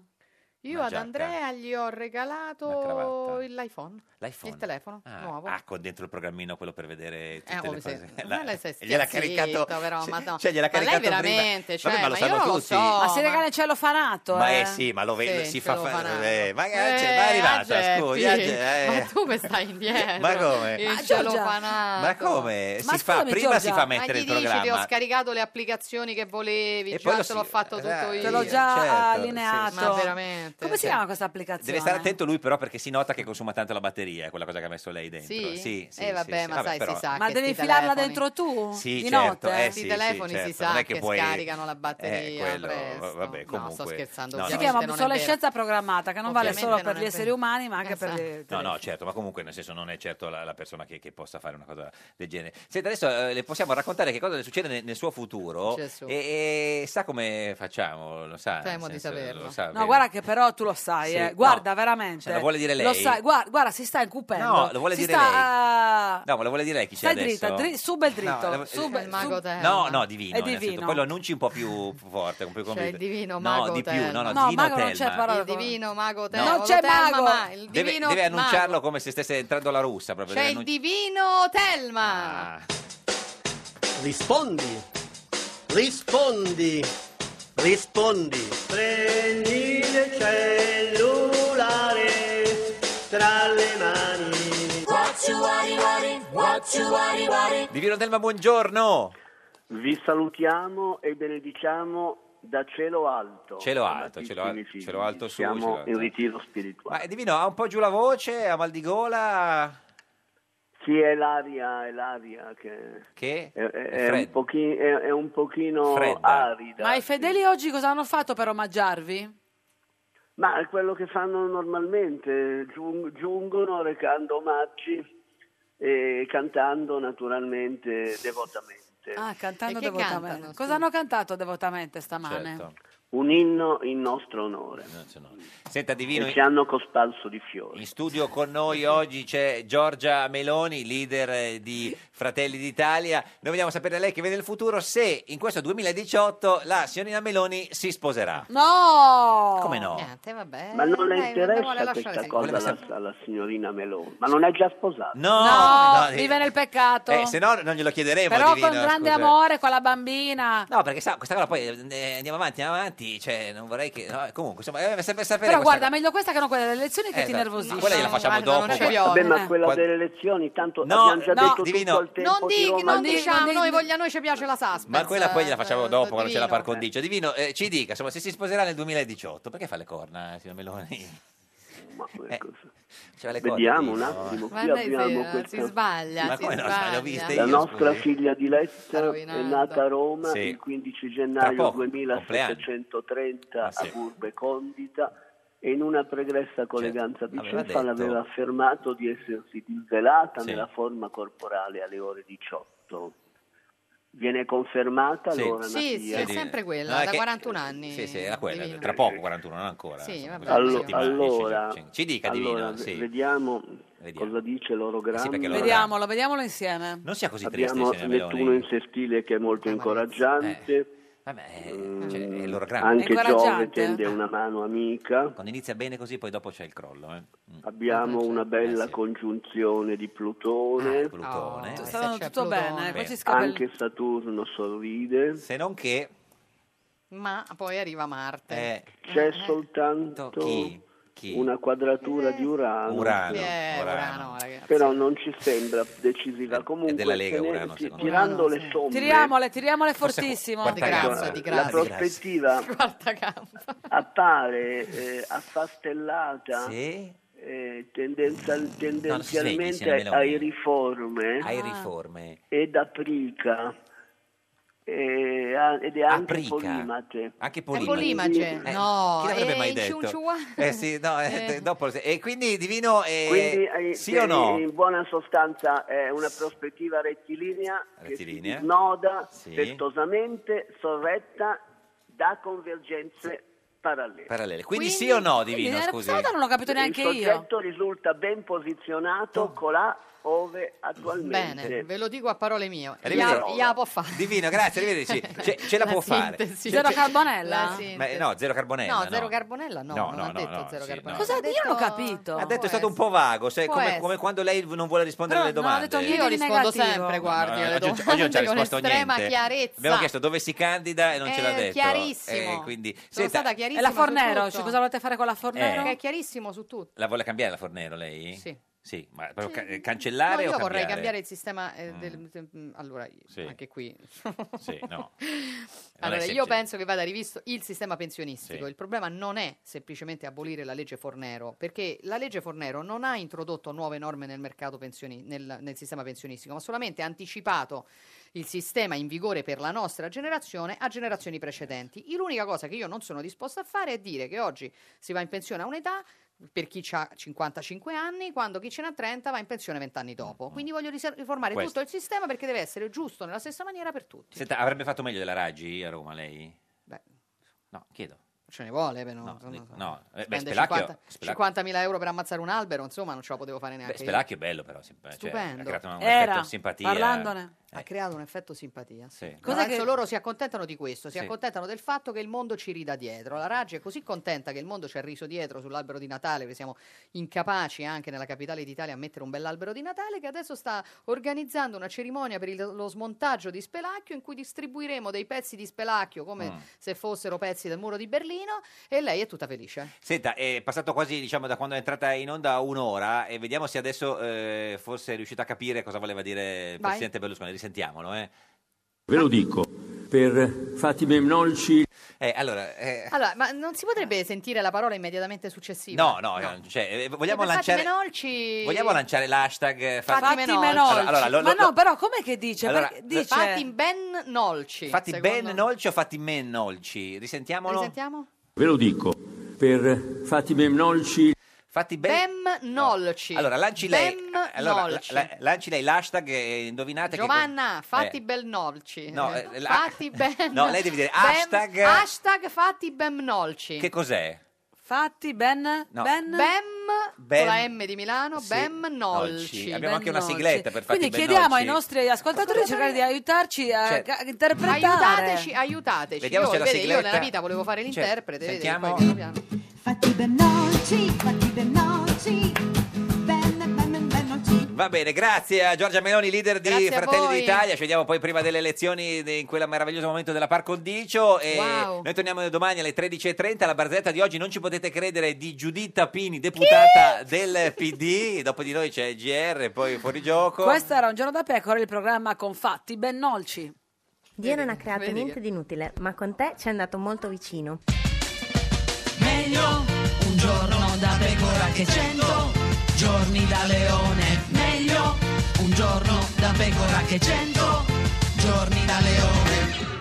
Io Una ad giacca. Andrea gli ho Una regalato cravatta. il- l'iPhone. L'iPhone? Il telefono Ah, nuovo. ah, con dentro il programmino quello per vedere tutte oh, le sì. cose. Ma lei sei e gliel'ha schiazzito, caricato, però, sì, ma no. cioè, gliel'ha Ma lei caricato prima. veramente, cioè, Vabbè, ma lo ma sanno io lo tutti. so. Ma Oh, si ma- regala il cielo fanato, Ma eh? eh sì, ma lo ve- Sì, si te fa lo fa- faranno. eh, ma, Eh, cioè, ma è arrivata, Geppi, scusi, eh, eh. Ma tu mi stai indietro. Ma come? Il Ma cielo Giorgia, fanato. Ma come? Ma si fa, scusami, prima si Giorgia, fa mettere ma il gli dici ti ho programma. scaricato le applicazioni che volevi, E già poi lo te l'ho si- eh, fatto tutto io. Te l'ho già Ah, certo, allineato. sì, sì. Ma veramente, cioè. Come si sì. chiama questa applicazione? Deve stare attento lui però perché si nota che consuma tanto la batteria, è quella cosa che ha messo lei dentro. Sì? sì, sì Eh, vabbè, sì, ma sai, si però- sa Ma che devi sti filarla telefoni- dentro tu? Sì, di certo, notte? eh, sì, I telefoni sì, certo, si sa non è che, che puoi- scaricano la Eh, batteria. quello, presto. vabbè, no, sto comunque- scherzando. no, no. Si ovviamente chiama non è obsolescenza programmata, che non Eh, vale Ovviamente solo non per è gli esseri vero. umani, ma anche per Esatto. le... No, no, certo, ma comunque nel senso non è certo la, la persona che, che possa fare una cosa del genere. Senta, adesso eh, le possiamo raccontare che cosa le succede nel, nel suo futuro e, Gesù. e sa come facciamo, lo sa. nel Temo di senso, saperlo. lo sa, No, vero? guarda che però tu lo sai, Sì, eh. no. guarda veramente. Se lo vuole dire Lo lei? sai, guarda, guarda, si sta incupendo. No, lo vuole si dire sta... ah, No, ma lo vuole dire lei chi c'è Stai adesso? dritta, dri- su bel dritto, No, la- su bel- Il mago su- Telma. No, no, divino. È innanzitutto. divino. Poi lo annunci un po' più forte, un po' più Cioè, convinto. il divino no, mago di più, no, no, Telma. No, divino mago non c'è Telma. il parola. divino mago Telma. Non c'è Telma, mago. ma il Deve, divino deve mago. annunciarlo come se stesse entrando la russa. Proprio. C'è deve il annunci- Ah. divino Telma. Rispondi, rispondi, rispondi. Prendi il cellulare tra le mani. Divino Telma, buongiorno. Vi salutiamo e benediciamo da cielo alto. Cielo alto, cielo, al- cielo alto su. cielo Siamo alto. in ritiro spirituale. Ma eh, Divino, ha un po' giù la voce, ha mal di gola. Sì, è l'aria, è l'aria che... Che? È, è- È è un, fredda. pochi- è- è un pochino Fredda. arida. Ma i fedeli oggi cosa hanno fatto per omaggiarvi? Ma è quello che fanno normalmente, giung- giungono recando omaggi e cantando naturalmente devotamente. Ah, cantando E che devotamente. cantano, cosa hanno cantato devotamente stamane? Certo. Un inno in nostro onore. Senta Divino, E ci hanno cospalso di fiori. in studio con noi oggi c'è Giorgia Meloni, leader eh, di Fratelli d'Italia. Noi vogliamo sapere da lei che vede il futuro se in questo 2018 la signorina Meloni si sposerà. No! Come no? Niente, vabbè. Ma non le Dai, interessa vuole lasciare questa stare. cosa alla, alla signorina Meloni? Ma non è già sposata? No, No, eh, vive nel peccato. eh, se no non glielo chiederemo. Esatto. Però Divino, con grande scusa. amore con la bambina. No, perché sa, questa cosa poi eh, andiamo avanti, andiamo avanti, cioè non vorrei che... no, comunque, insomma, eh, sempre sapere... Però questa- guarda, meglio questa che non quella delle lezioni che Eh, ti esatto. nervosisce. Quella gliela facciamo guarda, non dopo. ci Vabbè, ma Eh. quella Qua- delle elezioni, tanto No, abbiamo già no, detto Divino. tutto il tempo Non di dic- Roma. non dic- diciamo, non noi dic- voglio- a noi ci piace la suspense. Ma quella poi gliela facciamo eh, dopo quando c'è la par Divino. condicio. Divino, eh, ci dica, insomma, se si sposerà nel 2018, perché fa le corna, eh, signor Meloni? Eh, c'ha le corna, Vediamo un Divino. attimo, Ma qui lei abbiamo eh, si, questa... si sbaglia, Ma si come no, sbaglia. l'ho vista La io, nostra scusi. figlia Diletta è rovinando. nata a Roma Sì. il 15 Tra gennaio poco, Ah, 2730 sì. Certo. a Burbe Condita e in una pregressa colleganza aveva bicefala detto. aveva affermato di essersi disvelata Sì. nella forma corporale alle ore 18. Viene confermata Sì. l'ora Sì, sì, natia? è sempre quella, No, è da che- 41 anni. Sì, sì, era quella, Divino. tra poco 41, non ancora. Sì, insomma, vabbè, così, Allo- una settimana, allora, dieci, dieci. ci dica allora, Divino, sì. ve- vediamo, cosa dice l'orogramma. Sì, perché l'orogramma- Vediamolo, vediamolo insieme. Non sia così Abbiamo triste, signora Nettuno in Meloni. Ah, Eh, sestile che è molto incoraggiante. Vabbè, cioè, è l'orogramma. Anche Giove Incoraggiante. tende una mano amica. Quando inizia bene così, poi dopo c'è il crollo. Eh. Mm. Abbiamo una bella Eh, sì. Ah, congiunzione di Plutone. Plutone. Eh, Sta andando tutto bene, eh, poi Bene. ci scappa il- Anche Saturno sorride. Se non che... Ma poi arriva Marte. eh, C'è soltanto chi? Chi? una Eh. quadratura di Urano. Urano, Eh, Urano. Urano, ragazzi. Però non ci sembra decisiva. Comunque, della Lega tenere- Urano, ti- secondo me. tirando Urano, le somme, Tiriamole, tiriamole fortissimo. Guarda, la prospettiva appare eh, affastellata. eh, tendenzial- svegli, tendenzialmente signor Meloni. ai riforme Ah. Ai riforme. ed aprica eh, a- ed è anche Aprica. polimate Anche È Polima. Polimage, Eh, no, chi l'avrebbe è mai in detto? Ciunciua. Eh sì, no, eh, Eh. dopo- E quindi Divino, eh, Quindi eh, sì cioè, o no? in buona sostanza è una prospettiva rettilinea, che Rettilinea. si noda Sì. ventosamente sorretta da convergenze parallele. Parallele. Quindi, sì o no Divino, scusi? non l'ho capito neanche Il io. soggetto risulta ben posizionato con la ove attualmente. Bene, ve lo dico a parole mie. Arrivederci. Ia- ia può fare. Divino, grazie, arrivederci. Ce, ce la, può fare. Zero Carbonella? La sintesi. Ma, eh, no, zero carbonella. No, zero carbonella no, No, non no, ha no, detto no, zero sì, carbonella. Cosa? Io non ho capito. Ha detto è stato un po' vago, sai, Può come, essere. come quando lei non vuole rispondere alle Però non ha domande. detto niente Io di rispondo negativo. sempre, guardi, No, no, alle oggi- domande oggi non ci ha con risposto estrema niente. chiarezza. Abbiamo chiesto dove si candida e non ce l'ha Eh, detto. chiarissimo. Eh, quindi, Sono senta, stata E chiarissima la su Fornero, tutto. cioè, cosa volete fare con la Fornero? Eh. Che è chiarissimo su tutto. la vuole cambiare la Fornero lei? Sì. ma proprio ca- eh, No, io cancellare o cambiare? vorrei cambiare il sistema eh, Mm. del, de- mm, allora io- Sì. anche qui. Sì, no. Allora, semplice. io penso che vada rivisto il sistema pensionistico. Sì. Il problema non è semplicemente abolire la legge Fornero, perché la legge Fornero non ha introdotto nuove norme nel mercato pensioni- nel, nel sistema pensionistico, ma solamente ha anticipato il sistema in vigore per la nostra generazione a generazioni precedenti. E L'unica cosa che io non sono disposta a fare è dire che oggi si va in pensione a un'età per chi ha 55 anni, quando chi ce n'ha 30 va in pensione 20 anni dopo. Quindi voglio risa- riformare Mm, Questo. tutto il sistema perché deve essere giusto nella stessa maniera per tutti. Senta, avrebbe fatto meglio della Raggi a Roma lei? Beh. No, chiedo. Ce ne vuole, però. No, insomma, dico- no. Eh, beh, spende Spelacchio- 50 Spelacchio- 50.000 euro per ammazzare un albero, insomma, non ce la potevo fare neanche. Beh, io. Spelacchio è bello però, simp- cioè, Stupendo. ha creato un effetto Era, simpatia. parlandone. Ha creato un effetto simpatia. Eh. Sì. Però Cos'è adesso che- loro si accontentano di questo, si Sì. accontentano del fatto che il mondo ci rida dietro. La Raggi è così contenta che il mondo ci ha riso dietro sull'albero di Natale, che siamo incapaci anche nella capitale d'Italia a mettere un bell'albero di Natale, che adesso sta organizzando una cerimonia per il- lo smontaggio di Spelacchio in cui distribuiremo dei pezzi di Spelacchio come Mm. se fossero pezzi del muro di Berlino e lei è tutta felice. Senta, è passato quasi, diciamo, da quando è entrata in onda un'ora e vediamo se adesso eh, fosse riuscita a capire cosa voleva dire il Vai. presidente Berlusconi. Risentiamolo, eh. Ve lo dico, per fatti memnolci... Eh, allora, eh, Allora, ma non si potrebbe sentire la parola immediatamente successiva? no, no, cioè, eh, vogliamo, Perché lanciare, Fatti Menolci- vogliamo lanciare l'hashtag eh, Fatti fatti- Menolci. Allora, allora, lo- ma lo- no, però com'è che dice? Allora, Perché dice Fatti ben nolci. fatti secondo- ben nolci o fatti men nolci? Risentiamolo. Risentiamo? Ve lo dico, per fatti memnolci... Fatti ben... Ben nolci. Allora, lanci lei, Ben allora, la- nolci. la- lanci lei l'hashtag e indovinate Giovanna, che... fatti eh, ben nolci. No, eh, la- fatti ben... no, lei deve dire ben- hashtag- hashtag fatti ben nolci. Che cos'è? Fatti ben... No. Ben... Ben- Con la M di Milano, Sì, ben nolci. nolci. Abbiamo anche una Nolci. sigletta per fatti Quindi ben chiediamo nolci. ai nostri ascoltatori di cercare di aiutarci a Cioè- ca- interpretare. Aiutateci, aiutateci. Vediamo io, se la vede, io sigletta- nella vita volevo fare l'interprete. vede, sentiamo- poi piano piano. Fatti ben nolci, fatti ben nolci, ben, ben, ben, ben nolci. Va bene, grazie a Giorgia Meloni, leader di Grazie a Fratelli voi. d'Italia. Ci vediamo poi prima delle elezioni de- in quel meraviglioso momento della par condicio. E Wow. Noi torniamo domani alle 13.30. La barzetta di oggi, non ci potete credere, di Giuditta Pini, deputata del PD. Dopo di noi c'è GR, poi fuori gioco. Questo era Un giorno da pecora, il programma con fatti ben nolci. Dio non ha creato niente di inutile, ma con te ci è andato molto vicino. Meglio un giorno da pecora che cento giorni da leone. Meglio un giorno da pecora che cento giorni da leone.